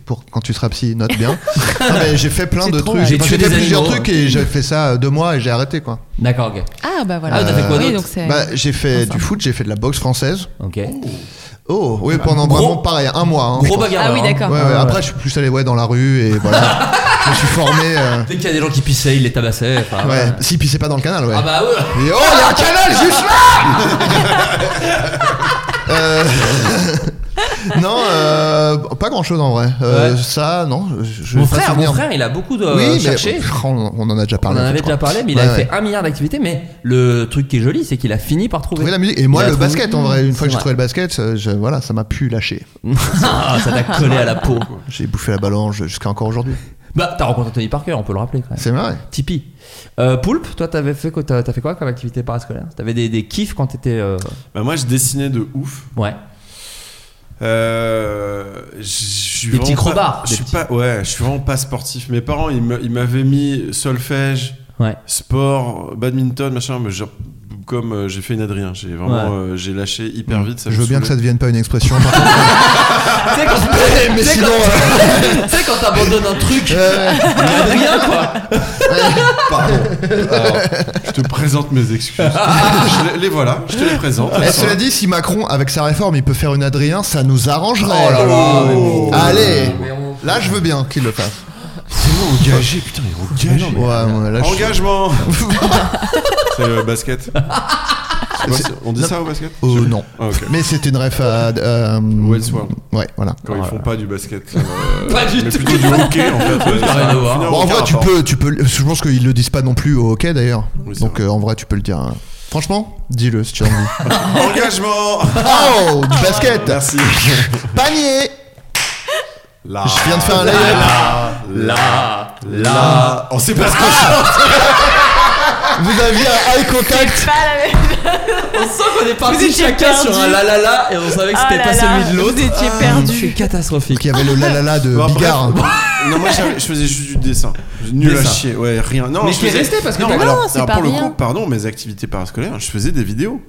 S7: pour quand tu seras psy, note
S6: (laughs)
S7: bien. Non, mais j'ai fait plein
S6: C'est
S7: de
S6: trop,
S7: trucs.
S6: ouais. J'ai
S7: Enfin,
S6: tué
S7: J'ai fait
S6: des
S7: plusieurs
S6: animaux.
S7: trucs et j'ai fait ça euh, deux mois et j'ai arrêté quoi.
S6: D'accord, ok.
S8: Ah bah voilà.
S6: Ah, t'as fait quoi
S8: Oui,
S6: d'autre
S8: donc c'est-
S7: Bah, j'ai fait du foot, j'ai fait de la boxe française.
S6: Ok.
S7: Oh, oui, pendant
S6: Gros-
S7: vraiment pareil, un mois. hein, je
S6: Gros
S7: pense.
S6: bagarre.
S8: Ah oui, d'accord.
S7: Ouais, ouais, Après, je suis plus allé ouais, dans la rue et voilà.
S6: (laughs)
S7: je me suis formé. euh,
S6: Dès qu'il y a des gens qui pissaient, ils les tabassaient. enfin,
S7: Ouais,
S6: Ah, ouais.
S7: si, puis c'est pas dans le canal, ouais.
S6: Ah bah ouais.
S7: Et oh, il y a un canal juste là
S6: (laughs)
S7: Euh, Non, euh, pas grand chose en vrai. Euh,
S6: Ouais.
S7: Ça, non. je- je-
S6: Mon
S7: pas
S6: frère,
S7: souvenir.
S6: mon frère, il a beaucoup de
S7: oui, mais
S6: cherché.
S7: pff, on, on en a déjà
S6: On en
S7: parlé.
S6: avait
S7: je crois.
S6: déjà parlé, mais il
S7: Ouais,
S6: a
S7: ouais.
S6: fait un milliard d'activités. Mais le truc qui est joli, c'est qu'il a fini par trouver.
S7: Trouver la musique. Et
S6: Il
S7: moi,
S6: a
S7: le
S6: trouvé-
S7: basket, en vrai, une fois que
S6: C'est
S7: j'ai trouvé le basket, euh, je- voilà, ça m'a pu lâcher.
S6: Ah, ça t'a collé à la
S7: (laughs)
S6: peau.
S7: J'ai bouffé la balance jusqu'à encore aujourd'hui.
S6: Bah, t'as rencontré Tony Parker, on peut le rappeler quand même.
S7: C'est vrai.
S6: Tipeee. Euh, Poulpe, toi, t'avais fait quoi T'as t'as fait quoi comme activité parascolaire T'avais des, des kiffs quand t'étais. euh,
S2: Bah moi je dessinais de ouf.
S6: Ouais.
S2: Euh, je- je suis
S6: Des petits
S2: vraiment pas-
S6: crobards,
S2: Je
S6: des
S2: suis
S6: petits.
S2: pas, ouais, je suis vraiment pas sportif. Mes parents ils me- ils m'avaient mis solfège,
S6: Ouais.
S2: sport, badminton, machin, mais genre, comme euh, j'ai fait une Adrien, j'ai vraiment
S6: Ouais.
S2: euh, j'ai lâché hyper vite. Ça
S7: je
S2: me
S7: veux bien que ça
S2: saoulait.
S7: devienne pas une
S6: (laughs)
S7: expression. par contre.
S6: Tu sais, quand (laughs)
S7: mais (laughs)
S6: tu sais,
S7: sinon,
S6: quand- tu sais, quand t'abandonnes un truc, il
S7: Euh,
S6: y a de (laughs) rien quoi.
S7: (laughs)
S2: Pardon. Alors, je (laughs) te présente mes excuses. Je les, les voilà, je te les présente.
S7: eh,
S2: Elles sont
S7: cela
S2: là.
S7: dit, si Macron, avec sa réforme, il peut faire une Adrien, ça nous arrangerait.
S2: Oh.
S7: Allez, là, je veux bien qu'il le fasse.
S2: engagé, putain, il est engagé.
S7: Ouais, ouais, euh, là, je suis- (laughs)
S2: Engagement C'est le basket. Je sais pas si- On dit ça au basket
S7: Euh, non.
S2: Ah, ok.
S7: Mais c'était une ref à. euh,
S2: Wellsworld.
S7: Ouais, Oh. voilà.
S2: Quand ils font pas du basket.
S6: (laughs)
S2: euh,
S6: Pas du
S2: mais
S6: tout.
S2: plutôt du hockey en fait.
S6: Ça n'a rien à voir.
S2: Finir
S7: Bon,
S2: au
S7: en vrai,
S2: quart,
S7: tu
S2: rapport.
S7: peux, tu peux. Je pense qu'ils le disent pas non plus au hockey d'ailleurs.
S2: Oui, c'est
S7: Donc
S2: vrai.
S7: euh, en vrai, tu peux le dire. hein. Franchement, dis-le si tu
S2: (laughs)
S7: as envie.
S2: Engagement
S7: oh, du basket
S2: (laughs) Merci.
S7: Panier
S2: Là.
S7: Je viens de faire un
S2: là, Là.
S7: live.
S2: Là. Là. On sait pas ce qu'on chante.
S7: Vous aviez un eye contact
S6: On sent qu'on est parti chacun sur un la la la et on savait que c'était pas celui de l'autre. Oh Vous étiez perdu. C'est catastrophique.
S7: qui avait le la la la de
S2: Bon, bref.
S7: Bigard.
S2: Non, moi j'avais- je faisais juste du dessin. Nul à
S6: Dessin.
S2: chier. Ouais, rien. Non,
S6: Mais
S2: je
S6: je t'ai
S2: faisais-
S6: resté parce que
S2: Non,
S6: t'as-
S2: alors,
S8: Non, c'est
S2: alors,
S8: pas
S2: pour le
S8: rien.
S2: coup, pardon, mes activités parascolaires, je faisais des vidéos.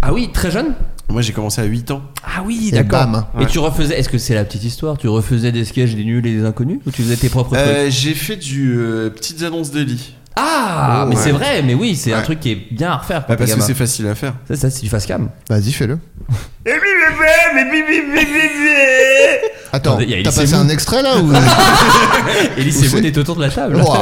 S6: Ah oui, très jeune
S2: Moi j'ai commencé à 8 ans.
S6: Ah oui,
S7: Et bam.
S6: Et tu refaisais, est-ce que c'est la petite histoire Tu refaisais des sketchs des nuls et des inconnus Ou tu faisais tes propres trucs
S2: Euh, j'ai fait du euh, petites annonces d'Eli.
S6: Ah,
S2: Oh,
S6: mais
S2: ouais.
S6: c'est vrai, mais oui, c'est un
S2: Ouais.
S6: truc qui est bien à refaire. Quand
S2: Bah,
S6: t'es
S2: parce que
S6: Ah, gamin.
S2: c'est facile à faire.
S6: ça, ça, c'est du facecam.
S7: Vas-y, fais-le. Attends,
S6: Attendez, il y a
S7: t'as
S6: Elie
S7: passé
S6: Semoun.
S7: un extrait là
S2: (laughs)
S7: ou
S6: Elise
S7: Où
S6: c'est vous,
S7: c'est
S6: t'es autour de la table. (laughs)
S7: Waouh.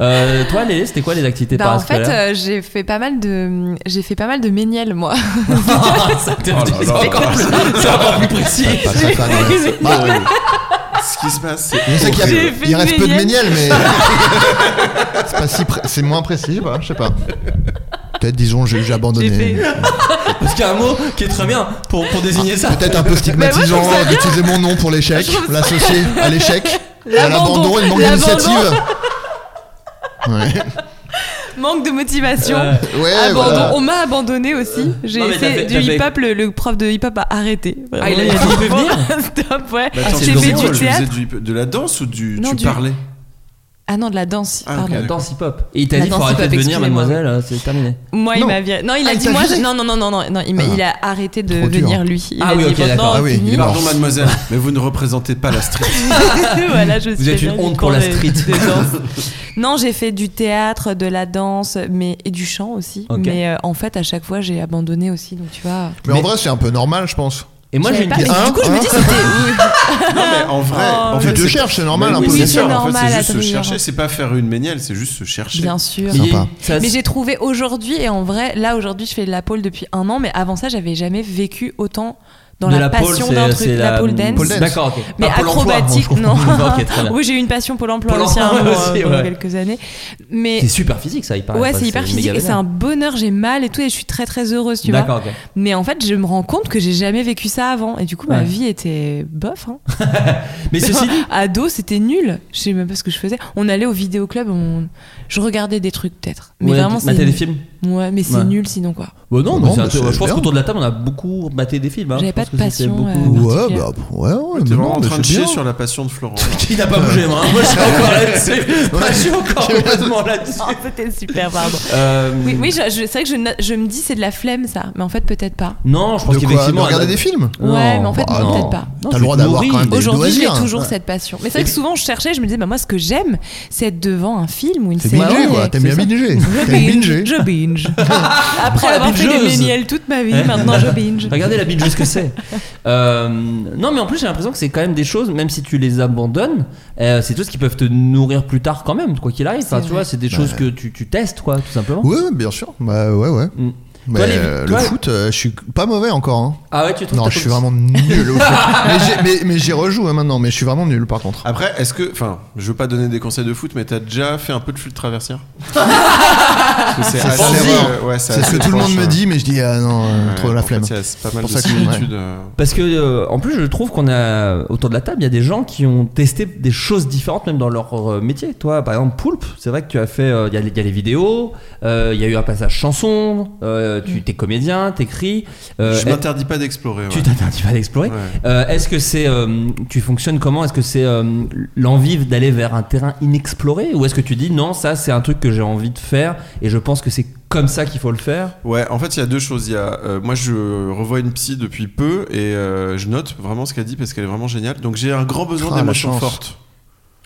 S6: Euh, toi, Lélé, c'était quoi les activités
S8: Bah en fait,
S6: parascolaires
S8: euh, j'ai fait pas mal de j'ai fait pas mal de méniel moi. euh,
S6: Ça te- (laughs)
S7: Oh
S6: c'est encore plus- c'est encore plus précis.
S7: Pas de sa femme,
S8: (laughs)
S7: ouais. Bah, ouais.
S2: Ce qui se passe, c'est.
S6: Ah,
S7: Je sais qu'il y a-
S8: J'ai fait
S7: il reste peu de
S8: Méniel.
S7: méniel,
S8: (laughs)
S7: mais c'est pas si pré- c'est moins précis, bah, je sais pas. Peut-être disons j'ai j'ai abandonné.
S8: J'ai fait-
S6: Parce qu'il y a un mot qui est très bien pour, pour désigner ça.
S7: Peut-être un peu stigmatisant
S8: Mais moi, je trouve ça bien.
S7: d'utiliser mon nom pour l'échec, l'associer à l'échec, et à l'abandon
S8: L'abandon.
S7: et le manque
S8: L'abandon.
S7: d'initiative. Ouais,
S8: Manque de motivation.
S6: Ouais.
S7: ouais
S8: Abandon.
S7: Eh, voilà.
S8: On m'a abandonné aussi. J'ai
S6: Non, mais t'as fait-
S8: fait du
S6: t'as fait-
S8: hip-hop. Le, le prof de hip-hop a arrêté.
S6: Ah, il a-
S8: Vraiment,
S6: il a dit, "Venir
S8: (laughs) Stop, ouais.
S2: Bah, attends,
S6: c'est
S8: J'ai
S2: tu
S8: fait
S2: faisais
S6: drôle,
S8: du
S2: quoi Tu
S8: théâtre.
S2: faisais du- de la danse ou du.
S8: Non,
S2: tu
S8: du-
S2: parlais
S8: Ah non, de la danse,
S2: Ah, ok,
S8: pardon.
S6: La
S2: d'accord.
S6: danse hip-hop. Et il t'a dit,
S8: La
S6: faut
S8: danse
S6: arrêter de
S8: hip-hop,
S6: venir,
S8: Bah, excusez-moi.
S6: mademoiselle, euh, c'est terminé.
S8: Moi, il
S7: Non.
S8: m'a viré. Non, il
S7: Ah,
S8: a
S7: il
S8: dit
S7: t'a
S8: moi.
S7: viré
S8: je- Non, non, non, non, non, non, Il, m'a-
S7: Ah.
S8: il a arrêté de
S7: Trop dur.
S8: venir lui. Il
S6: Ah
S8: a
S6: oui,
S8: dit,
S6: ok,
S8: bon,
S6: d'accord.
S8: non,
S7: Ah oui,
S6: (laughs)
S8: fini.
S7: il est mort.
S2: Pardon, mademoiselle, mais vous ne représentez pas la street.
S8: voilà, je
S6: Vous
S8: suis
S6: êtes une
S8: bien
S6: honte
S8: du
S6: pour la
S8: cours de-
S6: street.
S8: de danse. non, j'ai fait du théâtre, de la danse, mais et du chant aussi.
S6: Ok.
S8: Mais euh, en fait, à chaque fois, j'ai abandonné aussi. Donc tu vois.
S7: Mais,
S6: Mais-
S7: en vrai, c'est un peu normal, je pense.
S6: Et moi, j'ai
S8: J'avais
S6: une question.
S8: pas- mais du coup, je me dis, c'était.
S2: Non, mais en vrai,
S8: Oh,
S2: en
S7: Tu
S2: fait,
S7: te
S2: c'est-
S7: cherches, c'est normal.
S2: Mais
S6: hein,
S7: un
S2: oui,
S7: peu.
S8: peu.
S2: c'est
S8: C'est
S2: sûr. En fait,
S8: normal,
S2: c'est juste se
S8: Adrien.
S2: chercher. C'est pas faire une ménielle, c'est juste se chercher.
S8: Bien sûr.
S6: Mais il y a-
S7: Sympa.
S6: ça-
S8: Mais j'ai trouvé aujourd'hui, et en vrai, là aujourd'hui, je fais de la pole depuis un an, mais avant ça, j'avais jamais vécu autant dans
S6: de
S8: la,
S6: pole,
S8: passion
S6: c'est-
S8: d'un truc,
S6: c'est
S8: la pole dance.
S7: Pole dance.
S6: D'accord, ok.
S8: Mais
S6: Pas Pôle emploi, hein,
S8: acrobatique,
S6: bon, je
S8: non.
S6: comprends. Ok, très bien.
S8: oui, j'ai eu une passion Pôle emploi
S6: Pôle
S8: aussi, à un
S6: emploi
S8: moment,
S6: aussi,
S8: euh, pendant
S6: ouais.
S8: quelques années. Mais
S6: C'est super physique, ça, il paraît.
S8: ouais,
S6: pas,
S8: c'est hyper
S6: méga
S8: physique et c'est
S6: vénère.
S8: un bonheur. J'ai mal et tout, et je suis très très heureuse, tu vois.
S6: D'accord, ok.
S8: Mais en fait, je me rends compte que j'ai jamais vécu ça avant, et du coup, ma
S6: Ouais.
S8: vie était bof. Hein.
S6: Mais ceci dit,
S8: Ado, c'était nul. Je sais même pas ce que je faisais. On allait au vidéoclub, on... je regardais des trucs peut-être. (laughs) Mais
S6: Ouais,
S8: vraiment,
S6: mater
S8: c'est.
S6: bah, des films
S8: Ouais, mais c'est
S6: Ouais.
S8: nul sinon quoi.
S6: Bon, non,
S7: Bon,
S6: mais
S7: Bah non,
S6: c'est
S7: mais
S6: inté-
S7: c'est
S6: je pense
S7: bien.
S6: qu'autour de la table, on a beaucoup maté des films. Hein.
S8: J'avais
S6: Je
S8: pas
S6: pense
S8: de
S6: que c'était
S8: passion,
S6: beaucoup-
S8: euh,
S7: Ouais,
S8: particulier.
S7: bah, ouais, ouais.
S2: T'es
S7: mais
S2: vraiment
S7: non,
S2: en
S7: mais
S2: train de
S7: c'est
S2: chier
S7: bien.
S2: sur la passion de
S6: (laughs)
S2: Florent.
S8: euh.
S6: Qui n'a pas bougé, moi. Moi,
S7: (laughs)
S6: je suis encore là-dessus. Moi, je suis encore complètement là-dessus.
S8: Oh, (laughs)
S7: Ah.
S8: c'était super, pardon.
S6: Euh,
S8: Oui, oui je- je- c'est vrai que je, na- je me dis c'est de la flemme ça, mais en fait peut-être pas.
S6: Non, je pense
S7: De quoi De
S6: qu'effectivement.
S7: regarder
S6: elle-
S7: des films
S6: Non.
S8: Ouais, mais en fait,
S6: Ah,
S8: non,
S6: non.
S8: peut-être pas.
S7: T'as
S6: Non, tu
S7: le droit
S6: te
S7: d'avoir
S6: nourris.
S7: quand même des-
S8: Aujourd'hui, j'ai
S7: loisirs.
S8: toujours
S7: Ouais.
S8: cette passion. Mais c'est vrai que souvent je cherchais, je me disais bah, moi ce que j'aime, c'est être devant un film ou une
S7: C'est
S8: série.
S7: binger, quoi. T'aimes bien
S8: C'est ça.
S7: binger. T'aimes
S8: Je binge,
S7: binger. (laughs)
S8: je binge. Après
S6: Oh, la
S8: avoir fait des
S6: bingeuse.
S8: méniels toute ma vie,
S6: Hein
S8: maintenant je binge.
S6: Regardez la bidge, ce que
S8: (laughs)
S6: c'est. Euh, non, mais en plus, j'ai l'impression que c'est quand même des choses, même si tu les abandonnes, euh, c'est tout ce qui peuvent te nourrir plus tard quand même, quoi qu'il arrive. Enfin,
S8: C'est
S6: tu
S8: vrai.
S6: vois, c'est des
S7: Bah
S6: choses que tu, tu testes, quoi, tout simplement.
S7: Ouais, bien sûr. Bah, ouais, ouais.
S6: Mm.
S7: Mais
S6: Toi, les-
S7: euh, le
S6: toi-
S7: foot, euh, je suis pas mauvais encore. hein.
S6: Ah ouais, tu trouves
S7: Non,
S6: ta
S7: je suis
S6: politique-
S7: vraiment nul au foot. Mais j'ai- Mais mais j'y rejoue hein, maintenant, mais je suis vraiment nul par contre.
S2: Après, est-ce que. Enfin, je veux pas donner des conseils de foot, mais t'as déjà fait un peu de flux de traversière Parce que C'est
S7: ça,
S2: assez-
S7: l'erreur.
S2: ouais,
S7: C'est ce que
S2: assez
S7: tout le monde
S2: proche,
S7: me
S2: hein.
S7: dit, mais je dis ah non, euh,
S2: Ouais,
S7: trop la
S2: en fait,
S7: flemme.
S2: c'est- C'est pas mal
S7: pour
S2: de
S7: ça que je- ouais.
S2: similitudes. euh.
S6: Parce que euh, en plus, je trouve qu'on a autour de la table, il y a des gens qui ont testé des choses différentes, même dans leur euh, métier. Toi, par exemple, Poulpe, c'est vrai que tu as fait. euh, Il y, a les- il y a les vidéos, euh, il y a eu un passage chanson. euh, tu t'es comédien, t'écris. euh,
S2: Je
S6: est-
S2: m'interdis pas d'explorer.
S6: tu
S2: ouais.
S6: t'interdis pas d'explorer.
S2: Ouais.
S6: Euh, Est-ce que c'est euh, tu fonctionnes comment Est-ce que c'est euh, l'envie d'aller vers un terrain inexploré ou est-ce que tu dis non ça c'est un truc que j'ai envie de faire et je pense que c'est comme ça qu'il faut le faire
S2: Ouais, en fait, il y a deux choses. Il y a, euh, moi, je revois une psy depuis peu et euh, je note vraiment ce qu'elle dit parce qu'elle est vraiment géniale. Donc, j'ai un grand besoin
S7: Ah, la
S2: d'émotions
S7: chance.
S2: fortes.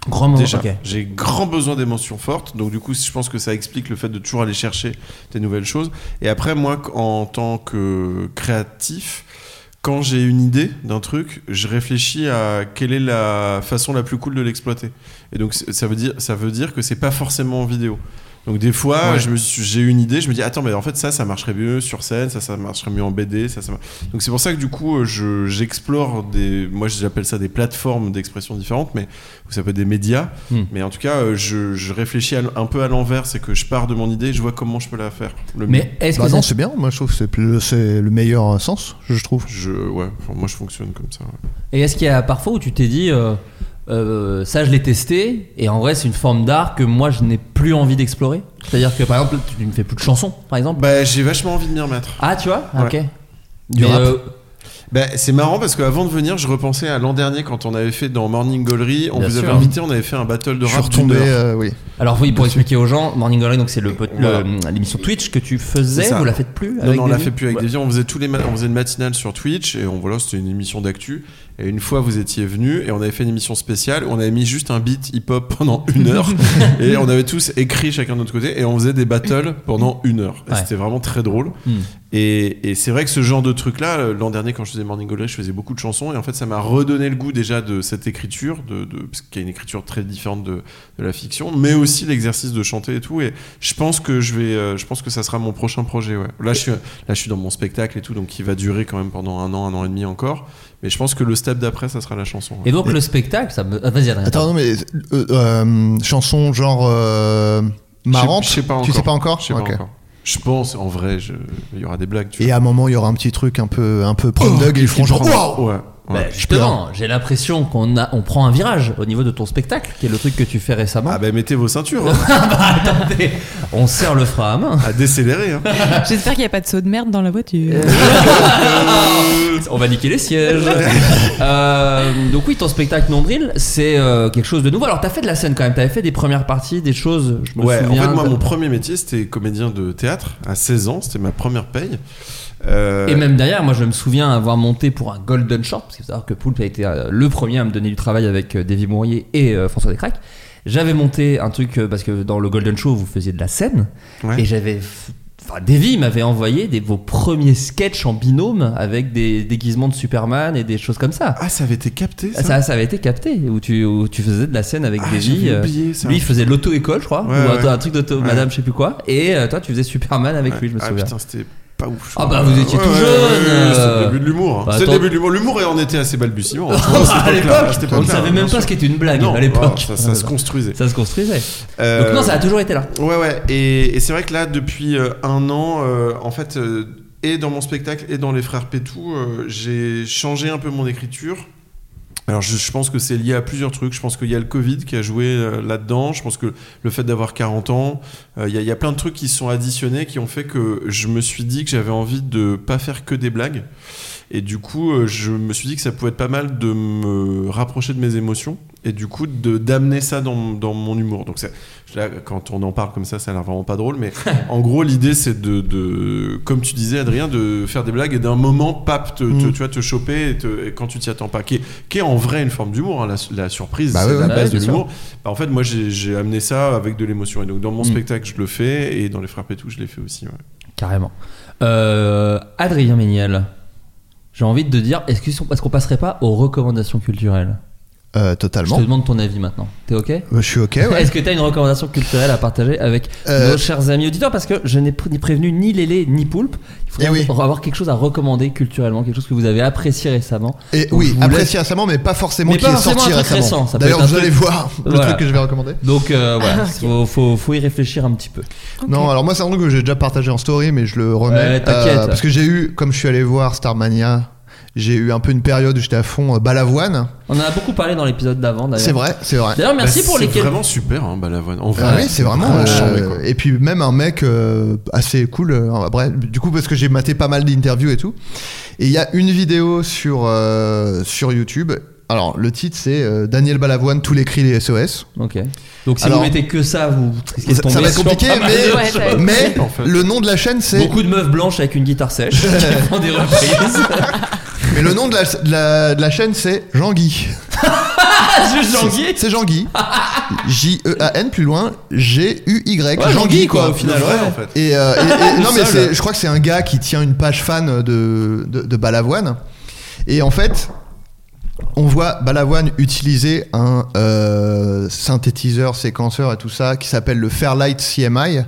S6: Grand moment.
S2: Déjà,
S6: ok.
S2: j'ai grand besoin d'émotions fortes. Donc, du coup, je pense que ça explique le fait de toujours aller chercher des nouvelles choses. Et après, moi, en tant que créatif, quand j'ai une idée d'un truc, je réfléchis à quelle est la façon la plus cool de l'exploiter. Et donc, c'est- ça veut dire, ça veut dire que c'est pas forcément en vidéo. Donc des fois,
S7: Ouais.
S2: je me suis- j'ai une idée, je me dis attends mais en fait ça ça marcherait mieux sur scène, ça ça marcherait mieux en BD, ça ça. mar- Donc c'est pour ça que du coup euh, je j'explore des, moi j'appelle ça des plateformes d'expression différentes, mais ou ça peut être des médias,
S6: Hmm.
S2: mais en tout cas euh, je, je réfléchis à l- un peu à l'envers, c'est que je pars de mon idée, je vois comment je peux la faire. Le mieux.
S6: Mais est-ce
S7: Bah
S6: que
S7: non,
S6: ça-
S7: c'est bien. Moi, je trouve que c'est plus- c'est le meilleur euh, sens, je trouve.
S2: je ouais, enfin, moi je fonctionne comme ça. ouais.
S6: et est-ce qu'il y a parfois où tu t'es dit euh, euh, ça je l'ai testé et en vrai c'est une forme d'art que moi je n'ai plus envie d'explorer C'est-à-dire que par exemple tu ne fais plus de chansons par exemple
S2: Bah j'ai vachement envie de m'y remettre.
S6: Ah tu vois
S2: Ouais.
S6: Ok.
S7: Du
S6: Mais,
S7: rap.
S6: euh,
S2: Bah, c'est marrant parce qu'avant de venir, je repensais à l'an dernier quand on avait fait dans Morning Gallery, on
S6: Bien
S2: vous
S6: sûr.
S2: avait invité, on avait fait un battle de
S7: Je suis
S2: rap.
S7: retombé,
S2: d'une heure.
S7: euh, oui.
S6: Alors oui, pour expliquer aux gens, Morning Glory, donc c'est le, pot-
S2: Voilà.
S6: le- l'émission Twitch que tu faisais,
S2: C'est ça.
S6: vous la faites plus
S2: Non,
S6: avec
S2: non, on l'a
S6: Denis
S2: fait plus avec
S6: Ouais. (laughs)
S2: des vies. On faisait tous les ma- on faisait une matinale sur Twitch et on voilà, c'était une émission d'actu. Et une fois, vous étiez venus et on avait fait une émission spéciale. On avait mis juste un beat hip-hop pendant
S6: (laughs)
S2: une heure et on avait tous écrit chacun de notre côté et on faisait des battles pendant une heure. Et
S6: Ouais.
S2: C'était vraiment très drôle.
S6: Hmm.
S2: Et, et c'est vrai que ce genre de truc-là, euh, l'an dernier, quand je faisais Morning Glory, je faisais beaucoup de chansons et en fait, ça m'a redonné le goût déjà de cette écriture, de, de, parce qu'il y a une écriture très différente de, de la fiction, mais aussi l'exercice de chanter et tout. Et je pense que je vais, euh, je pense que ça sera mon prochain projet. Ouais. Là, je suis, là, je suis dans mon spectacle et tout, donc qui va durer quand même pendant un an, un an et demi encore. Mais je pense que le step d'après, ça sera la chanson. ouais.
S6: Et donc le spectacle, ça me... ah, vas-y Adrien.
S7: Attends, non, mais euh, euh, chanson genre euh, marrante.
S2: Je sais- je sais pas
S7: Tu sais
S2: encore.
S7: pas encore.
S2: Je sais pas
S7: Ok.
S2: encore. Je pense, en vrai, je- il y aura des blagues. Tu Oh,
S6: Oh.
S7: Et à un moment, il y aura un petit truc un peu un peu prom dog et ils feront genre
S2: vois.
S7: waouh.
S2: Ouais. hein.
S6: Bah, justement, j'ai l'impression qu'on a, on prend un virage au niveau de ton spectacle, qui est le truc que tu fais récemment. Ah
S2: ben mettez vos ceintures.
S6: (laughs)
S2: bah.
S6: attendez, on serre le frein à main.
S2: À décélérer. hein.
S3: J'espère qu'il n'y a pas de saut de merde dans la voiture.
S7: Euh,
S6: (laughs) on va niquer les sièges. Euh, donc oui, ton spectacle nombril, c'est euh, quelque chose de nouveau. Alors t'as fait de la scène quand même, t'avais fait des premières parties, des choses. Je me
S2: ouais,
S6: souviens.
S2: en fait, moi, mon premier métier, c'était comédien de théâtre. À 16 ans, c'était ma première paye. Euh,
S6: Et même derrière, moi je me souviens avoir monté pour un Golden Short, parce qu'il faut savoir que Poulpe a été euh, le premier à me donner du travail avec euh, Davy Mourier et euh, François Descraques. J'avais monté un truc, euh, parce que dans le Golden Show vous faisiez de la scène,
S2: Ouais.
S6: et j'avais. f- Enfin, Davy m'avait envoyé des, vos premiers sketchs en binôme avec des déguisements de Superman et des choses comme ça.
S2: Ah, ça avait été capté, ça,
S6: Ça, ça avait été capté, où tu, où tu faisais de la scène avec
S2: Ah,
S6: Davy.
S2: j'avais
S6: euh,
S2: oublié ça.
S6: Lui, il faisait l'auto-école, je crois,
S2: Ouais,
S6: ou un-
S2: ouais.
S6: un truc d'auto,
S2: Ouais.
S6: madame, je sais plus quoi. Et euh, toi, tu faisais Superman avec
S2: Ouais.
S6: lui, je me
S2: ah,
S6: souviens. (laughs)
S2: putain, c'était pas ouf. je
S6: Ah,
S2: crois.
S6: bah, vous étiez tout jeune, euh.
S2: C'était le début de l'humour. hein.
S6: Bah,
S2: c'était
S6: attends.
S2: le début de l'humour. L'humour, et on était assez balbutiement.
S6: (laughs) à l'époque, on ne savait même pas ce qu'était une blague
S2: Non, oh,
S6: à l'époque.
S2: ça, ça se construisait.
S6: (laughs) Ça se construisait.
S2: Euh,
S6: Donc non, ça a toujours été là.
S2: Ouais, ouais. Et, et c'est vrai que là, depuis euh, un an, euh, en fait, euh, et dans mon spectacle et dans Les Frères Pétou, euh, j'ai changé un peu mon écriture. Alors, je, je pense que c'est lié à plusieurs trucs. Je pense qu'il y a le Covid qui a joué euh, là-dedans. Je pense que le fait d'avoir 40 ans, euh, il y, a- il y a plein de trucs qui se sont additionnés qui ont fait que je me suis dit que j'avais envie de pas faire que des blagues. Et du coup, euh, je me suis dit que ça pouvait être pas mal de me rapprocher de mes émotions et du coup de d'amener ça dans, dans mon humour. Donc ça- là, quand on en parle comme ça, ça a l'air vraiment pas
S6: (laughs)
S2: drôle, mais en gros, l'idée c'est de, de- comme tu disais, Adrien, de faire des blagues et d'un moment, pap, te, te-
S7: Mm.
S2: tu vois, te choper et, te- et quand tu t'y attends pas, qui est, qui est en vrai une forme d'humour, hein, la, la surprise,
S7: Bah
S2: c'est
S7: ouais,
S2: la
S7: ouais,
S2: base
S6: ouais,
S2: de
S6: bien
S2: l'humour. Bah, en fait, moi, j'ai j'ai amené ça avec de l'émotion. Et donc dans mon
S6: Mm.
S2: spectacle, je le fais et dans les frères Pétou, je l'ai fait aussi. ouais.
S6: Carrément. Euh, Adrien Méniel, j'ai envie de te dire, est-ce qu'ils sont- est-ce qu'on passerait pas aux recommandations culturelles
S7: Euh,
S6: Je te
S7: totalement.
S6: demande ton avis maintenant. T'es ok
S7: Euh, Je suis ok, ouais.
S6: Est-ce que t'as une recommandation culturelle à partager avec
S7: Euh,
S6: nos chers amis auditeurs Parce que je n'ai pr- ni prévenu ni Lélé ni Poulpe. Il faudrait
S7: Eh oui.
S6: avoir quelque chose à recommander culturellement, quelque chose que vous avez apprécié récemment.
S7: Et
S6: Donc, je
S7: oui,
S6: vous laisse-
S7: apprécié récemment, mais pas forcément
S6: Mais
S7: qui
S6: pas
S7: est
S6: forcément
S7: sorti
S6: un truc récent,
S7: récemment.
S6: ça peut être
S7: D'ailleurs,
S6: un
S7: vous allez
S6: truc-
S7: voir le
S6: Voilà.
S7: truc que je vais recommander. (laughs)
S6: Donc euh, voilà, faut, faut, faut y réfléchir un petit peu.
S7: Non, alors moi, c'est un truc que j'ai déjà partagé en story, mais je le remets. Euh,
S6: Ouais, t'inquiète.
S7: parce que j'ai eu, comme je suis allé voir Starmania, j'ai eu un peu une période où j'étais à fond euh, Balavoine.
S6: On en a beaucoup parlé dans l'épisode d'avant d'ailleurs.
S7: C'est vrai, c'est vrai.
S6: D'ailleurs, merci
S2: Bah,
S6: pour les
S2: C'est vraiment super, hein, Balavoine. En
S7: Ah
S2: vrai,
S7: oui, c'est vraiment. euh,
S2: chambé, quoi.
S7: et puis même un mec euh, assez cool. euh, bref, du coup, parce que j'ai maté pas mal d'interviews et tout. Et il y a une vidéo sur, euh, sur YouTube. Alors, le titre, c'est euh, Daniel Balavoine, tous les cris les SOS.
S6: Ok. Donc si
S7: Alors-
S6: vous mettez que ça, vous risquez de
S7: Ça,
S6: tomber
S7: ça va être
S6: sur
S7: compliqué,
S6: pas mal
S7: mais,
S6: de-
S8: (laughs) Ouais, ça va être
S7: mais
S2: compliqué, en fait.
S7: le nom de la chaîne, c'est.
S6: Beaucoup de meufs blanches avec une guitare
S7: (laughs)
S6: sèche qui font des reprises.
S7: Mais le nom de la, de la, de la chaîne, c'est Jean-Guy.
S6: Ah, Je janvier.
S7: C'est Jean-Guy. J-E-A-N plus loin, G-U-Y.
S6: Ouais, Jean-Guy, quoi, au
S2: C'est
S6: final.
S2: vrai,
S6: ouais.
S2: en fait.
S7: Et, euh,
S6: (laughs)
S7: et- et- non, mais
S6: Seul.
S7: c'est- je crois que c'est un gars qui tient une page fan de, de, de Balavoine. Et en fait, on voit Balavoine utiliser un euh, synthétiseur, séquenceur et tout ça qui s'appelle le Fairlight CMI.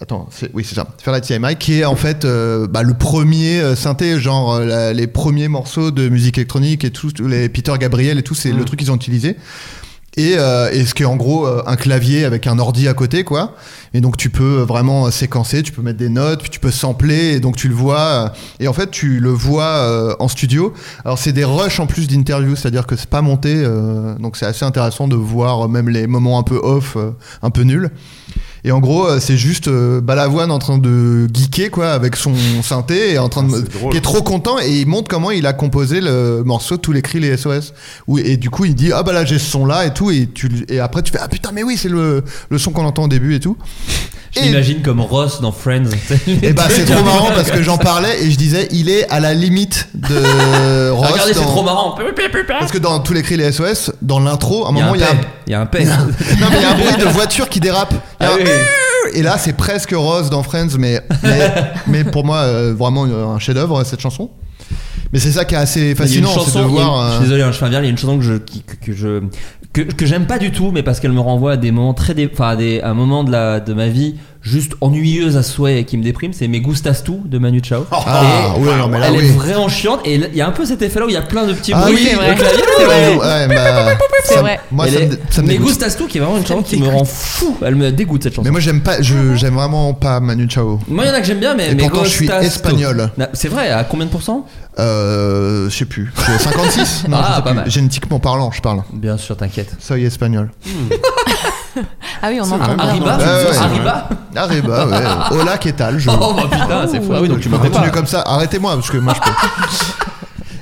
S7: Attends, c'est- oui, c'est ça. Fairlight CMI, qui est en fait euh, bah, le premier euh, synthé, genre euh, la- les premiers morceaux de musique électronique et tout, tous les Peter Gabriel et tout,
S6: Mm.
S7: c'est le truc qu'ils ont utilisé. Et, euh, et ce qui est en gros euh, un clavier avec un ordi à côté, quoi. Et donc tu peux vraiment euh, séquencer, tu peux mettre des notes, puis tu peux sampler, et donc tu le vois. euh, Et en fait, tu le vois euh, en studio. Alors c'est des rushs en plus d'interviews, c'est-à-dire que c'est pas monté, euh, donc c'est assez intéressant de voir euh, même les moments un peu off, euh, un peu nuls. Et en gros, euh, c'est juste euh, Balavoine en train de geeker quoi avec son synthé et en train de
S2: Ah, C'est drôle.
S7: qui est trop content et il montre comment il a composé le morceau tous les cris les SOS. Où- et du coup, il dit ah bah là j'ai ce son là et tout et tu l- et après tu fais ah putain mais oui, c'est le le son qu'on entend au début et tout.
S6: Je
S7: Et-
S6: l'imagine comme Ross dans Friends.
S7: Et bah
S6: (laughs)
S7: c'est trop marrant parce que j'en parlais et je disais il est à la limite
S6: (laughs)
S7: de Ross
S6: Regardez, c'est
S7: dans-
S6: trop marrant.
S7: Parce que dans tous les cris les SOS, dans l'intro, à un
S6: Il y a
S7: moment
S6: un Ah
S7: il y a
S6: pet. Il y a un pet.
S7: (laughs) non mais il y a un bruit de
S6: (laughs)
S7: voiture qui dérape. Il y a
S6: Ah
S7: un-
S6: oui.
S7: Et là, c'est presque Rose dans Friends, mais,
S6: (laughs)
S7: mais, mais pour moi, euh, vraiment euh, un chef-d'œuvre cette chanson. Mais c'est ça qui est assez
S6: Il y a une
S7: fascinant, c'est de
S6: il y a une-
S7: voir.
S6: Je
S7: euh,
S6: suis désolé, hein, je fais un virage, il y a une chanson que je qui- que, que je que, que j'aime pas du tout, mais parce qu'elle me renvoie à des moments très, dé- enfin à des à un moment de la de ma vie juste ennuyeuse à souhait et qui me déprime, c'est Mes Gustas Tout de Manu Chao.
S7: Ah,
S6: Et
S7: ouais, non, mais là,
S6: elle
S7: oui.
S6: est vraiment chiante et il y a un peu cet effet là où il y a plein de petits
S7: Ah
S6: bruits
S7: oui,
S6: de
S7: c'est vrai.
S6: clavier.
S7: Ouais, ouais, bah,
S8: C'est
S7: ça-
S8: vrai.
S7: Moi,
S6: Elle
S7: ça me,
S6: est-
S7: ça me
S6: Mais
S7: dégoûte.
S6: Gustas Tout, qui est vraiment une chanson qui me rend fou. Elle me dégoûte cette chanson.
S7: Mais moi, j'aime pas, je, j'aime vraiment pas Manu Chao.
S6: Moi, il y en a que j'aime bien, mais.
S7: Et
S6: mais
S7: pourtant, je suis
S6: Gustas Tout.
S7: espagnol.
S6: Na- C'est vrai, à combien de pourcents
S7: Euh, je sais plus. C'est 56
S6: (laughs)
S7: Non,
S6: Ah,
S7: je sais
S6: pas
S7: plus.
S6: mal.
S7: Génétiquement parlant, je parle.
S6: Bien sûr, t'inquiète.
S7: Soy espagnol.
S8: Ah oui, on entend bien.
S6: Arriba
S7: Ouais, ouais, c'est
S6: Arriba
S7: Arriba, Ah, eh bah,
S6: (laughs)
S7: ouais. Hola, que tal je...
S6: Oh bah putain, c'est fou. Ah oui, donc tu
S7: je peux
S6: m'en
S7: continuer
S6: pas.
S7: comme ça. Arrêtez-moi, parce que moi, je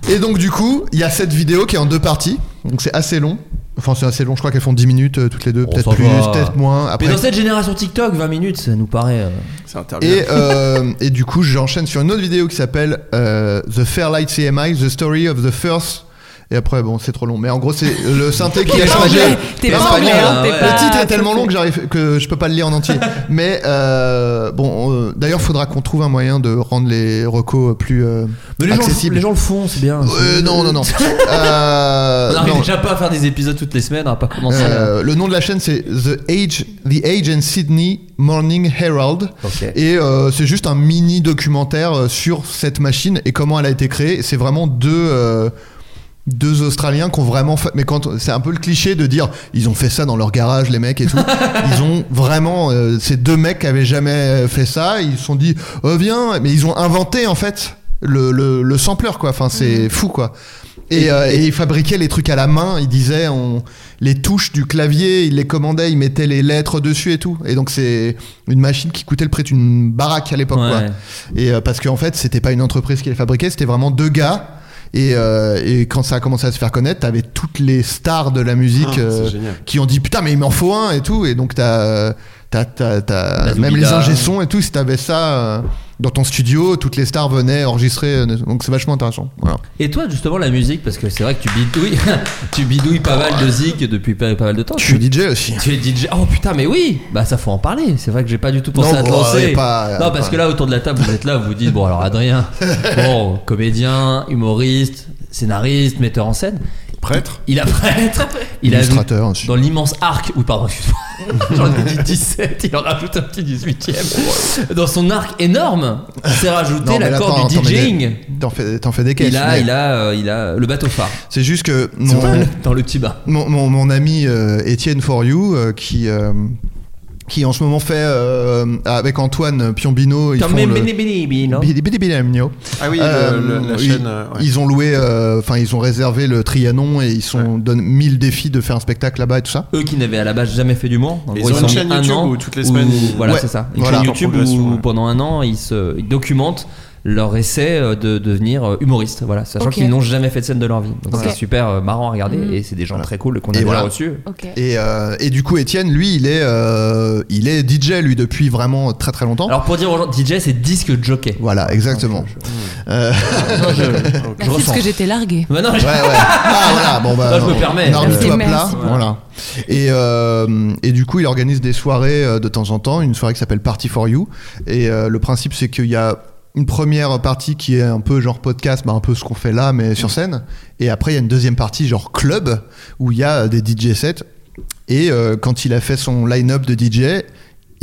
S7: peux. Et donc, du coup, il y a cette vidéo qui est en deux parties. Donc, c'est assez long. Enfin, c'est assez long. Je crois qu'elles font 10 minutes euh, toutes les deux.
S6: Oh,
S7: peut-être
S6: ça
S7: plus,
S6: va.
S7: peut-être moins.
S6: Mais
S7: Après,
S6: dans cette génération TikTok, 20 minutes, ça nous paraît. euh,
S2: C'est interdit.
S7: Et, euh, et du coup, j'enchaîne sur une autre vidéo qui s'appelle euh, The Fairlight CMI, The Story of the First. Et après, bon, c'est trop long. Mais en gros, c'est le synthé qui a
S8: pas
S7: changé.
S8: anglais, t'es pas
S7: L'espagnol.
S8: anglais, hein,
S6: t'es
S7: le
S6: pas-
S7: titre est tellement long que, j'arrive, que je peux pas le lire en entier. Mais euh, bon, euh, d'ailleurs, faudra qu'on trouve un moyen de rendre les recos plus euh,
S6: Mais les gens,
S7: accessibles.
S6: les gens le font, c'est bien.
S7: Euh, non,
S6: (laughs)
S7: non, non.
S6: On
S7: Euh,
S6: n'arrive
S7: non.
S6: déjà pas à faire des épisodes toutes les semaines, on va pas commencer à.
S7: Euh, le nom de la chaîne c'est The Age, The Age and Sydney Morning Herald.
S6: Ok.
S7: Et euh, c'est juste un mini documentaire euh, sur cette machine et comment elle a été créée. C'est vraiment deux. euh, deux Australiens qui ont vraiment fait. Mais quand c'est un peu le cliché de dire ils ont fait ça dans leur garage les mecs et tout. ils ont vraiment euh, ces deux mecs qui avaient jamais euh, fait ça. Ils se sont dit oh, viens, mais ils ont inventé en fait le le, le sampler quoi. Enfin c'est fou quoi. Mm. Et, euh, et ils fabriquaient les trucs à la main. Ils disaient on les touches du clavier, ils les commandaient, ils mettaient les lettres dessus et tout. Et donc c'est une machine qui coûtait le prix d'une baraque à l'époque
S6: Ouais.
S7: quoi. Et euh, parce qu'en fait, c'était pas une entreprise qui les fabriquait, c'était vraiment deux gars. Et, euh, et quand ça a commencé à se faire connaître, t'avais toutes les stars de la musique
S2: Ah, c'est
S7: euh,
S2: génial.
S7: qui ont dit putain, mais il m'en faut un et tout. Et donc t'as, t'as, t'as, t'as-
S6: Mazoubida.
S7: même les ingé sons et tout. Si t'avais ça euh, dans ton studio, toutes les stars venaient enregistrer. euh, donc c'est vachement intéressant. Voilà.
S6: Et toi, justement, la musique, parce que c'est vrai que tu bidouilles, (laughs) tu bidouilles pas mal de zig depuis pas, pas mal de temps.
S7: Je suis DJ aussi.
S6: Tu es DJ. Oh putain, mais oui! Bah, ça faut en parler. C'est vrai que j'ai pas du tout pensé
S7: Non,
S6: à te
S7: bon,
S6: lancer.
S7: ouais, pas-
S6: non, parce
S7: pas-
S6: que là, autour de la table, vous êtes là, vous vous dites, bon, alors Adrien, bon, comédien, humoriste, scénariste, metteur en scène.
S2: Prêtre
S6: Il a prêtre. Il a
S7: Illustrateur aussi.
S6: dans l'immense arc, ou pardon, excuse-moi, (laughs) j'en ai dit 17, il en rajoute un petit 18ème. Dans son arc énorme, s'est rajouté
S7: Non, mais là,
S6: l'accord
S7: attends,
S6: du
S7: t'en mets des-
S6: DJing.
S7: T'en fais, t'en fais des caisses.
S6: Il a,
S7: mais
S6: il a, euh, il a le bateau phare
S7: C'est juste que
S6: Sur
S7: mon-
S6: le- dans le petit bain.
S7: mon, mon, mon ami euh, Étienne For You euh, qui euh, qui en ce moment fait euh, avec Antoine Piombino ils
S6: T'as
S7: font
S6: même
S7: le-
S6: béni, béni, béni, non
S7: Bidi Bidi Bidi Amnio.
S2: Ah oui, le-
S7: Euh,
S2: le- la
S7: ils-
S2: chaîne. euh, ouais.
S7: Ils ont loué, euh, enfin ils ont réservé le Trianon et ils sont donnent mille défis de faire un spectacle là-bas et tout ça.
S6: Eux qui n'avaient à la base jamais fait du monde. En
S2: Ils
S6: gros,
S2: ont une
S6: ont mis
S2: chaîne
S6: un
S2: YouTube
S6: an
S2: où toutes les semaines, ils-
S6: Voilà,
S7: Ouais,
S6: c'est ça. Une
S7: voilà.
S6: chaîne YouTube
S2: En progression,
S6: où
S2: ouais.
S6: pendant un an, ils, se, ils documentent leur essai euh, de devenir euh, humoriste. Voilà, sachant
S8: Ok.
S6: qu'ils n'ont jamais fait de scène de leur vie. Donc
S8: Ok. Mhm.
S6: c'est super euh, marrant à regarder et c'est des gens très cool qu'on a
S7: Et
S6: déjà
S7: voilà.
S6: reçus.
S8: Ok.
S7: Et, euh, et du coup Étienne lui il est euh, il est DJ lui depuis vraiment très très longtemps.
S6: Alors pour dire aux gens, DJ c'est disque jockey.
S7: voilà exactement. Euh,
S6: Non, je,
S2: Ah,
S6: je
S8: Merci
S6: ressens.
S8: parce que j'étais larguée.
S6: Bah non,
S7: Ouais, ouais.
S8: (laughs)
S7: Ah, voilà, bon, bah.
S6: Non, je me permets.
S7: on arbitre
S8: Merci,
S7: à plat,
S8: merci.
S7: Voilà. Et, euh, et du coup, il organise des soirées euh, de temps en temps, une soirée qui s'appelle Party for You. Et euh, le principe, c'est qu'il y a une première partie qui est un peu genre podcast, bah, un peu ce qu'on fait là, mais sur scène. Et après, il y a une deuxième partie, genre club, où il y a euh, des DJ sets. Et euh, quand il a fait son line-up de DJ,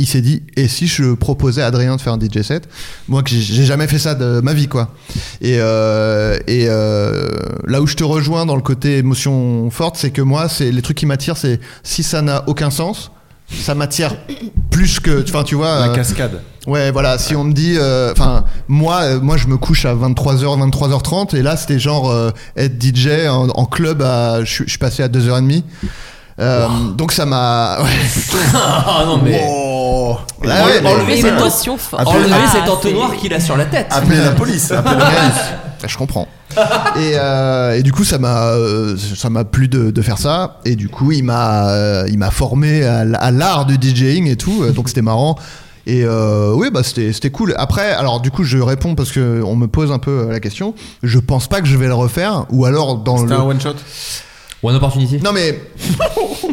S7: il s'est dit et si je proposais à Adrien de faire un DJ set moi que j'ai- j'ai jamais fait ça de ma vie quoi et euh, et euh, là où je te rejoins dans le côté émotion forte c'est que moi c'est les trucs qui m'attirent c'est si ça n'a aucun sens ça m'attire plus que enfin tu vois
S2: La
S7: euh,
S2: cascade.
S7: Ouais, voilà, si on me dit. euh, Enfin, moi, euh, moi, je me couche à 23h, 23h30, et là, c'était genre euh, être DJ en, en club, à, je, suis- je suis passé à 2h30. Euh, Donc, ça m'a. (laughs) Ouais.
S6: (laughs)
S7: Ah
S6: Ah non mais.
S2: Oh
S7: Ouais,
S6: Enle-
S7: mais-
S6: enlever cette
S8: Émotion forte.
S6: enlever
S8: Ah,
S6: cet
S8: c'est-
S6: entonnoir qu'il a sur la tête.
S2: Appelez
S6: (laughs)
S2: la police. appelez la-
S7: Ouais, Ah, je comprends. et, euh, et du coup, ça m'a, euh, ça m'a plu de, de faire ça. Et du coup, il m'a, euh, il m'a formé à, l- à l'art du DJing et tout. Euh, Donc c'était marrant. Et euh, oui, bah c'était, c'était cool. Après, alors du coup, je réponds parce que on me pose un peu euh, la question. Je pense pas que je vais le refaire. Ou alors dans
S2: C'était
S7: le.
S2: un one shot.
S6: One opportunity.
S7: Non mais.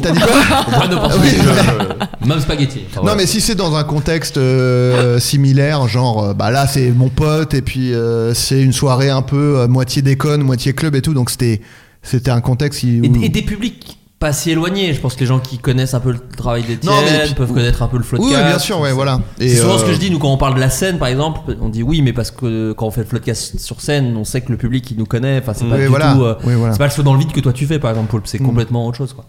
S7: T'as dit quoi
S6: One opportunity.
S2: Ah
S6: (laughs) Même spaghetti. Enfin,
S7: Non
S6: voilà.
S7: mais si c'est dans un contexte euh, (laughs) similaire, genre euh, bah là c'est mon pote et puis euh, c'est une soirée un peu euh, moitié déconne, moitié club et tout, donc c'était c'était un contexte qui-
S6: Et,
S7: où-
S6: et des publics pas si éloigné. Je pense que les gens qui connaissent un peu le travail d'Étienne
S7: Non, mais-
S6: peuvent connaître un peu le floodcast.
S7: Oui, oui, bien sûr, ouais, voilà. Et,
S6: C'est souvent
S7: euh,
S6: ce que je dis, nous, quand on parle de la scène, par exemple, on dit oui, mais parce que quand on fait le floodcast sur scène, on sait que le public, il nous connaît. Enfin, c'est pas
S7: Oui,
S6: du
S7: voilà.
S6: tout. euh,
S7: Oui, voilà.
S6: C'est pas le saut dans le vide que toi tu fais, par exemple, Paul. C'est
S7: Mm.
S6: complètement autre chose, quoi.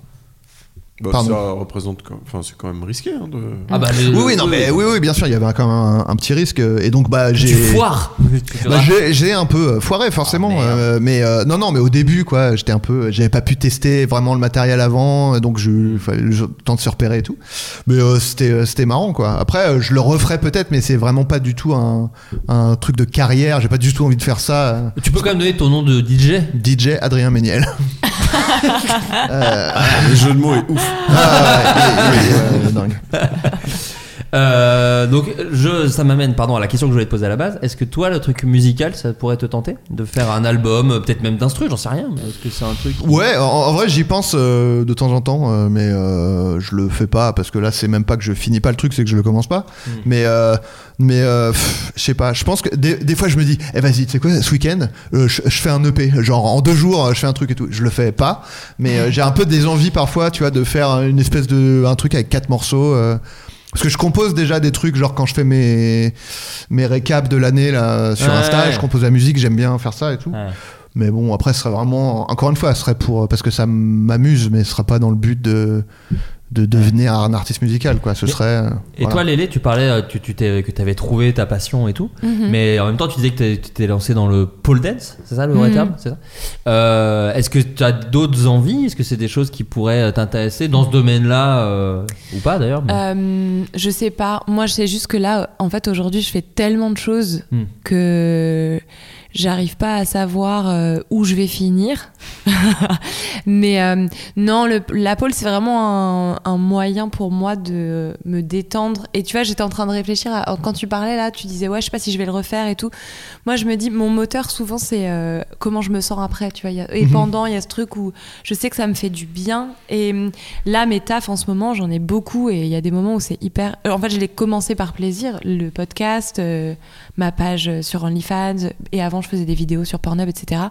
S2: Bah,
S7: Pardon.
S2: ça représente quand... Enfin, c'est quand même risqué. hein, de...
S6: Ah bah, les-
S7: Mm. Oui, oui, non, mais oui, oui, bien sûr, il y avait quand même un, un petit risque. euh, Et donc, bah, j'ai.
S6: Tu foires.
S7: Bah, j'ai j'ai un peu euh, foiré forcément,
S6: Ah, merde.
S7: euh, mais euh, non non mais au début quoi, j'étais un peu, j'avais pas pu tester vraiment le matériel avant, euh, donc je fallait le temps de se repérer et tout. Mais euh, c'était euh, c'était marrant quoi. Après euh, je le referai peut-être, mais c'est vraiment pas du tout un, un truc de carrière. J'ai pas du tout envie de faire ça. euh,
S6: Tu peux quand même donner ton nom de DJ.
S7: DJ Adrien Méniel.
S2: Le jeu de mots est ouf.
S7: Ah, ouais, et- et, euh, dingue.
S6: Euh, donc, je, ça m'amène, pardon, à la question que je voulais te poser à la base. Est-ce que toi, le truc musical, ça pourrait te tenter de faire un album, euh, peut-être même d'instru, j'en sais rien. mais Est-ce que c'est un truc
S7: Ouais, en, en vrai, j'y pense euh, de temps en temps, euh, mais euh, je le fais pas parce que là, c'est même pas que je finis pas le truc, c'est que je le commence pas. Mais, euh, mais euh, pff, je sais pas, je pense que des, des fois, je me dis, eh vas-y, tu sais quoi, ce week-end, euh, je je fais un EP, genre en deux jours, euh, je fais un truc et tout. Je le fais pas, mais euh, j'ai un peu des envies parfois, tu vois, de faire une espèce de un truc avec quatre morceaux. euh, parce que je compose déjà des trucs, genre quand je fais mes, mes récaps de l'année là, sur
S6: Ouais,
S7: Insta,
S6: ouais.
S7: je compose la musique, j'aime bien faire ça et tout.
S6: Ouais.
S7: Mais bon, après, ce serait vraiment. Encore une fois, ce serait pour. euh, Parce que ça m'amuse, mais ce serait pas dans le but de, de devenir un artiste musical, quoi. Ce
S6: Mais-
S7: serait. euh,
S6: Et toi, Lélé, tu parlais euh, tu, tu t'es, que tu avais trouvé ta passion et tout,
S8: Mhm.
S6: mais en même temps, tu disais que t'es- tu t'es lancé dans le pole dance, c'est ça le vrai
S8: Mhm.
S6: terme c'est ça Euh, Est-ce que tu as d'autres envies Est-ce que c'est des choses qui pourraient euh, t'intéresser dans ce domaine-là euh, Ou pas d'ailleurs mais-
S8: Euh, je sais pas. Moi, je sais juste que là, en fait, aujourd'hui, je fais tellement de choses
S6: Hmm.
S8: que j'arrive pas à savoir euh, où je vais finir. (laughs) Mais euh, non, le, la pole, c'est vraiment un, un moyen pour moi de me détendre. Et tu vois, j'étais en train de réfléchir. à- quand tu parlais là, tu disais, ouais, je sais pas si je vais le refaire et tout. Moi, je me dis, mon moteur, souvent, c'est euh, comment je me sens après. Tu vois, Il y a- et
S7: Mhm.
S8: pendant, il y a ce truc où je sais que ça me fait du bien. Et hum, là, mes tafs en ce moment, j'en ai beaucoup. Et il y a des moments où c'est hyper. euh, En fait, je l'ai commencé par plaisir. Le podcast, euh, ma page euh, sur OnlyFans. Et avant, je faisais des vidéos sur Pornhub, etc.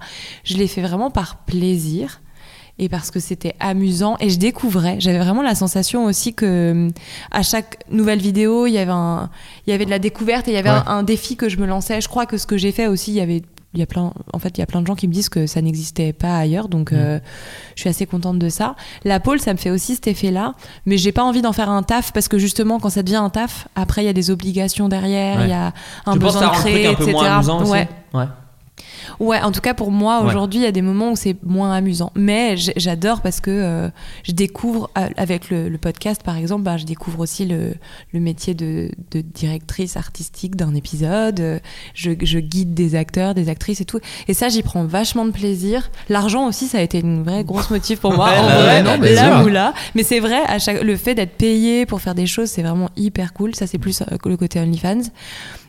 S8: Je l'ai fait vraiment par plaisir. Et parce que c'était amusant et je découvrais. J'avais vraiment la sensation aussi que hum, à chaque nouvelle vidéo, il y avait, un, il y avait de la découverte et il y avait
S7: Ouais.
S8: un, un défi que je me lançais. Je crois que ce que j'ai fait aussi, il y avait. Il y a plein, en fait, il y a plein de gens qui me disent que ça n'existait pas ailleurs, donc euh, je suis assez contente de ça. La pole, ça me fait aussi cet effet-là, mais j'ai pas envie d'en faire un taf parce que justement, quand ça devient un taf, après il y a des obligations derrière, il
S6: Ouais.
S8: y a un
S6: tu penses que
S8: besoin
S6: ça
S8: de
S6: rend le
S8: créer,
S6: truc un peu
S8: etc.
S6: moins amusant aussi
S8: ouais.
S6: Ouais.
S8: ouais, en tout cas pour moi
S6: Ouais.
S8: aujourd'hui, il y a des moments où c'est moins amusant, mais j- j'adore parce que euh, je découvre euh, avec le, le podcast par exemple, bah, je découvre aussi le, le métier de, de directrice artistique d'un épisode. euh, Je, je guide des acteurs, des actrices et tout, et ça j'y prends vachement de plaisir. L'argent aussi, ça a été une vraie grosse motive pour moi.
S6: Ouais,
S8: en
S6: bah
S8: vrai,
S6: ouais, non, mais c'est
S8: là
S6: vrai.
S8: ou là, mais c'est vrai. À chaque, le fait d'être payé pour faire des choses, c'est vraiment hyper cool. Ça c'est plus euh, le côté OnlyFans.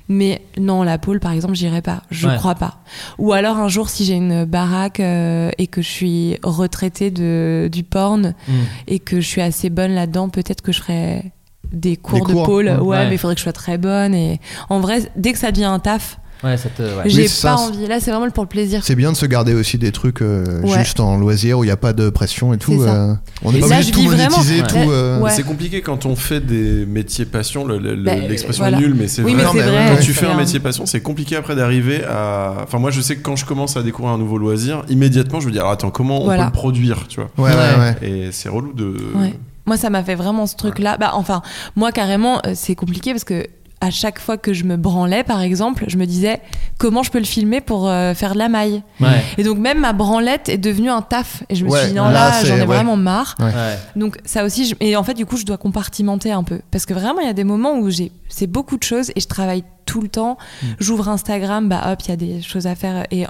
S8: Mais non, la pôle, par exemple, j'irai pas. Je
S6: Ouais.
S8: crois pas. Ou alors un jour, si j'ai une baraque euh, et que je suis retraitée de, du porn
S6: Mm.
S8: et que je suis assez bonne là-dedans, peut-être que je ferai des cours
S7: Des
S8: de
S7: cours,
S8: pôle.
S7: ouais.
S8: Ouais,
S6: Ouais.
S8: mais il faudrait que je sois très bonne. Et en vrai, dès que ça devient un taf,
S6: Ouais, ça te- ouais.
S8: j'ai
S7: Oui, c'est
S8: pas
S7: ça, c'est-
S8: envie. Là, c'est vraiment pour le plaisir.
S7: C'est bien de se garder aussi des trucs euh,
S8: Ouais.
S7: juste en loisir où il n'y a pas de pression et tout.
S8: C'est ça.
S7: euh, on n'est
S8: Et
S7: pas
S8: ça,
S7: obligé
S8: je
S7: de tout
S8: vis vraiment.
S7: monétiser,
S8: Ouais.
S7: tout. euh,
S8: Ouais.
S2: C'est compliqué quand on fait des métiers passion, le- le- le-
S8: Bah, euh,
S2: l'expression
S8: voilà.
S2: est nulle, mais c'est
S8: Oui,
S2: vrai.
S8: mais
S7: Non,
S8: c'est
S7: mais
S8: vrai.
S2: Quand tu
S8: c'est
S2: fais un métier passion, c'est compliqué après d'arriver à. Enfin, moi, je sais que quand je commence à découvrir un nouveau loisir, immédiatement, je me dis alors, attends, comment on
S8: Voilà.
S2: peut le produire, tu vois
S7: Ouais, ouais,
S6: Ouais.
S7: ouais.
S2: Et c'est relou de.
S8: Ouais. Moi, ça m'a fait vraiment ce truc-là. Bah, enfin, moi, carrément, euh, c'est compliqué parce que à chaque fois que je me branlais, par exemple, je me disais comment je peux le filmer pour euh, faire de la maille.
S6: Ouais.
S8: Et donc, même ma branlette est devenue un taf. Et je me
S7: Ouais,
S8: suis dit, non,
S7: là,
S8: là,
S7: c'est-
S8: j'en ai
S7: ouais.
S8: vraiment marre.
S7: Ouais.
S6: Ouais.
S8: Donc, ça aussi, je- et en fait, du coup, je dois compartimenter un peu. Parce que vraiment, il y a des moments où j'ai, c'est beaucoup de choses et je travaille tout le temps.
S7: Hmm.
S8: J'ouvre Instagram, bah hop, il y a des choses à faire. Et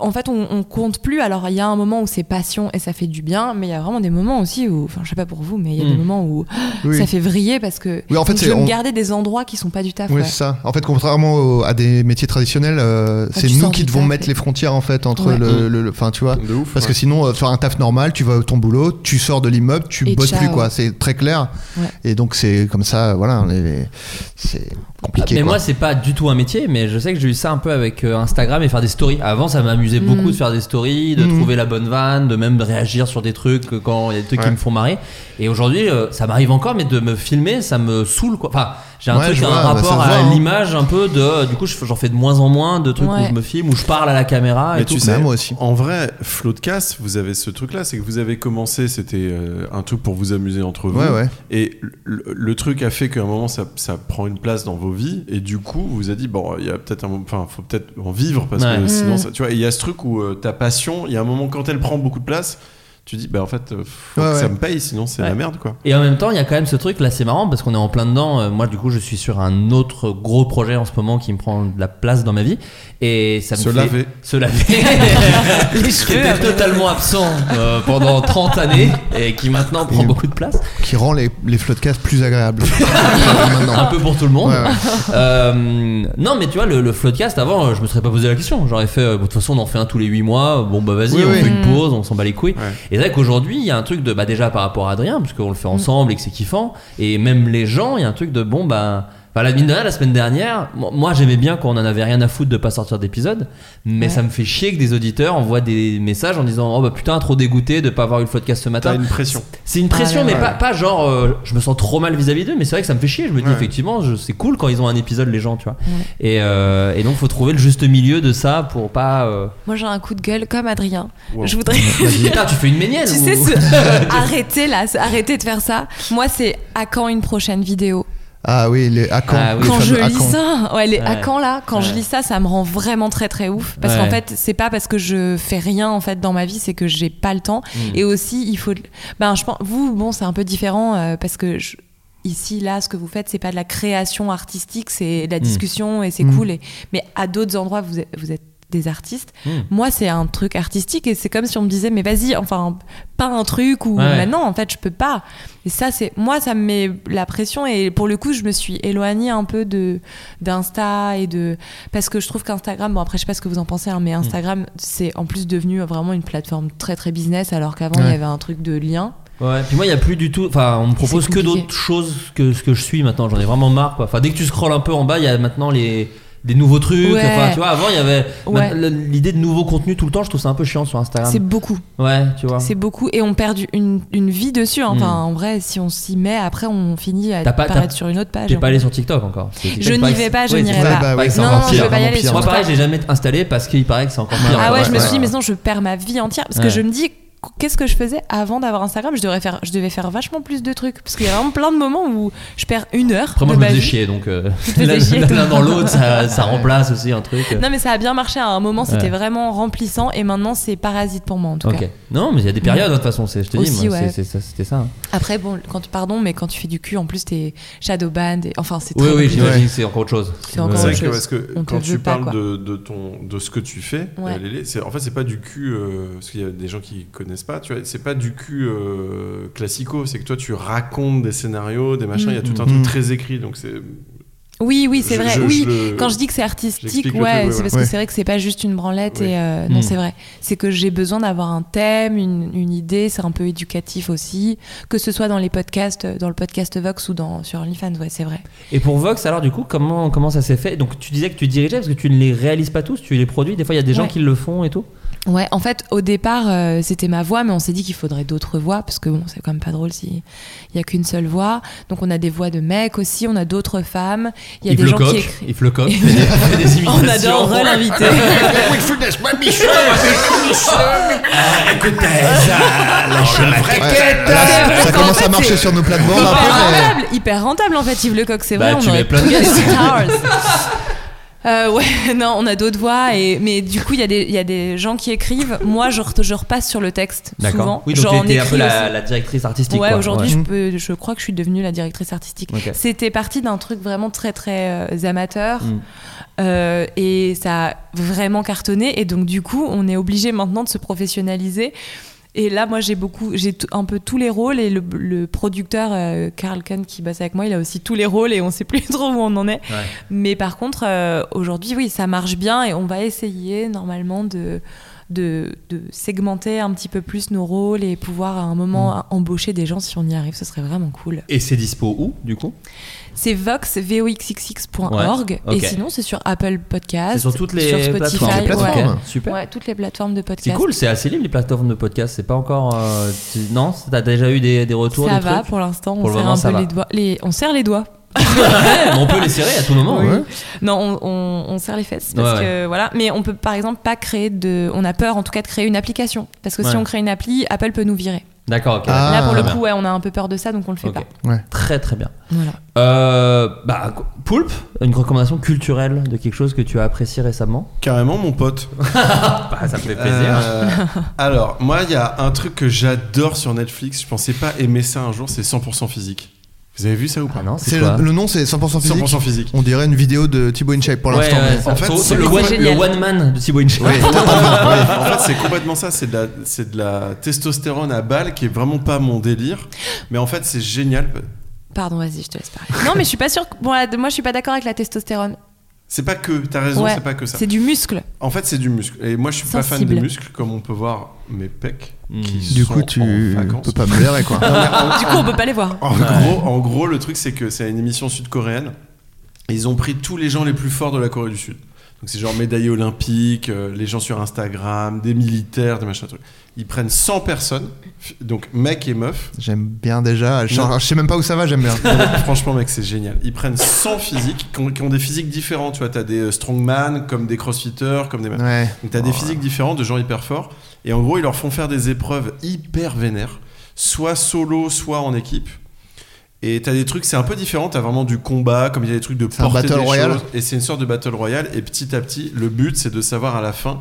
S8: en fait, on, on compte plus. Alors, il y a un moment où c'est passion et ça fait du bien, mais il y a vraiment des moments aussi où, enfin, je sais pas pour vous, mais il y a des
S6: Mm.
S8: moments où
S7: Hmm. Oui.
S8: ça fait vriller parce que
S7: Oui, en fait,
S8: donc, je
S7: c'est-
S8: veux
S7: on-
S8: me garder des endroits qui sont pas du taf.
S7: Oui,
S8: ouais.
S7: c'est ça. En fait, contrairement au- à des métiers traditionnels, euh, c'est
S8: Ah, tu
S7: nous
S8: sors
S7: qui
S8: du
S7: devons
S8: taf,
S7: mettre
S8: ouais.
S7: les frontières en fait entre
S8: Ouais.
S6: Mm.
S7: le, le- le- enfin, tu vois.
S2: De ouf.
S7: Parce que
S2: ouais.
S7: sinon, euh, faire un taf normal, tu vas à ton boulot, tu sors de l'immeuble, tu
S8: Et
S7: bosses
S8: ciao.
S7: plus quoi. C'est très clair.
S8: Ouais.
S7: Et donc c'est comme ça, voilà, on est- c'est compliqué.
S6: mais
S7: quoi.
S6: moi, c'est pas du tout un métier, mais je sais que j'ai eu ça un peu avec euh, Instagram et faire des stories. Avant, ça m'amusais
S8: Mm.
S6: beaucoup de faire des stories, de
S7: Mm.
S6: trouver la bonne vanne, de même de réagir sur des trucs euh, quand il y a des trucs
S7: Ouais.
S6: qui me font marrer. Et aujourd'hui, euh, ça m'arrive encore, mais de me filmer, ça me saoule quoi. Enfin, j'ai un
S7: Ouais,
S6: truc,
S7: je
S6: un
S7: vois, bah,
S6: rapport
S7: ça se
S6: à
S7: voit, hein.
S6: l'image un peu de. Du coup, je- j'en fais de moins en moins de trucs où
S8: Ouais.
S6: je me filme, où je parle à la caméra.
S2: Mais
S6: et tout.
S2: tu sais,
S7: Bah, moi aussi.
S2: en vrai, Flo de Casse, vous avez ce truc-là, c'est que vous avez commencé, c'était euh, un truc pour vous amuser entre vous.
S7: Ouais, ouais.
S2: Et le, le truc a fait qu'à un moment, ça, ça prend une place dans vos vies. Et du coup, vous a dit, bon, il y a peut-être un moment, enfin, faut peut-être en vivre parce que
S6: Ouais.
S2: sinon,
S8: Mm.
S2: ça, tu vois, et il y a ce truc où euh, ta passion, il y a un moment, quand elle prend beaucoup de place, tu dis, bah en fait, euh, faut
S7: Ouais,
S2: que
S7: ouais.
S2: ça me paye, sinon c'est
S6: Ouais.
S2: la merde, quoi.
S6: Et en même temps, il y a quand même ce truc là, c'est marrant parce qu'on est en plein dedans. Euh, Moi, du coup, je suis sur un autre gros projet en ce moment qui me prend de la place dans ma vie et ça me
S2: Se
S6: fait-
S2: laver.
S6: se laver, qui était totalement absent euh, pendant 30 années et qui maintenant prend
S7: Et-
S6: beaucoup de place,
S7: Qui rend les, les floodcasts plus agréables.
S6: un
S7: Maintenant.
S6: peu pour tout le monde.
S7: Ouais, ouais.
S6: Euh, non, mais tu vois, le, le floodcast avant, euh, je me serais pas posé la question. J'aurais fait, euh, de toute façon, on en fait un tous les 8 mois. Bon, bah vas-y,
S7: Oui,
S6: on
S7: oui.
S6: fait une pause, on s'en bat les couilles.
S2: Ouais.
S6: Et c'est vrai qu'aujourd'hui, il y a un truc de, bah déjà par rapport à Adrien, parce qu'on le fait ensemble et que c'est kiffant. Et même les gens, il y a un truc de, bon, bah. Enfin, la mine de rien, la semaine dernière, mo- moi j'aimais bien quand on en avait rien à foutre de pas sortir d'épisode, mais ça me fait chier que des auditeurs envoient des messages en disant Oh bah putain, trop dégoûté de pas avoir eu le podcast ce matin.
S2: T'as une pression.
S6: C'est une pression,
S8: Ah ouais,
S6: mais
S8: ouais.
S6: pas, pas genre euh, je me sens trop mal vis-à-vis d'eux, mais c'est vrai que ça me fait chier. Je me dis
S2: Ouais.
S6: effectivement, je- c'est cool quand ils ont un épisode, les gens, tu vois. Et, euh, et donc, faut trouver le juste milieu de ça pour pas.
S8: (laughs)
S6: euh, Bah,
S8: Moi, j'ai un coup de gueule comme Adrien.
S2: Wow.
S7: (laughs)
S8: Je voudrais.
S6: Putain, tu fais une ménienne
S8: Tu
S6: ou-
S8: sais, ce- arrêtez là, ce- arrêtez de faire ça. Moi, c'est à quand une prochaine vidéo
S7: Ah oui, les à quand,
S6: Ah oui,
S7: les
S6: Quand
S8: Quand
S7: fameux
S8: je
S7: à
S8: lis
S7: quand.
S8: ça, ouais, les à
S6: Ouais.
S8: quand là Quand je
S6: Ouais.
S8: lis ça, ça me rend vraiment très très ouf. Parce
S6: Ouais.
S8: qu'en fait, c'est pas parce que je fais rien en fait dans ma vie, c'est que j'ai pas le temps.
S6: Mm.
S8: Et aussi, il faut. Ben, je pense. Vous, bon, c'est un peu différent euh, parce que je- ici, là, ce que vous faites, c'est pas de la création artistique, c'est de la discussion et c'est
S7: Mm.
S8: cool. Et, mais à d'autres endroits, vous êtes, vous êtes des artistes.
S6: Mm.
S8: Moi, c'est un truc artistique et c'est comme si on me disait, mais vas-y, enfin, pas un truc ou
S6: Ouais.
S8: maintenant, en fait, je peux pas. Et ça, c'est moi, ça me met la pression et pour le coup, je me suis éloignée un peu de d'Insta et de parce que je trouve qu'Instagram, bon après, je sais pas ce que vous en pensez, hein, mais
S6: Mm.
S8: Instagram, c'est en plus devenu vraiment une plateforme très très business, alors qu'avant, il
S7: Ouais.
S8: y avait un truc de lien.
S6: (laughs) Ouais, puis moi, il y a plus du tout. Enfin, on me propose que
S8: compliqué.
S6: d'autres choses que ce que je suis maintenant. J'en ai vraiment marre, quoi. Enfin, dès que tu scrolles un peu en bas, il y a maintenant les. Des nouveaux trucs,
S8: Ouais.
S6: enfin tu vois, avant il y avait
S8: Ouais.
S6: maintenant, l'idée de nouveaux contenus tout le temps, je trouve ça un peu chiant sur Instagram.
S8: C'est beaucoup.
S6: Ouais, tu vois.
S8: C'est beaucoup et on perd du- une, une vie dessus. hein. Enfin, en vrai, si on s'y met, après, on finit à
S6: Mm. T'as pas-
S8: paraître
S6: t'as-
S8: sur une autre page. hein.
S6: T'es pas allé sur TikTok encore. C'est-
S8: Je
S6: c'est-
S8: n'y vais pas, je
S6: Ouais,
S8: n'irai
S6: c'est ça.
S8: pas.
S7: Bah ouais,
S6: Pareil, c'est
S8: non,
S6: encore
S8: non,
S6: pire.
S8: je veux pas y aller.
S7: Pire.
S8: sur
S6: Moi,
S8: le
S6: pareil,
S8: tas.
S6: j'ai jamais installé parce qu'il paraît que c'est encore pire.
S8: Ah ouais,
S7: Ouais,
S8: je me
S7: ouais.
S8: suis dit, mais non, je perds ma vie entière. Parce
S6: Ouais.
S8: que je me dis, qu'est-ce que je faisais avant d'avoir Instagram je devrais, faire, je devais faire vachement plus de trucs. Parce qu'il y a vraiment plein de moments où je perds une heure.
S6: Après, moi,
S8: de
S6: je me
S8: ma
S6: faisais
S8: vie.
S6: chier, donc euh, (laughs)
S8: faisais
S6: l'un
S8: chier, toi.
S6: l'un dans l'autre, ça, ça remplace aussi un truc.
S8: Non, mais ça a bien marché à un moment,
S6: Ouais.
S8: c'était vraiment remplissant. Et maintenant, c'est parasite pour moi, en tout
S6: Ok.
S8: cas.
S6: Non, mais il y a des périodes, de toute façon, c'est- je te dis,
S8: Aussi,
S6: moi, c'est-
S8: ouais.
S6: c'est ça- c'était ça. hein.
S8: Après, bon, quand, pardon, mais quand tu fais du cul, en plus, t'es shadowband. Et, enfin, c'est
S6: Oui,
S8: très
S6: oui,
S8: compliqué.
S6: j'imagine que c'est encore autre chose.
S8: C'est
S2: C'est
S8: encore autre
S2: vrai que
S8: chose.
S2: parce que
S8: On te
S2: quand
S8: veut
S2: tu
S8: pas,
S2: parles
S8: quoi.
S2: de, de ton de ce que tu fais,
S8: Ouais.
S2: euh, Lélé, c'est en fait c'est pas du cul euh, parce qu'il y a des gens qui connaissent pas, tu vois, c'est pas du cul euh, classico, c'est que toi tu racontes des scénarios, des machins, il y a tout
S8: Mm.
S2: un truc
S7: Mhm.
S2: très écrit donc c'est
S8: Oui, oui, c'est
S2: je-
S8: vrai.
S2: je-
S8: oui.
S2: je le-
S8: Quand je dis que c'est
S2: j'explique
S8: artistique,
S2: le
S8: ouais,
S2: truc, ouais,
S8: c'est
S2: ouais. Hmm.
S8: parce
S7: Ouais.
S8: que c'est vrai que c'est pas juste une branlette
S2: Oui.
S8: et euh, non,
S6: Mm.
S8: c'est vrai. C'est que j'ai besoin d'avoir un thème, une, une idée, c'est un peu éducatif aussi, que ce soit dans les podcasts, euh, dans le podcast Vox ou dans sur OnlyFans, ouais, c'est vrai.
S6: Et pour Vox, alors, du coup, comment, comment ça s'est fait Donc, tu disais que tu dirigeais parce que tu ne les réalises pas tous, tu les produis. Des fois, il y a des gens
S8: Ouais.
S6: qui le font et tout.
S8: Ouais, en fait, au départ, euh, c'était ma voix, mais on s'est dit qu'il faudrait d'autres voix, parce que bon, c'est quand même pas drôle s'il y a qu'une seule voix. Donc on a des voix de mecs aussi, on a d'autres femmes, il y a des
S6: (laughs)
S8: gens qui écrivent.
S6: Yves Lecoq, il
S8: (laughs)
S6: fait des
S8: On adorerait l'inviter.
S6: Écoutez, ça, la
S7: Ouais, là,
S8: C'est vrai
S7: ça
S8: qu'en
S7: commence
S8: fait,
S7: à marcher
S8: c'est-
S7: sur nos plates-bandes
S8: (laughs) hyper
S7: après, mais-
S8: rentable, hyper rentable en fait Yves Lecoq, c'est
S6: Bah,
S8: vrai,
S6: tu
S8: on
S6: mets
S8: aurait
S6: plein de
S8: pu-
S6: guests. (laughs)
S8: Euh, ouais, (laughs) non, on a d'autres voix, et, mais du coup, il y, a des- il y a des gens qui écrivent. Moi, je, re- je repasse sur le texte souvent.
S6: D'accord. Oui,
S8: J'en
S6: donc, t'es un peu
S8: écris
S6: la,
S8: aussi.
S6: la directrice artistique.
S8: Ouais,
S6: quoi.
S8: aujourd'hui,
S7: ouais.
S8: je, peux- je crois que je suis devenue la directrice artistique.
S6: Ok.
S8: C'était parti d'un truc vraiment très, très euh, amateur,
S6: Mm.
S8: euh, et ça a vraiment cartonné, et donc, du coup, on est obligé maintenant de se professionnaliser. Et là, moi, j'ai beaucoup, j'ai t- un peu tous les rôles. Et le, le producteur euh, Carl Kahn qui bosse avec moi, il a aussi tous les rôles et on sait plus (laughs) trop où on en est.
S6: Ouais.
S8: Mais par contre, euh, aujourd'hui, oui, ça marche bien et on va essayer normalement de de, de segmenter un petit peu plus nos rôles et pouvoir à un moment
S6: Hmm.
S8: embaucher des gens si on y arrive, ce serait vraiment cool.
S6: Et c'est dispo où, du coup
S8: C'est vox, voxxx.org
S6: Ouais,
S8: et
S6: ok.
S8: sinon c'est sur Apple Podcast,
S6: C'est sur toutes les
S8: Ah, Spotify,
S6: plateformes.
S8: ouais.
S7: Les plateformes.
S6: Ok, Super.
S8: Ouais, toutes les plateformes de podcast.
S6: C'est cool, c'est assez libre les plateformes de podcast. C'est pas encore. euh, tu- Non, t'as déjà eu des, des retours
S8: ça
S6: des
S8: va
S6: trucs
S8: pour l'instant, on
S6: Pour le
S8: serre
S6: moment,
S8: un
S6: ça
S8: peu
S6: va.
S8: les doigts. Les... On serre les doigts.
S6: Ouais, mais on peut les serrer à tout moment.
S7: Ouais.
S6: hein.
S8: Non, on, on- on serre les fesses parce
S6: Ouais,
S8: que voilà. Mais on peut par exemple pas créer de. On a peur en tout cas de créer une application parce que si
S6: Ouais.
S8: on crée une appli, Apple peut nous virer.
S6: D'accord, ok.
S7: Ah.
S8: Là pour le
S6: très
S8: coup, ouais, on a un peu peur de ça donc on le fait
S6: Ok.
S8: pas.
S7: Ouais.
S6: Très très bien.
S8: Voilà.
S6: Euh, bah, Poulpe, une recommandation culturelle de quelque chose que tu as apprécié récemment
S2: Carrément, mon pote.
S6: bah, Ça me fait
S2: Euh, alors, moi, il y a un truc que j'adore sur Netflix. Je pensais pas aimer ça un jour. C'est 100% physique. Vous avez vu ça ou pas
S6: Ah non,
S7: C'est
S6: c'est quoi
S7: le, le nom, c'est 100% physique.
S2: 100% physique.
S7: On dirait une vidéo de Thibaut InShape pour
S6: Ouais,
S7: l'instant.
S6: ouais,
S7: mais-
S6: ça-
S2: en fait,
S6: faut-
S2: c'est
S6: le,
S2: le
S6: one,
S8: génial.
S6: le one man de Thibaut Inchep.
S7: Ouais, t'as pas-
S2: Ouais, en fait, c'est complètement ça. C'est de, la, c'est de la testostérone à balle qui est vraiment pas mon délire. Mais en fait, c'est génial.
S8: Pardon, vas-y, je te laisse
S6: (laughs)
S8: parler. non, mais je suis pas sûre. que- Bon, là, de- moi, je suis pas d'accord avec la testostérone.
S2: C'est pas que, t'as raison,
S8: Ouais,
S2: c'est pas que ça.
S8: C'est du muscle.
S2: En fait, c'est du muscle. Et moi, je suis pas fan
S8: Sensible.
S2: des muscles, comme on peut voir mes pecs qui
S7: Du
S2: sont
S7: coup,
S2: en
S7: tu
S2: vacances.
S7: peux pas me leurrer quoi.
S8: (laughs) Du coup, on peut pas les voir.
S2: En, gros, en gros, le truc, c'est que c'est une émission sud-coréenne. Et Ils ont pris tous les gens les plus forts de la Corée du Sud. Donc, c'est genre médaillés olympiques, euh, les gens sur Instagram, des militaires, des machins, trucs. Ils prennent 100 personnes, f- donc mecs et meufs.
S7: (laughs) J'aime bien déjà. Je,
S2: Non.
S7: je sais même pas où ça va, j'aime bien.
S2: Non, mais franchement, mec, c'est génial. Ils prennent 100 physiques qui ont, qui ont des physiques différents. Tu vois, t'as des euh, strongman, comme des crossfitters, comme des. Donc,
S7: Ouais.
S2: t'as des physiques différentes de gens hyper forts. Et en gros, ils leur font faire des épreuves hyper vénères, soit solo, soit en équipe. Et t'as des trucs, c'est un peu différent. T'as vraiment du combat, comme il y a des trucs de
S7: C'est un
S2: porter
S7: battle
S2: des
S7: royale.
S2: choses. Et c'est une sorte de battle royale. Et petit à petit, le but, c'est de savoir à la fin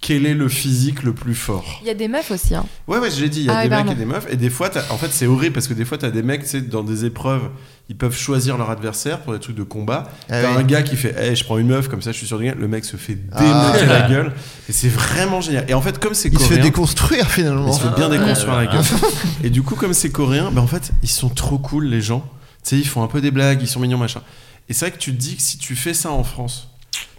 S2: quel est le physique le plus fort.
S8: Il y a des meufs aussi. Hein.
S2: Ouais, ouais, je l'ai dit, il y a
S8: Ah
S2: des
S8: oui, pardon.
S2: mecs et des meufs. Et des fois, t'as- en fait, c'est horrible parce que des fois, t'as des mecs, tu sais, dans des épreuves, ils peuvent choisir leur adversaire pour des trucs de combat.
S7: Ah
S2: t'as
S7: oui.
S2: un gars qui fait, hey, je prends une meuf, comme ça, je suis sûr du gain. Le mec se fait
S7: Ah.
S2: démonter la gueule. Et c'est vraiment génial. Et en fait, comme c'est
S7: Il se
S2: coréen.
S7: fait déconstruire Ah, finalement.
S2: il se fait bien déconstruire la gueule. (laughs) Et du coup, comme c'est coréen, bah, en fait, ils sont trop cool, les gens. Tu sais, ils font un peu des blagues, ils sont mignons, machin. Et c'est vrai que tu te dis que si tu fais ça en France,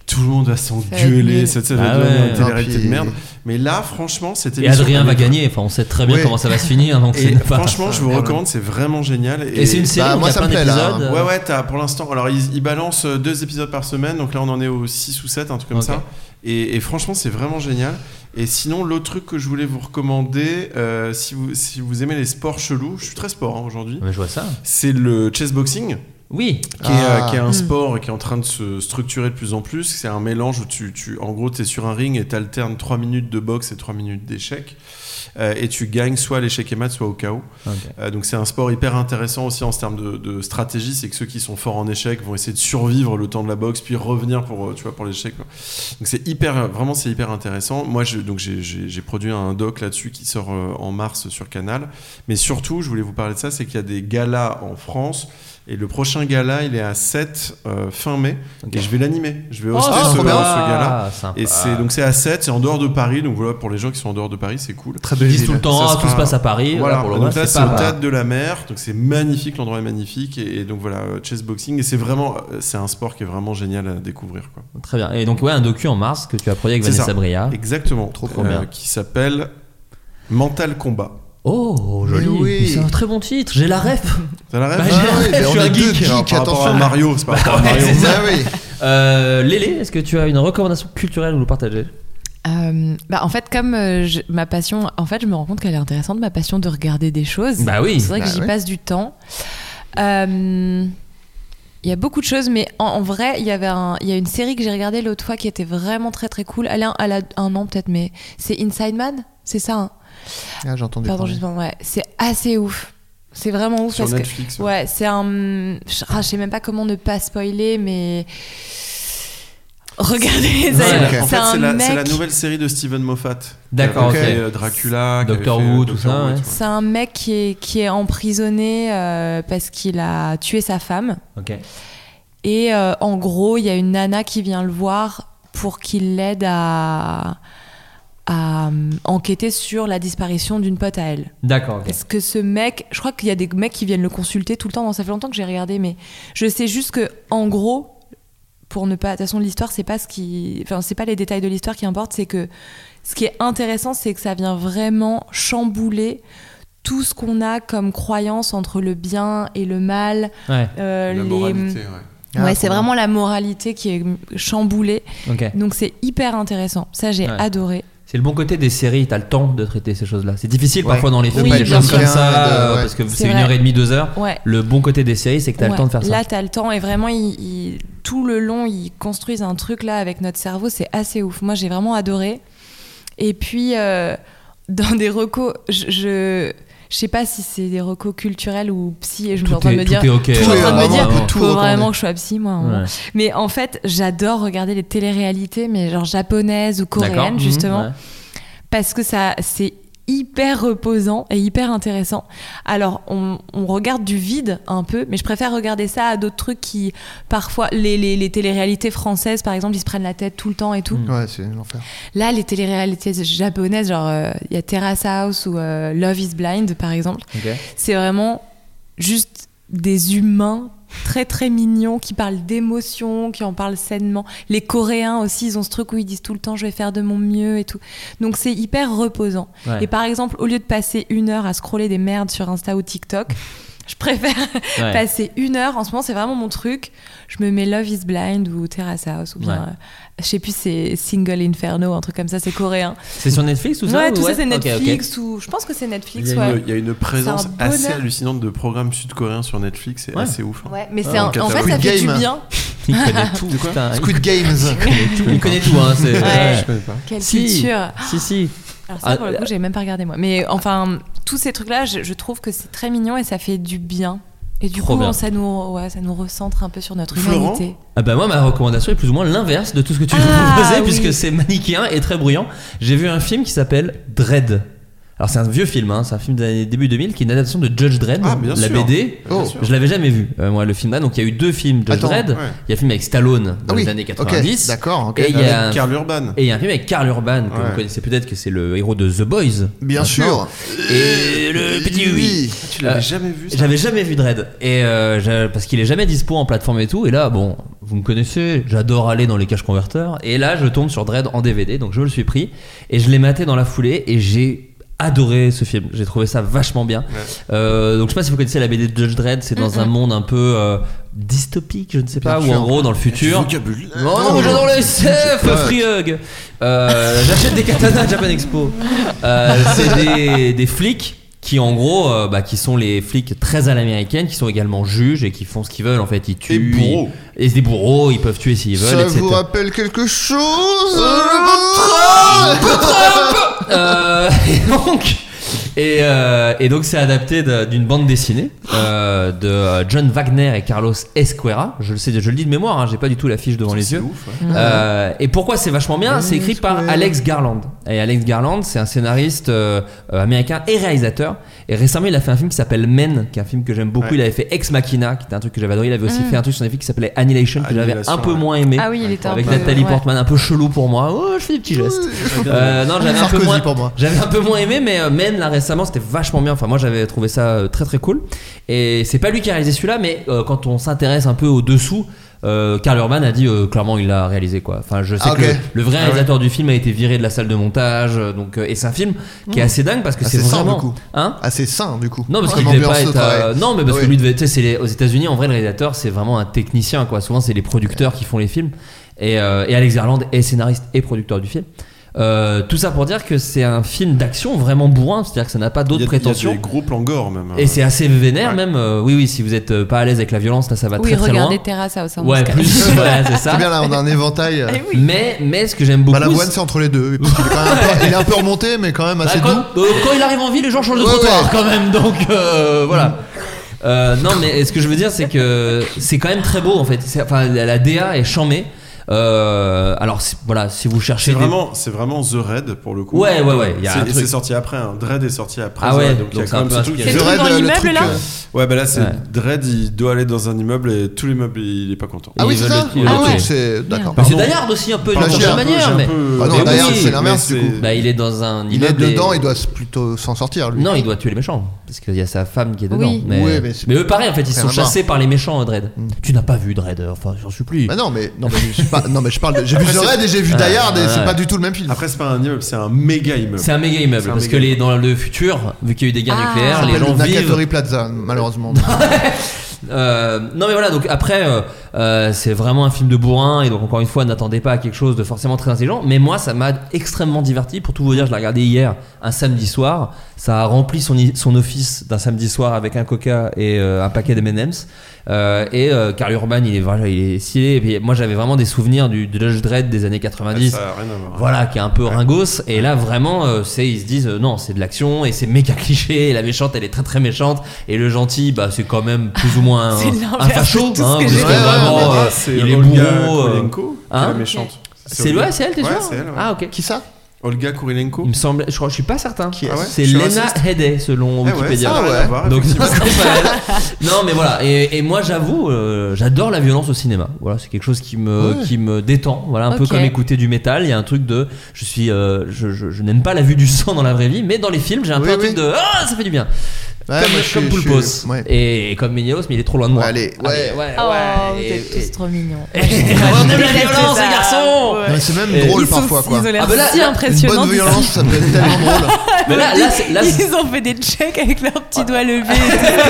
S2: tout le monde va s'engueuler.
S8: Ça
S2: Ça, ça va
S6: Ah
S2: devenir
S6: ouais.
S2: une
S7: Non,
S2: télé-réalité
S7: puis- Ah,
S2: de merde. Mais là, franchement, c'était.
S6: Et Adrien va gagner. Enfin, on sait très bien
S7: Ouais.
S6: comment ça va se finir. Donc
S2: Et
S6: c'est pas...
S2: franchement, je vous recommande, c'est vraiment génial.
S6: Et c'est une série
S7: Bah,
S6: où
S7: moi,
S6: t'as
S7: ça
S6: plein
S7: me plaît, là.
S6: d'épisodes. euh,
S2: Ouais, ouais, t'as pour l'instant. Alors, ils, ils balancent euh, deux épisodes par semaine, donc là, on en est au 6 ou 7, un truc comme
S6: Ok.
S2: ça. Et, et franchement, c'est vraiment génial. Et sinon, l'autre truc que je voulais vous recommander, euh, si, vous, si vous aimez les sports chelous, je suis très sport hein, aujourd'hui,
S6: Ah, Mais je vois ça.
S2: c'est le chessboxing,
S6: Oui.
S2: qui, est, euh,
S7: Ah.
S2: qui est un sport qui est en train de se structurer de plus en plus. C'est un mélange où tu, tu en gros, t'es sur un ring et t'alternes 3 minutes de boxe et 3 minutes d'échecs. Euh, et tu gagnes soit à l'échec et mat, soit au KO.
S6: Ok.
S2: Euh, donc c'est un sport hyper intéressant aussi en termes de, de stratégie, c'est que ceux qui sont forts en échec vont essayer de survivre le temps de la boxe, puis revenir pour euh, tu vois pour l'échec. quoi. Donc c'est hyper, vraiment c'est hyper intéressant. Moi je, donc j'ai- j'ai j'ai produit un doc là-dessus qui sort euh, en mars sur Canal. Mais surtout, je voulais vous parler de ça, c'est qu'il y a des galas en France. Et le prochain gala, il est à 7 euh, fin mai.
S6: Ok.
S2: Et je vais l'animer. Je vais
S6: Oh,
S2: hoster ce,
S7: trop
S2: ce
S7: bien.
S2: gala.
S6: Ah, sympa.
S2: Et c'est donc c'est à 7, c'est en dehors de Paris. Donc voilà, pour les gens qui sont en dehors de Paris, c'est cool.
S7: Très
S6: Ils
S7: belle
S6: disent tout le
S7: idée.
S6: temps,
S2: Ça
S6: ah,
S2: sera-
S6: tout se passe à Paris.
S2: Voilà,
S6: Là, pour le
S2: donc
S6: moment,
S2: là
S6: c'est
S2: c'est au
S6: pas.
S2: Théâtre de la Mer, donc c'est magnifique, l'endroit est magnifique, et, et donc voilà, euh, chessboxing, et c'est vraiment, euh, c'est un sport qui est vraiment génial à découvrir. Quoi.
S6: Très bien. Et donc, ouais, un docu en mars que tu as produit avec
S2: C'est
S6: Vanessa
S2: ça.
S6: Bria.
S2: Exactement,
S6: Ah.
S2: Euh,
S6: trop bien.
S2: qui s'appelle Mental Combat.
S6: Oh, joli.
S7: Mais oui.
S6: Mais C'est un très bon titre. J'ai la ref.
S2: T'as la rêve
S6: Bah, j'ai-
S7: ouais, mais
S6: (laughs) je
S7: on
S6: suis
S7: est
S6: un
S7: deux geeks,
S6: geek. hein,
S2: Alors, par rapport à
S7: attention.
S2: Mario, c'est par rapport à
S6: Ouais,
S2: Mario.
S6: (laughs) c'est ça.
S7: Ah oui.
S6: Euh, Lélé, est-ce que tu as une recommandation culturelle à nous partager
S8: Euh, bah, en fait, comme euh, je- ma passion, en fait, je me rends compte qu'elle est intéressante, ma passion de regarder des choses.
S6: Bah oui.
S8: C'est vrai que
S7: Bah
S8: j'y
S7: ouais.
S8: passe du temps. Euh, Il y a beaucoup de choses, mais en, en vrai, il y avait un- il y a une série que j'ai regardée l'autre fois qui était vraiment très très cool. Elle a, elle a un an peut-être, mais c'est Inside Man, c'est ça. hein
S7: Ah, j'ai entendu.
S8: Pardon,
S7: parler.
S8: juste ouais. C'est assez ouf. C'est vraiment ouf
S2: Sur
S8: parce que
S2: Netflix, ouais.
S8: ouais, c'est un. Je, ah, je sais même pas comment ne pas spoiler, mais
S2: C'est
S8: regardez, ça-
S7: Ouais,
S2: la- en
S8: c'est
S2: fait,
S8: un
S2: c'est la,
S8: mec.
S2: c'est la nouvelle série de Steven Moffat.
S6: D'accord,
S2: Qui avait
S7: ok.
S2: fait, euh, Dracula, qui avait
S6: Doctor
S2: fait, euh,
S6: Who, tout
S2: Doctor
S6: ça,
S2: Who et
S6: ouais.
S2: tout,
S8: C'est un mec qui est, qui est emprisonné euh, parce qu'il a tué sa femme.
S6: Ok.
S8: Et euh, en gros, il y a une nana qui vient le voir pour qu'il l'aide à, à euh, enquêter sur la disparition d'une pote à elle.
S6: D'accord, ok.
S8: Parce que ce mec, je crois qu'il y a des mecs qui viennent le consulter tout le temps. Non, ça fait longtemps que j'ai regardé, mais je sais juste que en gros, pour ne pas. De toute façon, l'histoire, c'est pas ce qui. Enfin, c'est pas les détails de l'histoire qui importent, c'est que ce qui est intéressant, c'est que ça vient vraiment chambouler tout ce qu'on a comme croyance entre le bien et le mal.
S6: Ouais.
S8: euh,
S2: La
S8: les-
S2: moralité, ouais.
S7: Ah,
S8: ouais,
S7: trop
S8: c'est
S7: bien.
S8: vraiment la moralité qui est chamboulée.
S6: Ok.
S8: Donc c'est hyper intéressant. Ça, j'ai
S6: Ouais.
S8: adoré.
S6: C'est le bon côté des séries, t'as le temps de traiter ces choses-là. C'est difficile
S7: Ouais.
S6: parfois dans les
S7: De
S6: films,
S8: pas
S6: des
S8: être
S6: choses comme
S7: loin, de-
S6: ça, euh,
S7: ouais.
S6: parce que
S8: C'est
S6: c'est une
S8: vrai.
S6: heure et demie, deux heures.
S8: Ouais.
S6: Le bon côté des séries, c'est que t'as
S8: Ouais.
S6: le temps de faire ça.
S8: Là, t'as le temps et vraiment, ils- ils- tout le long, ils construisent un truc là avec notre cerveau. C'est assez ouf. Moi, j'ai vraiment adoré. Et puis, euh, (laughs) dans des recos, je, je, je sais pas si c'est des recos culturels ou psy. Et je me suis en
S6: tout
S8: train
S6: est,
S8: de me
S6: tout
S8: dire.
S6: est ok.
S8: Je suis en train de me
S7: Ouais,
S8: dire,
S7: vraiment, on peut tout
S8: faut
S7: recommander.
S8: vraiment que je sois psy, moi. à un moment.
S6: Ouais.
S8: Mais en fait, j'adore regarder les téléréalités, mais genre japonaises ou
S6: D'accord.
S8: coréennes,
S6: Mhm,
S8: justement,
S6: ouais.
S8: parce que ça, c'est hyper reposant et hyper intéressant. Alors, on, on regarde du vide un peu, mais je préfère regarder ça à d'autres trucs qui, parfois, les, les, les téléréalités françaises, par exemple, ils se prennent la tête tout le temps et tout.
S7: Ouais, c'est l'enfer.
S8: Là, les téléréalités japonaises, genre, euh, il y a Terrace House ou euh, Love is Blind, par exemple,
S6: Ok.
S8: c'est vraiment juste des humains très très mignons qui parlent d'émotions, qui en parlent sainement. Les Coréens aussi, ils ont ce truc où ils disent tout le temps je vais faire de mon mieux et tout. Donc c'est hyper reposant.
S6: Ouais.
S8: Et par exemple, au lieu de passer une heure à scroller des merdes sur Insta ou TikTok, (laughs) je préfère
S6: Ouais.
S8: passer une heure. En ce moment, c'est vraiment mon truc. Je me mets Love is Blind ou Terrace House ou bien,
S6: Ouais.
S8: euh, je sais plus, c'est Single Inferno, un truc comme ça, c'est coréen.
S6: C'est sur Netflix ou ça
S8: ouais, tout
S6: ou
S8: ça c'est
S6: Ok, ok.
S8: Netflix ou je pense que c'est
S2: Il
S8: Netflix.
S2: y, a
S8: ouais.
S2: une, il y a une présence
S8: bonheur.
S2: assez hallucinante de programmes sud-coréens sur Netflix, c'est
S6: Ouais.
S2: assez ouf. hein.
S8: Ouais, mais
S2: Ah,
S8: c'est
S2: en
S8: un- en fait
S7: Squid
S8: ça fait du
S7: Game.
S8: bien.
S6: Il connaît
S8: (laughs)
S6: tout. putain, il-
S7: Squid Games.
S6: Il connaît tout, hein. c'est-
S8: Ouais.
S2: Je
S7: Ah
S2: connais pas.
S8: Quelle
S6: Si.
S8: culture
S6: Si, si.
S8: Alors ça, pour
S6: Ah,
S8: le coup, j'ai même pas regardé moi. Mais enfin, tous ces trucs-là, je, je trouve que c'est très mignon et ça fait du bien. Et du
S6: Trop
S8: coup,
S6: bien.
S8: ça nous, ouais, ça nous recentre un peu sur notre
S2: Florent
S8: humanité.
S6: Ah bah moi ma recommandation est plus ou moins l'inverse de tout ce que tu nous
S8: Ah,
S6: proposais
S8: oui.
S6: puisque c'est manichéen et très bruyant. J'ai vu un film qui s'appelle Dread. Alors c'est un vieux film, hein, c'est un film des années- début 2000 qui est une adaptation de Judge Dredd,
S2: Ah, bien
S6: la
S2: sûr.
S6: BD.
S2: Bien
S7: Oh.
S2: sûr.
S6: Je l'avais jamais vu euh, moi le film là, donc il y a eu deux films Judge
S7: Attends,
S6: Dredd.
S2: Ouais.
S6: Il y a un film avec Stallone dans
S7: Ah oui,
S6: les années
S7: ok,
S6: 90.
S7: D'accord, ok.
S6: Et il y a un-
S2: Avec Karl Urban.
S6: Et il y a un film avec Karl Urban que
S2: Ouais.
S6: vous connaissez peut-être que c'est le héros de The Boys.
S7: Bien
S6: maintenant.
S7: sûr.
S6: Et le petit oui.
S2: Tu l'avais
S6: Euh,
S2: jamais vu ça
S6: J'avais jamais vu Dread et euh, j'a- parce qu'il est jamais dispo en plateforme et tout et là bon vous me connaissez j'adore aller dans les caches converteurs et là je tombe sur Dread en DVD donc je me le suis pris et je l'ai maté dans la foulée et j'ai adoré ce film j'ai trouvé ça vachement bien Euh, donc je sais pas si vous connaissez la BD de Judge Dredd c'est dans un monde un peu euh, dystopique je ne sais pas
S7: Bien
S6: ou en
S7: sûr.
S6: gros dans le futur
S7: Euh,
S2: Vocabulaire.
S6: Oh non, mais j'adore le SF,
S7: Ouais.
S6: Free Hug. Euh, J'achète des katanas à Japan Expo. Euh, c'est des, des flics qui, en gros, euh, bah, qui sont les flics très à l'américaine, qui sont également juges et qui font ce qu'ils veulent. En fait, ils
S2: Et
S6: tuent.
S2: bourreau.
S6: ils- et c'est des bourreaux, ils peuvent tuer s'ils veulent,
S7: Ça
S6: etc.
S7: vous rappelle quelque chose
S6: Euh, (laughs) et donc. Et, euh, et donc c'est adapté de- d'une bande dessinée euh, de euh, John Wagner et Carlos Esquera. Je le sais, je le dis de mémoire, hein, j'ai pas du tout la fiche devant les
S2: C'est
S6: yeux.
S2: ouf. ouais.
S6: Euh, et pourquoi c'est vachement bien C'est écrit par
S7: Square.
S6: Alex Garland. Et Alex Garland, c'est un scénariste euh, euh, américain et réalisateur. Et récemment, il a fait un film qui s'appelle Men, qui est un film que j'aime beaucoup.
S2: Ouais. Mm.
S6: Il avait fait Ex Machina, qui était un truc que j'avais adoré. Il avait aussi fait un truc sur Netflix qui s'appelait Annihilation, que j'avais un
S2: Annihilation,
S6: peu
S2: ouais.
S6: moins aimé.
S8: Ah oui, il était un
S6: Avec
S8: peu-
S6: Nathalie
S8: ouais.
S6: Portman, un peu chelou pour moi. Oh, je fais des petits gestes.
S8: (laughs)
S6: Euh, non, j'avais un peu
S7: Sarkozy
S6: moins.
S7: pour moi.
S6: J'avais un peu moins aimé, mais euh, Men là récemment c'était vachement bien. Enfin, moi j'avais trouvé ça euh, très très cool. Et c'est pas lui qui a réalisé celui-là, mais euh, quand on s'intéresse un peu au dessous, euh, Karl Urban a dit euh, clairement il l'a réalisé quoi. Enfin, je sais
S7: Ah,
S6: que
S7: ok.
S6: le, le vrai réalisateur du film a été viré de la salle de montage, euh, donc euh, et c'est un film qui est assez dingue parce que
S7: Ah,
S6: c'est
S7: c'est sain,
S6: vraiment.
S7: du coup.
S6: Hein
S7: Assez Ah, sain, du coup.
S6: non parce
S7: Comme
S6: qu'il devait
S7: ambiance
S6: pas
S7: de
S6: être
S7: travail.
S6: euh, non mais parce
S7: Ah
S6: que
S7: oui.
S6: lui devait tu sais c'est les- aux États-Unis en vrai le réalisateur c'est vraiment un technicien quoi souvent c'est les producteurs qui font les films et, euh, et Alex Garland est scénariste et producteur du film Euh, tout ça pour dire que c'est un film d'action vraiment bourrin c'est-à-dire que ça n'a pas
S2: Il y
S6: d'autres
S2: a-
S6: prétentions
S2: Il y a des gros plans gore même. hein.
S6: et c'est assez vénère
S2: Ouais.
S6: même euh, oui oui si vous êtes euh, pas à l'aise avec la violence là ça va
S8: Oui,
S6: très très loin
S8: regardez Terrace House. hein,
S6: ouais
S8: parce que- (laughs)
S6: plus (laughs) ouais, c'est ça
S7: C'est bien là, on a un éventail.
S8: Eh
S7: euh,
S6: mais mais ce que j'aime beaucoup
S7: Bah, l'avoine,
S6: c'est-
S7: c'est entre les deux. parce qu'il est quand même un peu- Il est un peu remonté, mais quand même
S6: Bah,
S7: assez
S6: quand,
S7: doux.
S6: euh, quand il arrive en ville, les gens changent de
S7: Ouais,
S6: trottoir
S7: ouais.
S6: quand même, donc euh, voilà. Euh, non, mais ce que je veux dire, c'est que c'est quand même très beau en fait. C'est- Enfin, la la DA est chamée. Euh, alors c'est- voilà, si vous
S2: C'est
S6: cherchez des-
S2: vraiment, c'est vraiment The Raid pour le coup.
S6: Ouais, ouais, ouais, il y a un
S2: C'est-
S6: truc.
S2: C'est sorti après, hein. Dread est sorti après.
S6: Ah
S2: The
S6: ouais,
S2: Raid,
S6: donc
S2: il y a
S6: c'est
S2: quand
S6: un
S2: même
S6: peu
S2: ce
S6: un
S2: truc.
S6: truc
S8: C'est le truc dans
S7: euh,
S8: l'immeuble, là
S7: euh,
S2: Ouais, bah là, c'est
S6: Ouais.
S2: Dread, il doit aller dans un immeuble et tout l'immeuble, il est pas content.
S7: Ah oui,
S6: Ils
S7: c'est
S6: veulent
S7: ça
S6: le- ils
S7: Ah
S6: veulent le
S7: ouais,
S6: tuer.
S7: c'est. D'accord.
S6: Mais c'est
S2: Pardon.
S6: D'ailleurs aussi un peu d'une
S2: Pardon, j'ai
S6: certaine
S2: un peu- j'ai
S6: manière,
S2: un
S6: mais
S2: peu-
S7: Ah non,
S6: Mais
S7: d'ailleurs,
S6: oui,
S7: c'est l'inverse
S2: mais
S7: du coup.
S2: c'est-
S6: bah, il est dans un
S7: Il est
S6: immeuble et-
S7: dedans, il doit s- plutôt s'en sortir lui.
S6: Non, il doit tuer les méchants parce qu'il y a sa femme qui est dedans.
S8: Oui.
S6: Mais...
S7: Ouais, mais c'est-
S6: mais eux, pareil, en fait, ils
S7: Rien
S6: sont
S7: à voir.
S6: chassés par les méchants, euh, Dredd. Tu n'as pas vu Dredd, euh, enfin, j'en supplie.
S7: Bah non, mais non, mais je, suis pas- non, mais je parle. de- J'ai vu
S2: Après,
S7: The
S2: c'est-
S7: Raid et j'ai vu
S6: Ouais,
S7: Die Hard et
S6: ouais,
S7: c'est
S6: ouais.
S7: pas du tout le même film.
S2: Après, c'est pas un immeuble, c'est un méga immeuble.
S6: C'est un méga immeuble
S2: C'est un
S6: parce
S2: méga
S6: que les, dans le futur, vu qu'il y a eu des guerres
S8: Ah.
S6: nucléaires,
S7: Ça
S6: les
S7: s'appelle
S6: gens
S7: le Nakatomi
S6: vivent.
S7: Plaza,
S6: (laughs)
S7: malheureusement.
S6: Euh, non mais voilà donc après euh, euh, c'est vraiment un film de bourrin et donc encore une fois n'attendez pas à quelque chose de forcément très intelligent mais moi ça m'a extrêmement diverti pour tout vous dire je l'ai regardé hier un samedi soir ça a rempli son, i- son office d'un samedi soir avec un coca et euh, un paquet d'M&M's Euh, et euh, Karl Urban il est, voilà, il est stylé et puis moi j'avais vraiment des souvenirs du, du Judge Dredd des années 90
S2: Ça a rien à voir.
S6: voilà qui est un peu ringos et là vraiment euh, c'est ils se disent euh, non c'est de l'action et c'est méga (laughs) cliché et la méchante elle est très très méchante et le gentil bah c'est quand même plus ou moins un,
S8: (laughs) C'est l'inverse
S6: un facho
S8: de tout ce
S6: hein,
S8: que
S6: parce
S8: j'ai
S6: que
S8: vu.
S6: vraiment euh,
S2: c'est
S6: il est
S2: Olga
S6: bourreau euh,
S2: Kurilenko, qui est
S6: hein
S2: la méchante.
S6: c'est
S2: Olga.
S6: ouais, c'est elle t'es
S2: Ouais,
S6: sûr
S2: c'est elle, ouais.
S6: ah ok
S7: Qui ça
S2: Olga Kurilenko.
S6: il me semble je crois je suis pas certain
S7: est-ce
S2: Ah ouais
S6: c'est
S2: Je suis
S6: Lena
S2: raciste.
S6: Headey selon
S2: Eh ouais,
S6: Wikipédia
S2: ça a rien
S7: Ah
S2: à
S7: ouais.
S2: voir,
S6: (laughs) donc
S2: effectivement.
S6: c'est pas elle. non mais voilà et, et moi j'avoue euh, j'adore la violence au cinéma voilà c'est quelque chose qui me
S7: Ouais.
S6: qui me détend voilà un peu
S8: Ok.
S6: comme écouter du métal il y a un truc de je suis euh, je, je- je n'aime pas la vue du sang dans la vraie vie mais dans les films j'ai un peu
S7: Oui,
S6: un truc
S7: oui.
S6: de ah ça fait du bien
S7: Ouais,
S6: comme,
S7: moi, je
S6: comme
S7: suis-
S6: Poulpos
S7: je suis- ouais.
S6: et, et comme Ménélos mais il est trop loin de moi
S7: Allez,
S6: Ah,
S7: ouais.
S6: mais ouais,
S8: Oh,
S6: ouais,
S8: vous
S6: et-
S8: êtes
S6: et- (laughs)
S8: tous trop mignons.
S6: et- on
S8: (laughs)
S6: aime la
S8: déteste
S6: violence
S8: ça.
S6: les garçons
S8: Ouais.
S7: Non, mais C'est
S6: Et-
S7: même drôle
S8: Ils sont-
S7: parfois quoi.
S8: Ils ont l'air
S6: Ah, bah là-
S8: si
S6: là-
S7: Une
S8: impressionnants.
S7: bonne
S8: d'ici.
S7: violence, ça peut être tellement
S6: (laughs)
S7: drôle.
S6: mais là là, c'est- là, c'est-
S8: Ils ont fait des checks avec leur petit
S6: (laughs)
S8: doigt levé. et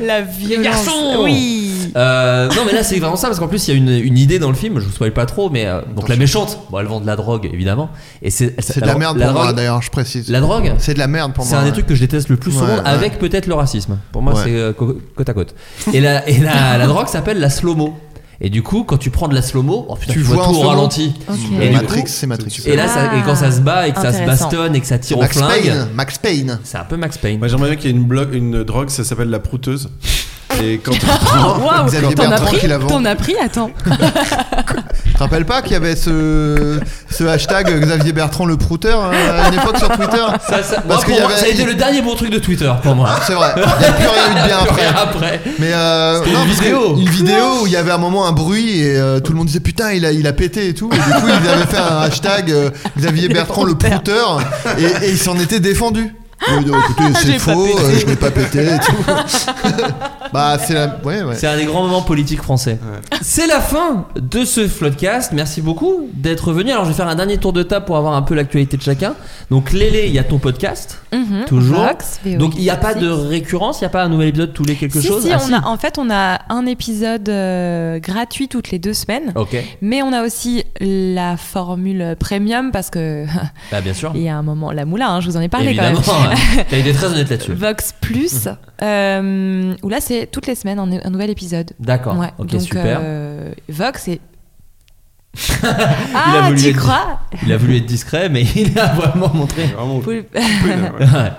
S8: tout. La violence.
S6: garçons
S8: Oui.
S6: Euh, non mais là c'est vraiment ça parce qu'en plus il y a une, une idée dans le film, je vous spoil pas trop, mais euh, donc la méchante, bon elle vend de la drogue évidemment et c'est elle-
S7: C'est de la merde pour moi
S6: drogue-
S7: d'ailleurs, je précise.
S6: La drogue
S7: C'est de la merde pour moi.
S6: C'est un des
S7: ouais.
S6: trucs que je déteste le plus
S7: Ouais,
S6: souvent,
S7: ouais.
S6: avec peut-être le racisme. Pour moi,
S7: Ouais.
S6: c'est euh, co- côte à côte. Et la, et la, la drogue s'appelle la slow-mo. Et du coup, quand tu prends de la slow-mo, oh putain,
S7: Tu
S6: tu, vois
S7: vois en
S6: tout au
S7: slow-mo
S6: ralenti.
S8: Ok.
S6: Et du
S7: Matrix,
S6: coup-
S7: c'est Matrix.
S6: Et là, ça- et quand ça se bat et que ça se
S8: Intéressant.
S6: bastonne et que ça tire au
S7: Max
S6: flingue,
S7: Payne, Max Payne.
S6: c'est un peu Max Payne.
S2: Moi, j'aimerais bien qu'il y ait une, bloc- une drogue, ça s'appelle la prouteuse. Et
S6: (laughs)
S2: quand tu
S6: Ah, Oh,
S2: prends-
S8: Oh, Waouh,
S7: Xavier
S8: t'en as
S7: Bertrand
S8: pris
S7: qui l'a vendu.
S8: T'en as pris, attends.
S7: Tu te rappelles pas qu'il y avait ce, ce hashtag Xavier Bertrand le prouteur euh, à une époque sur Twitter
S6: Ça, ça- moi,
S7: Parce qu'il
S6: pour
S7: y
S6: moi,
S7: avait-
S6: ça a été le dernier bon truc de Twitter pour moi.
S7: C'est vrai, il n'y a plus rien eu
S6: (laughs)
S7: de bien après.
S6: après.
S7: Mais euh,
S6: C'était
S7: non,
S6: une
S7: parce que
S6: vidéo.
S7: Une vidéo où il y avait un moment un bruit et euh, tout le monde disait putain il a, il a pété et tout. Et du coup ils avaient fait un hashtag euh, Xavier Bertrand le prouteur et, et il s'en était défendu. Il dit, oh, écoutez,
S8: J'ai
S7: c'est
S8: pas
S7: faux,
S8: pété.
S7: euh, je n'ai pas pété et tout. bah c'est la. Ouais, ouais.
S6: C'est un des grands moments politiques français. C'est la fin de ce Floodcast. Merci beaucoup d'être venu. Alors, je vais faire un dernier tour de table pour avoir un peu l'actualité de chacun. Donc, Lélé, il y a ton podcast.
S8: Mhm.
S6: Toujours.
S8: Vox, VOX,
S6: Donc, il n'y a pas
S8: Vox.
S6: de récurrence, il n'y a pas un nouvel épisode tous les quelque
S8: Si,
S6: chose.
S8: si,
S6: Ah,
S8: on A, en fait, on a un épisode euh, gratuit toutes les deux semaines.
S6: Ok,
S8: Mais on a aussi la formule premium parce que (laughs)
S6: bah bien sûr.
S8: il y a un moment la moula, hein, je vous en ai parlé
S6: Évidemment,
S8: quand même. (laughs)
S6: ouais. t'as été très honnête là-dessus.
S8: Vox
S6: (laughs)
S8: Plus, euh, où là c'est toutes les semaines un, un nouvel épisode.
S6: D'accord,
S8: Ouais,
S6: ok,
S8: donc,
S6: super.
S8: euh,
S6: (laughs)
S8: Vox et ah
S6: voulu
S8: tu
S6: être-
S8: crois
S6: Il a voulu être discret, mais (laughs) il a vraiment montré.
S2: Vraiment,
S8: Vous-
S2: ouais.
S6: Ouais.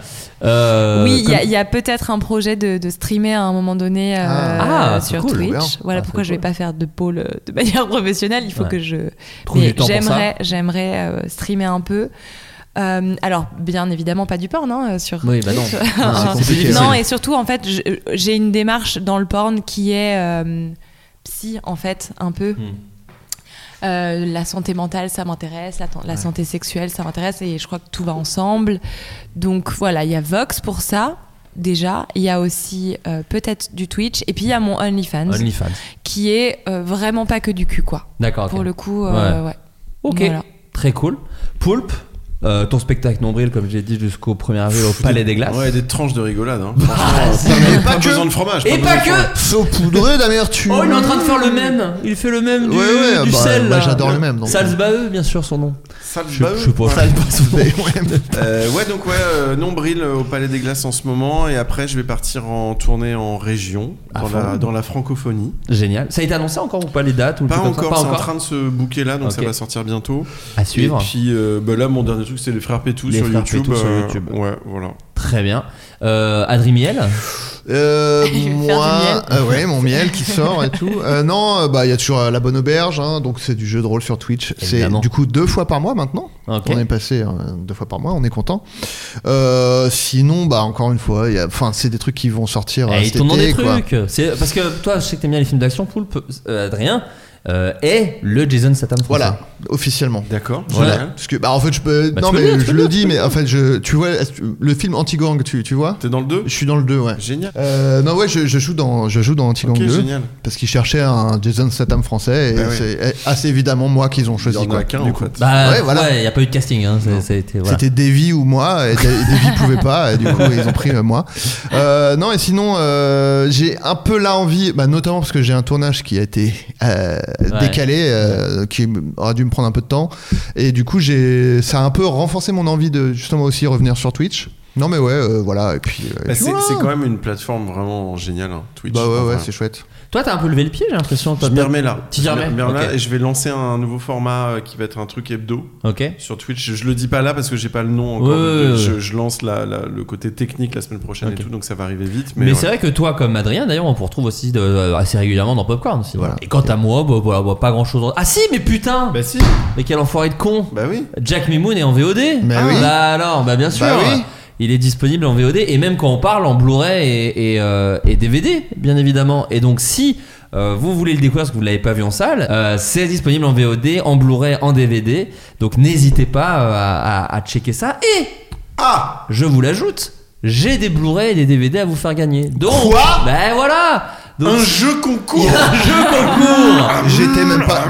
S6: Euh,
S8: Oui, il y a-
S6: comme-
S8: il y a, peut-être un projet de, de streamer à un moment donné euh,
S7: Ah.
S6: Ah, c'est
S8: sur
S6: cool,
S7: bien.
S8: Twitch. Voilà
S6: Ah,
S8: pourquoi
S6: c'est
S8: je vais
S6: cool.
S8: pas faire de pôle euh, de (laughs) manière professionnelle. Il faut
S6: Ouais.
S8: que je
S6: Trouve
S8: Mais
S6: du temps pour ça.
S8: j'aimerais, j'aimerais euh, streamer un peu. Euh, alors, bien évidemment, pas du porn hein, euh, sur.
S6: Oui, bah
S8: (laughs)
S6: non. Non, c'est compliqué.
S8: Non, et surtout, en fait, je- j'ai une démarche dans le porn qui est euh, psy, en fait, un peu.
S6: Hmm.
S8: Euh, la santé mentale, ça m'intéresse. La, la santé sexuelle, ça m'intéresse. Et je crois que tout va ensemble. Donc voilà, il y a Vox pour ça, déjà. Il y a aussi euh, peut-être du Twitch. Et puis il y a mon OnlyFans,
S6: OnlyFans.
S8: qui est euh, vraiment pas que du cul, quoi.
S6: D'accord. ok.
S8: Pour le coup, euh, ouais.
S6: Ok.
S8: Voilà.
S6: Très cool. Poulpe, euh, ton spectacle nombril, comme j'ai dit, jusqu'au 1er avril au Palais des Glaces.
S2: Ouais, des tranches de rigolade. Hein. Franchement,
S7: Mais
S2: pas,
S7: pas que.
S2: besoin de fromage.
S6: Et
S2: besoin
S6: pas
S2: de fromage.
S6: que
S7: Saupoudré d'amertume.
S6: Oh, il est en train de faire le même Il fait le même
S7: Ouais,
S6: du,
S7: ouais,
S6: du
S7: bah,
S6: sel.
S7: moi,
S6: là.
S7: j'adore le même, donc. euh, Bah
S6: Salzbae, bien sûr, son nom.
S2: Sale
S6: Je,
S2: baeux.
S6: je sais pas. Salzbae,
S7: (laughs)
S6: son nom.
S7: Mais
S6: (laughs)
S7: ouais.
S2: Euh, ouais, donc ouais, euh, nombril euh, au Palais des Glaces en ce moment, et après je vais partir en tournée en région,
S6: Ah,
S2: dans, la,
S6: formidable.
S2: dans la francophonie.
S6: Génial. Ça a été annoncé encore ou pas les dates ou le
S2: Pas
S6: truc comme ça
S2: encore,
S6: Pas
S2: c'est en
S6: encore.
S2: train de se bouquer là, donc ça
S6: Ok.
S2: va sortir bientôt.
S6: À suivre.
S2: Et puis euh, bah là, mon dernier truc, c'est les frères Pétou
S6: Les
S2: sur
S6: Frères
S2: YouTube.
S6: Pétou sur
S2: euh,
S6: YouTube.
S2: Ouais, voilà.
S6: Très bien. Euh, Adrimiel
S7: Euh,
S8: Je vais faire du miel.
S7: moi, euh, ouais, mon miel qui sort et tout. Euh, non, euh, bah il y a toujours euh, la bonne auberge, hein, donc c'est du jeu de rôle sur Twitch. C'est
S6: Évidemment.
S7: du coup deux fois par mois maintenant.
S6: Ok.
S7: On est passé euh, deux fois par mois, on est content. Euh, sinon, bah encore une fois, il y a- enfin c'est des trucs qui vont sortir. euh,
S6: Eh, il
S7: cet
S6: tourne dans
S7: été,
S6: des
S7: quoi.
S6: trucs. C'est parce que toi, je sais que t'aimes bien les films d'action. Poulpe, euh, Adrien euh, est le Jason Statham. français.
S7: Voilà, officiellement.
S2: D'accord.
S6: Voilà.
S2: génial.
S7: Parce que bah en fait je peux
S6: Hein Bah,
S7: non
S6: tu peux
S7: mais
S6: le dire, tu
S7: je
S6: peux
S7: le
S6: le
S7: dis
S6: dire, tu
S7: mais
S6: peux
S7: en fait je tu vois est-ce que- le film anti gang tu tu vois
S2: T'es dans le 2
S7: je suis dans le 2 ouais
S2: Génial.
S7: Euh, non ouais je, je joue dans je joue dans anti gang
S2: Ok,
S7: 2
S2: génial.
S7: Parce qu'ils cherchaient un Jason Statham français et
S2: Bah ouais.
S7: c'est assez évidemment moi qu'ils ont
S2: Il y
S7: choisi.
S2: en
S7: quoi.
S2: a qu'un
S7: Du
S2: en
S7: coup,
S2: fait.
S6: Bah,
S7: Ouais, voilà.
S6: Il n'y a pas eu de casting. Hein, c'est-
S7: Non.
S6: c'était voilà.
S7: C'était Davy ou moi, et Da- Davy pouvait pas, et du coup ils ont pris euh, moi. Euh, non, et sinon, euh, j'ai un peu là envie, bah, notamment parce que j'ai un tournage qui a été euh,
S6: Ouais.
S7: décalé, euh, qui m- aura dû me prendre un peu de temps, et du coup j'ai, ça a un peu renforcé mon envie de justement aussi revenir sur Twitch. Non mais ouais, euh, voilà, et puis... euh, et
S2: Bah,
S7: puis
S2: c'est
S7: voilà.
S2: c'est quand même une plateforme vraiment géniale, hein, Twitch.
S7: Bah ouais, ouais,
S2: Enfin,
S7: c'est chouette.
S6: Toi, t'as un peu levé le pied, j'ai l'impression.
S2: Je
S6: toi.
S2: m'y remets là.
S6: Tu t'y
S2: Je m'y
S6: remets
S2: remets là
S6: Ok.
S2: et je vais lancer un nouveau format euh, qui va être un truc hebdo
S6: Ok.
S2: sur Twitch. Je, je le dis pas là parce que j'ai pas le nom encore.
S6: Ouais, ouais, ouais.
S2: Je, je lance la- la- le côté technique la semaine prochaine
S6: Ok.
S2: et tout, donc ça va arriver vite.
S6: Mais,
S2: Mais, ouais.
S6: c'est vrai que toi, comme Adrien, d'ailleurs, on vous retrouve aussi de- euh, assez régulièrement dans Popcorn. aussi.
S7: Voilà.
S6: Et quant à moi, bah, voilà, bah, pas grand chose. Ah si, mais putain
S2: Bah si.
S6: Mais quel enfoiré de con
S2: Bah oui.
S6: Jack Mimoun est en VOD
S7: Mais
S6: Ah.
S7: oui.
S6: Bah alors, bah bien sûr
S7: Bah oui.
S6: Il est disponible en VOD et même quand on parle en Blu-ray et, et, euh, et DVD, bien évidemment. Et donc si euh, vous voulez le découvrir parce que vous ne l'avez pas vu en salle, euh, c'est disponible en VOD, en Blu-ray, en DVD. Donc n'hésitez pas euh, à, à- à checker ça. Et ah, je vous l'ajoute, j'ai des Blu-ray et des DVD à vous faire gagner. Donc,
S2: Quoi
S6: Ben voilà.
S2: Un
S6: Donc,
S2: jeu concours. Ah,
S6: (laughs) il y a un jeu concours.
S7: J'étais même pas...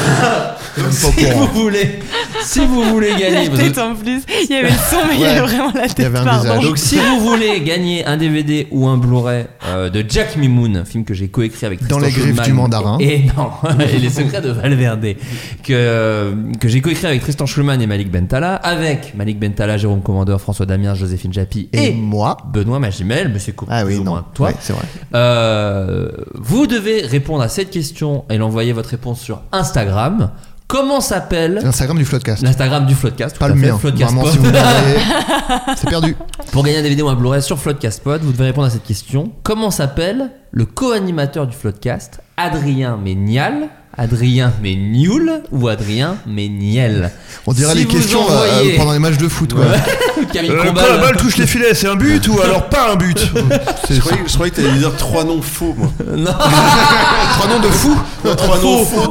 S7: même
S6: (laughs)
S7: pas au
S6: si
S7: courant.
S6: vous voulez, si vous voulez gagner.
S8: (laughs) La
S6: parce que-
S8: tête en plus. Il y avait le son, mais il y
S7: Ouais.
S8: avait vraiment la tête.
S7: avait un
S8: pardon.
S7: visage.
S6: Donc si vous voulez gagner un DVD ou un Blu-ray euh, de Jack Mimoun, film que j'ai coécrit avec
S7: Dans
S6: Tristan
S7: les griffes
S6: Schumann
S7: du mandarin.
S6: et non, (laughs) et les secrets de Valverde que euh, que j'ai coécrit avec Tristan Schulman et Malik Bentala, avec Malik Bentala, Jérôme Commandeur, François Damien, Joséphine Japy et,
S7: Et moi
S6: Benoît Magimel, mais c'est cool,
S7: Ah
S6: plus
S7: oui,
S6: ou
S7: non,
S6: moins toi.
S7: Ouais, c'est vrai.
S6: Euh, vous devez répondre à cette question et l'envoyer votre réponse sur Instagram. Comment s'appelle
S7: L'Instagram du Floodcast.
S6: l'Instagram du Floodcast tout
S7: Pas
S6: à
S7: le
S6: fait,
S7: mien.
S6: Floodcast
S7: Vraiment,
S6: Pod.
S7: si
S6: (laughs)
S7: vous l'avez, c'est perdu.
S6: Pour gagner un DVD ou un Blu-ray sur Floodcast Pod, vous devez répondre à cette question. Comment s'appelle le co-animateur du Floodcast Adrien Ménial Adrien Ménioul ou Adrien Méniel
S7: On dirait
S6: Si
S7: les
S6: vous
S7: questions euh,
S6: envoyez-
S7: pendant les matchs de foot. Quoi.
S6: (laughs) Camille
S7: Euh,
S6: Combal.
S7: quand touche les filets, c'est un but ou alors pas un but C'est
S2: Je croyais, je croyais que t'allais dire trois noms faux, moi.
S6: (laughs) Non,
S7: trois noms de fous
S2: Trois noms faux.
S7: (laughs)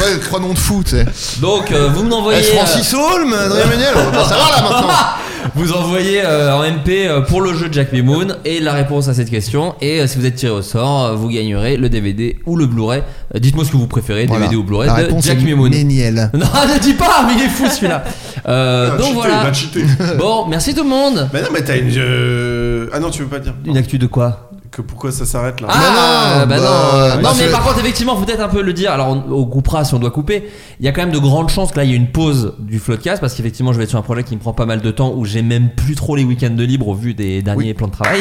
S7: Ouais, trois noms de fous, tu sais.
S6: Donc euh, vous m'envoyez
S7: Est-ce
S6: euh,
S7: Eh, Francis Holm, Adrien (laughs) Méniel On va savoir là maintenant.
S6: vous envoyez euh, en MP euh, pour le jeu de Jack Mimoun et la réponse à cette question et euh, si vous êtes tiré au sort, euh, vous gagnerez le DVD ou le Blu-ray. Euh, Dites-moi ce que vous préférez,
S7: Voilà.
S6: DVD ou Blu-ray
S7: La
S6: de
S7: réponse
S6: Jack
S7: est
S6: Mimoun.
S7: Méniel.
S6: (laughs) Non, ne dis pas, mais il est fou celui-là. Euh,
S7: Ah,
S2: Il va
S6: donc
S2: cheater, Ah, il
S7: bah,
S6: voilà.
S2: va cheater.
S6: (laughs) Bon, merci tout le monde.
S2: Bah non, mais t'as une. euh, Ah non, tu veux pas dire.
S6: Une actu de quoi
S2: Que pourquoi ça s'arrête là
S6: Ah,
S7: non,
S6: bah,
S7: bah,
S6: non.
S7: euh,
S6: non,
S7: parce
S6: mais
S7: que-
S6: par contre, effectivement, faut peut-être un peu le dire. Alors, on, on coupera si on doit couper. Il y a quand même de grandes chances que là, il y ait une pause du Floodcast parce qu'effectivement, je vais être sur un projet qui me prend pas mal de temps où j'ai même plus trop les week-ends de libre au vu des derniers plans
S7: (laughs)
S6: de travail.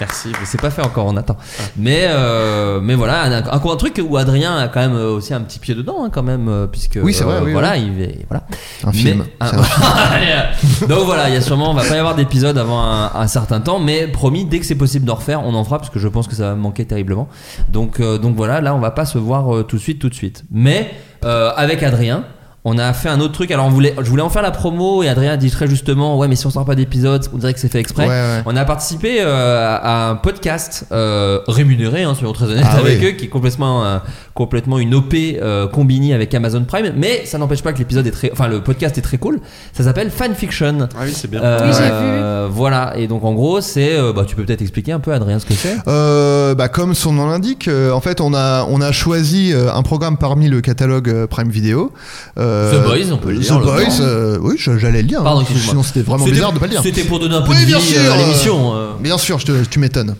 S6: Merci, mais c'est pas fait encore, on attend. Mais, euh, mais voilà, un, un, un truc où Adrien a quand même euh, aussi un petit pied dedans, hein, quand même, euh, puisque.
S7: Oui, c'est vrai, oui,
S6: voilà, il est- voilà.
S7: Un film.
S6: Mais- ah,
S7: C'est un film.
S6: (laughs) Allez, euh. donc voilà, il y a sûrement, on va pas y avoir d'épisode avant un, un certain temps, mais promis, dès que c'est possible d'en refaire, on en fera parce que je pense que ça va me manquer terriblement. Donc, euh, donc voilà, là, on va pas se voir euh, tout de suite, tout de suite. Mais euh, avec Adrien. On a fait un autre truc, alors on voulait, je voulais en faire la promo et Adrien dit très justement, ouais mais si on sort pas d'épisode, on dirait que c'est fait
S7: Ouais,
S6: exprès.
S7: ouais.
S6: On a participé euh, à un podcast euh, rémunéré, hein, soyons très honnêtes
S7: Ah
S6: avec
S7: oui.
S6: eux, qui est complètement, euh, complètement une OP euh, combinée avec Amazon Prime. Mais ça n'empêche pas que l'épisode est très, enfin le podcast est très cool. Ça s'appelle Fanfiction.
S2: Ah oui, c'est bien.
S6: Euh,
S8: Oui, j'ai vu.
S6: euh, Voilà, et donc en gros, c'est. euh, bah, tu peux peut-être expliquer un peu, Adrien, ce que c'est.
S7: Euh, bah, comme son nom l'indique, euh, en fait, on a, on a choisi euh, un programme parmi le catalogue euh, Prime Video. Euh,
S6: The Boys, on peut le dire,
S7: The
S6: le
S7: Boys,
S6: grand.
S7: euh, oui, je- j'allais le dire.
S6: Pardon,
S7: hein,
S6: excuse-moi.
S7: sinon, c'était vraiment
S6: C'était-
S7: bizarre de pas le dire.
S6: C'était pour donner un peu
S7: Oui,
S6: de vie
S7: bien sûr,
S6: euh, à
S7: euh,
S6: l'émission.
S7: (laughs)
S6: euh.
S7: Bien sûr, je te- tu
S6: (laughs)
S7: m'étonnes.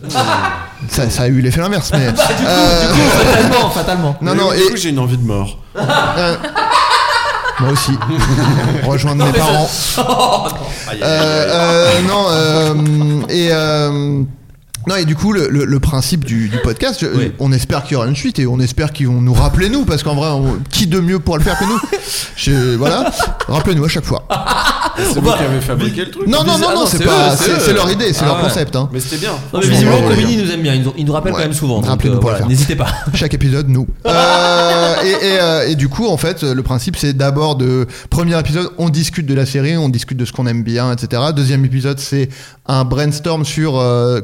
S7: ça, ça a eu l'effet inverse, mais.
S6: Du Bah, coup,
S7: Euh,
S6: du coup, fatalement, fatalement.
S7: non,
S2: Mais
S7: non,
S2: du
S7: et-
S2: coup, j'ai une envie de mort.
S7: Moi
S6: (laughs)
S7: aussi. Rejoindre (laughs) mes parents.
S6: Oh,
S7: Euh, euh, non, euh, et. euh, non et du coup le, le- le principe du, du podcast, je-
S6: Oui.
S7: on espère qu'il y aura une suite et on espère qu'ils vont nous rappeler nous parce qu'en vrai on- qui de mieux pour le faire que nous. Je- voilà, rappelez-nous à chaque fois.
S2: C'est vous
S6: Bah,
S2: qui avez fabriqué le truc.
S6: Ils
S7: Non, non,
S6: disent-
S7: non,
S6: ah
S7: non,
S6: non,
S7: c'est
S6: c'est
S7: pas.
S6: eux, c'est
S7: C'est
S6: eux.
S7: c'est leur idée, c'est
S6: Ah
S7: leur
S6: ouais.
S7: concept. hein.
S2: Mais c'était bien.
S6: Non, mais
S7: Je
S6: visiblement,
S7: comprends,
S6: Comini
S7: ouais.
S6: nous aime bien. Ils nous, ils nous rappellent
S7: Ouais.
S6: quand même souvent. donc,
S7: Rappelez-nous
S6: euh,
S7: pour le
S6: voilà,
S7: faire.
S6: N'hésitez pas.
S7: Chaque épisode,
S6: (laughs)
S7: nous. Euh, et, et, euh, et du coup, en fait, le principe, c'est d'abord de. Premier épisode, on discute de la série, on discute de ce qu'on aime bien, etc. Deuxième épisode, c'est un brainstorm sur. euh,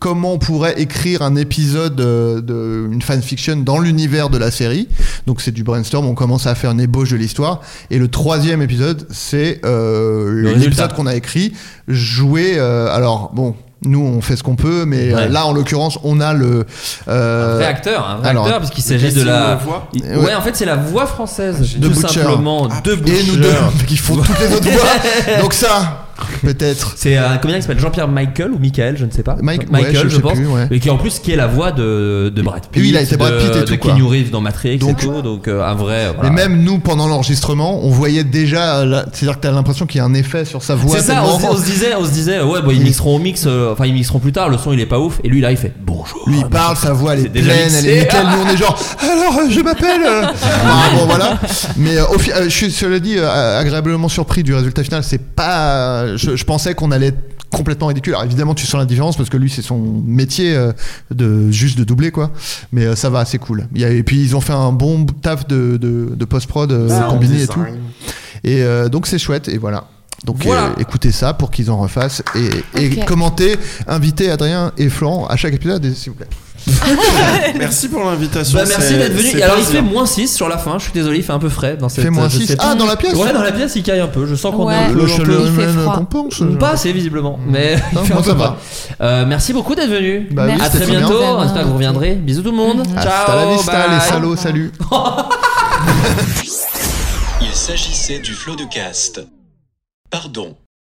S7: Comment on pourrait écrire un épisode euh, de une fanfiction dans l'univers de la série Donc c'est du brainstorm, on commence à faire une ébauche de l'histoire. Et le troisième épisode, c'est euh,
S6: résultat.
S7: l'épisode qu'on a écrit. Jouer. euh, alors bon, nous on fait ce qu'on peut, mais euh,
S6: Ouais.
S7: là en l'occurrence, on a le. euh,
S6: Un vrai acteur, un vrai
S7: alors,
S6: acteur, parce qu'il
S2: le
S6: s'agit de
S2: casting,
S6: la.
S2: la voix
S6: Il-
S7: Ouais.
S6: Ouais. en fait, c'est la voix française,
S7: De
S6: tout
S7: Butcher.
S6: simplement,
S2: Ah,
S6: de
S7: Et nous
S6: Butcher.
S7: deux, (laughs) qui font toutes les autres voix. Donc ça, peut-être.
S6: C'est un comédien qui s'appelle Jean-Pierre Michael ou Michael, je ne sais pas.
S7: Mike- ouais,
S6: Michael,
S7: je
S6: je,
S7: sais
S6: pense.
S7: plus, ouais.
S6: Et qui en plus qui est la voix de, de Brad Pitt.
S7: Oui, il a été Brad Pitt et
S6: de,
S7: tout,
S6: De
S7: quoi.
S6: Keanu Reeves dans Matrix
S7: Donc-
S6: et tout. Donc euh, un vrai.
S7: Mais
S6: voilà.
S7: même nous, pendant l'enregistrement, on voyait déjà. euh, la- C'est-à-dire que t'as l'impression qu'il y a un effet sur sa voix.
S6: C'est ça, on,
S7: tellement-
S6: se- on se disait, on se disait, ouais, bon, ils
S7: Il-
S6: mixeront au mix, euh, enfin ils mixeront plus tard, le son il est pas ouf, et lui là il fait bonjour.
S7: Lui, il parle, sa voix, elle est
S6: oh, bah, C'est déjà
S7: pleine, elle est
S6: mixé.
S7: nickel. Nous, on est
S6: (laughs)
S7: genre, alors, euh, je m'appelle. euh. Ah, bon, voilà. Mais euh, au fi- euh, je suis, cela dit, euh, agréablement surpris du résultat final. C'est pas. Je, je pensais qu'on allait être complètement ridicule. Alors, évidemment, tu sens la différence parce que lui, c'est son métier euh, de juste de doubler, quoi. Mais euh, ça va, c'est cool. Il y a- et puis, ils ont fait un bon taf de, de, de post-prod euh, combiné et tout. Et euh, donc, c'est chouette, et voilà. Donc
S6: hein. Voilà.
S7: euh, écoutez ça pour qu'ils en refassent et, et
S8: Ok.
S7: commentez, invitez Adrien et Florent à chaque épisode s'il vous plaît.
S2: Merci pour l'invitation.
S6: Bah merci
S2: c'est-
S6: d'être
S2: c'est
S6: venu. Alors il
S2: plaisir.
S6: fait moins 6 sur la fin, je suis désolé, il fait un peu frais dans
S7: Il
S6: cette euh,
S7: fait moins
S6: je
S7: 6.
S6: sais
S7: Ah,
S6: pas.
S7: dans la pièce
S6: Ouais, dans la pièce il caille un peu, je sens qu'on est
S8: Ouais.
S6: un peu
S7: Le
S8: Il fait
S7: chaleur
S8: froid.
S7: qu'on pense.
S6: Ou pas assez visiblement, mais (laughs) il
S7: Mmh. Non,
S6: fait
S7: moi,
S6: un peu
S7: ça va.
S6: froid. Euh, merci beaucoup d'être venu.
S7: Bah Mmh. oui,
S6: à
S7: c'était
S6: très
S7: très bien.
S6: bientôt. J'espère que vous reviendrez. Bisous tout le monde.
S7: Hasta la
S6: Ciao.
S7: vista,
S6: bye.
S7: les salauds, salut.
S1: Il s'agissait du flot de caste. Pardon.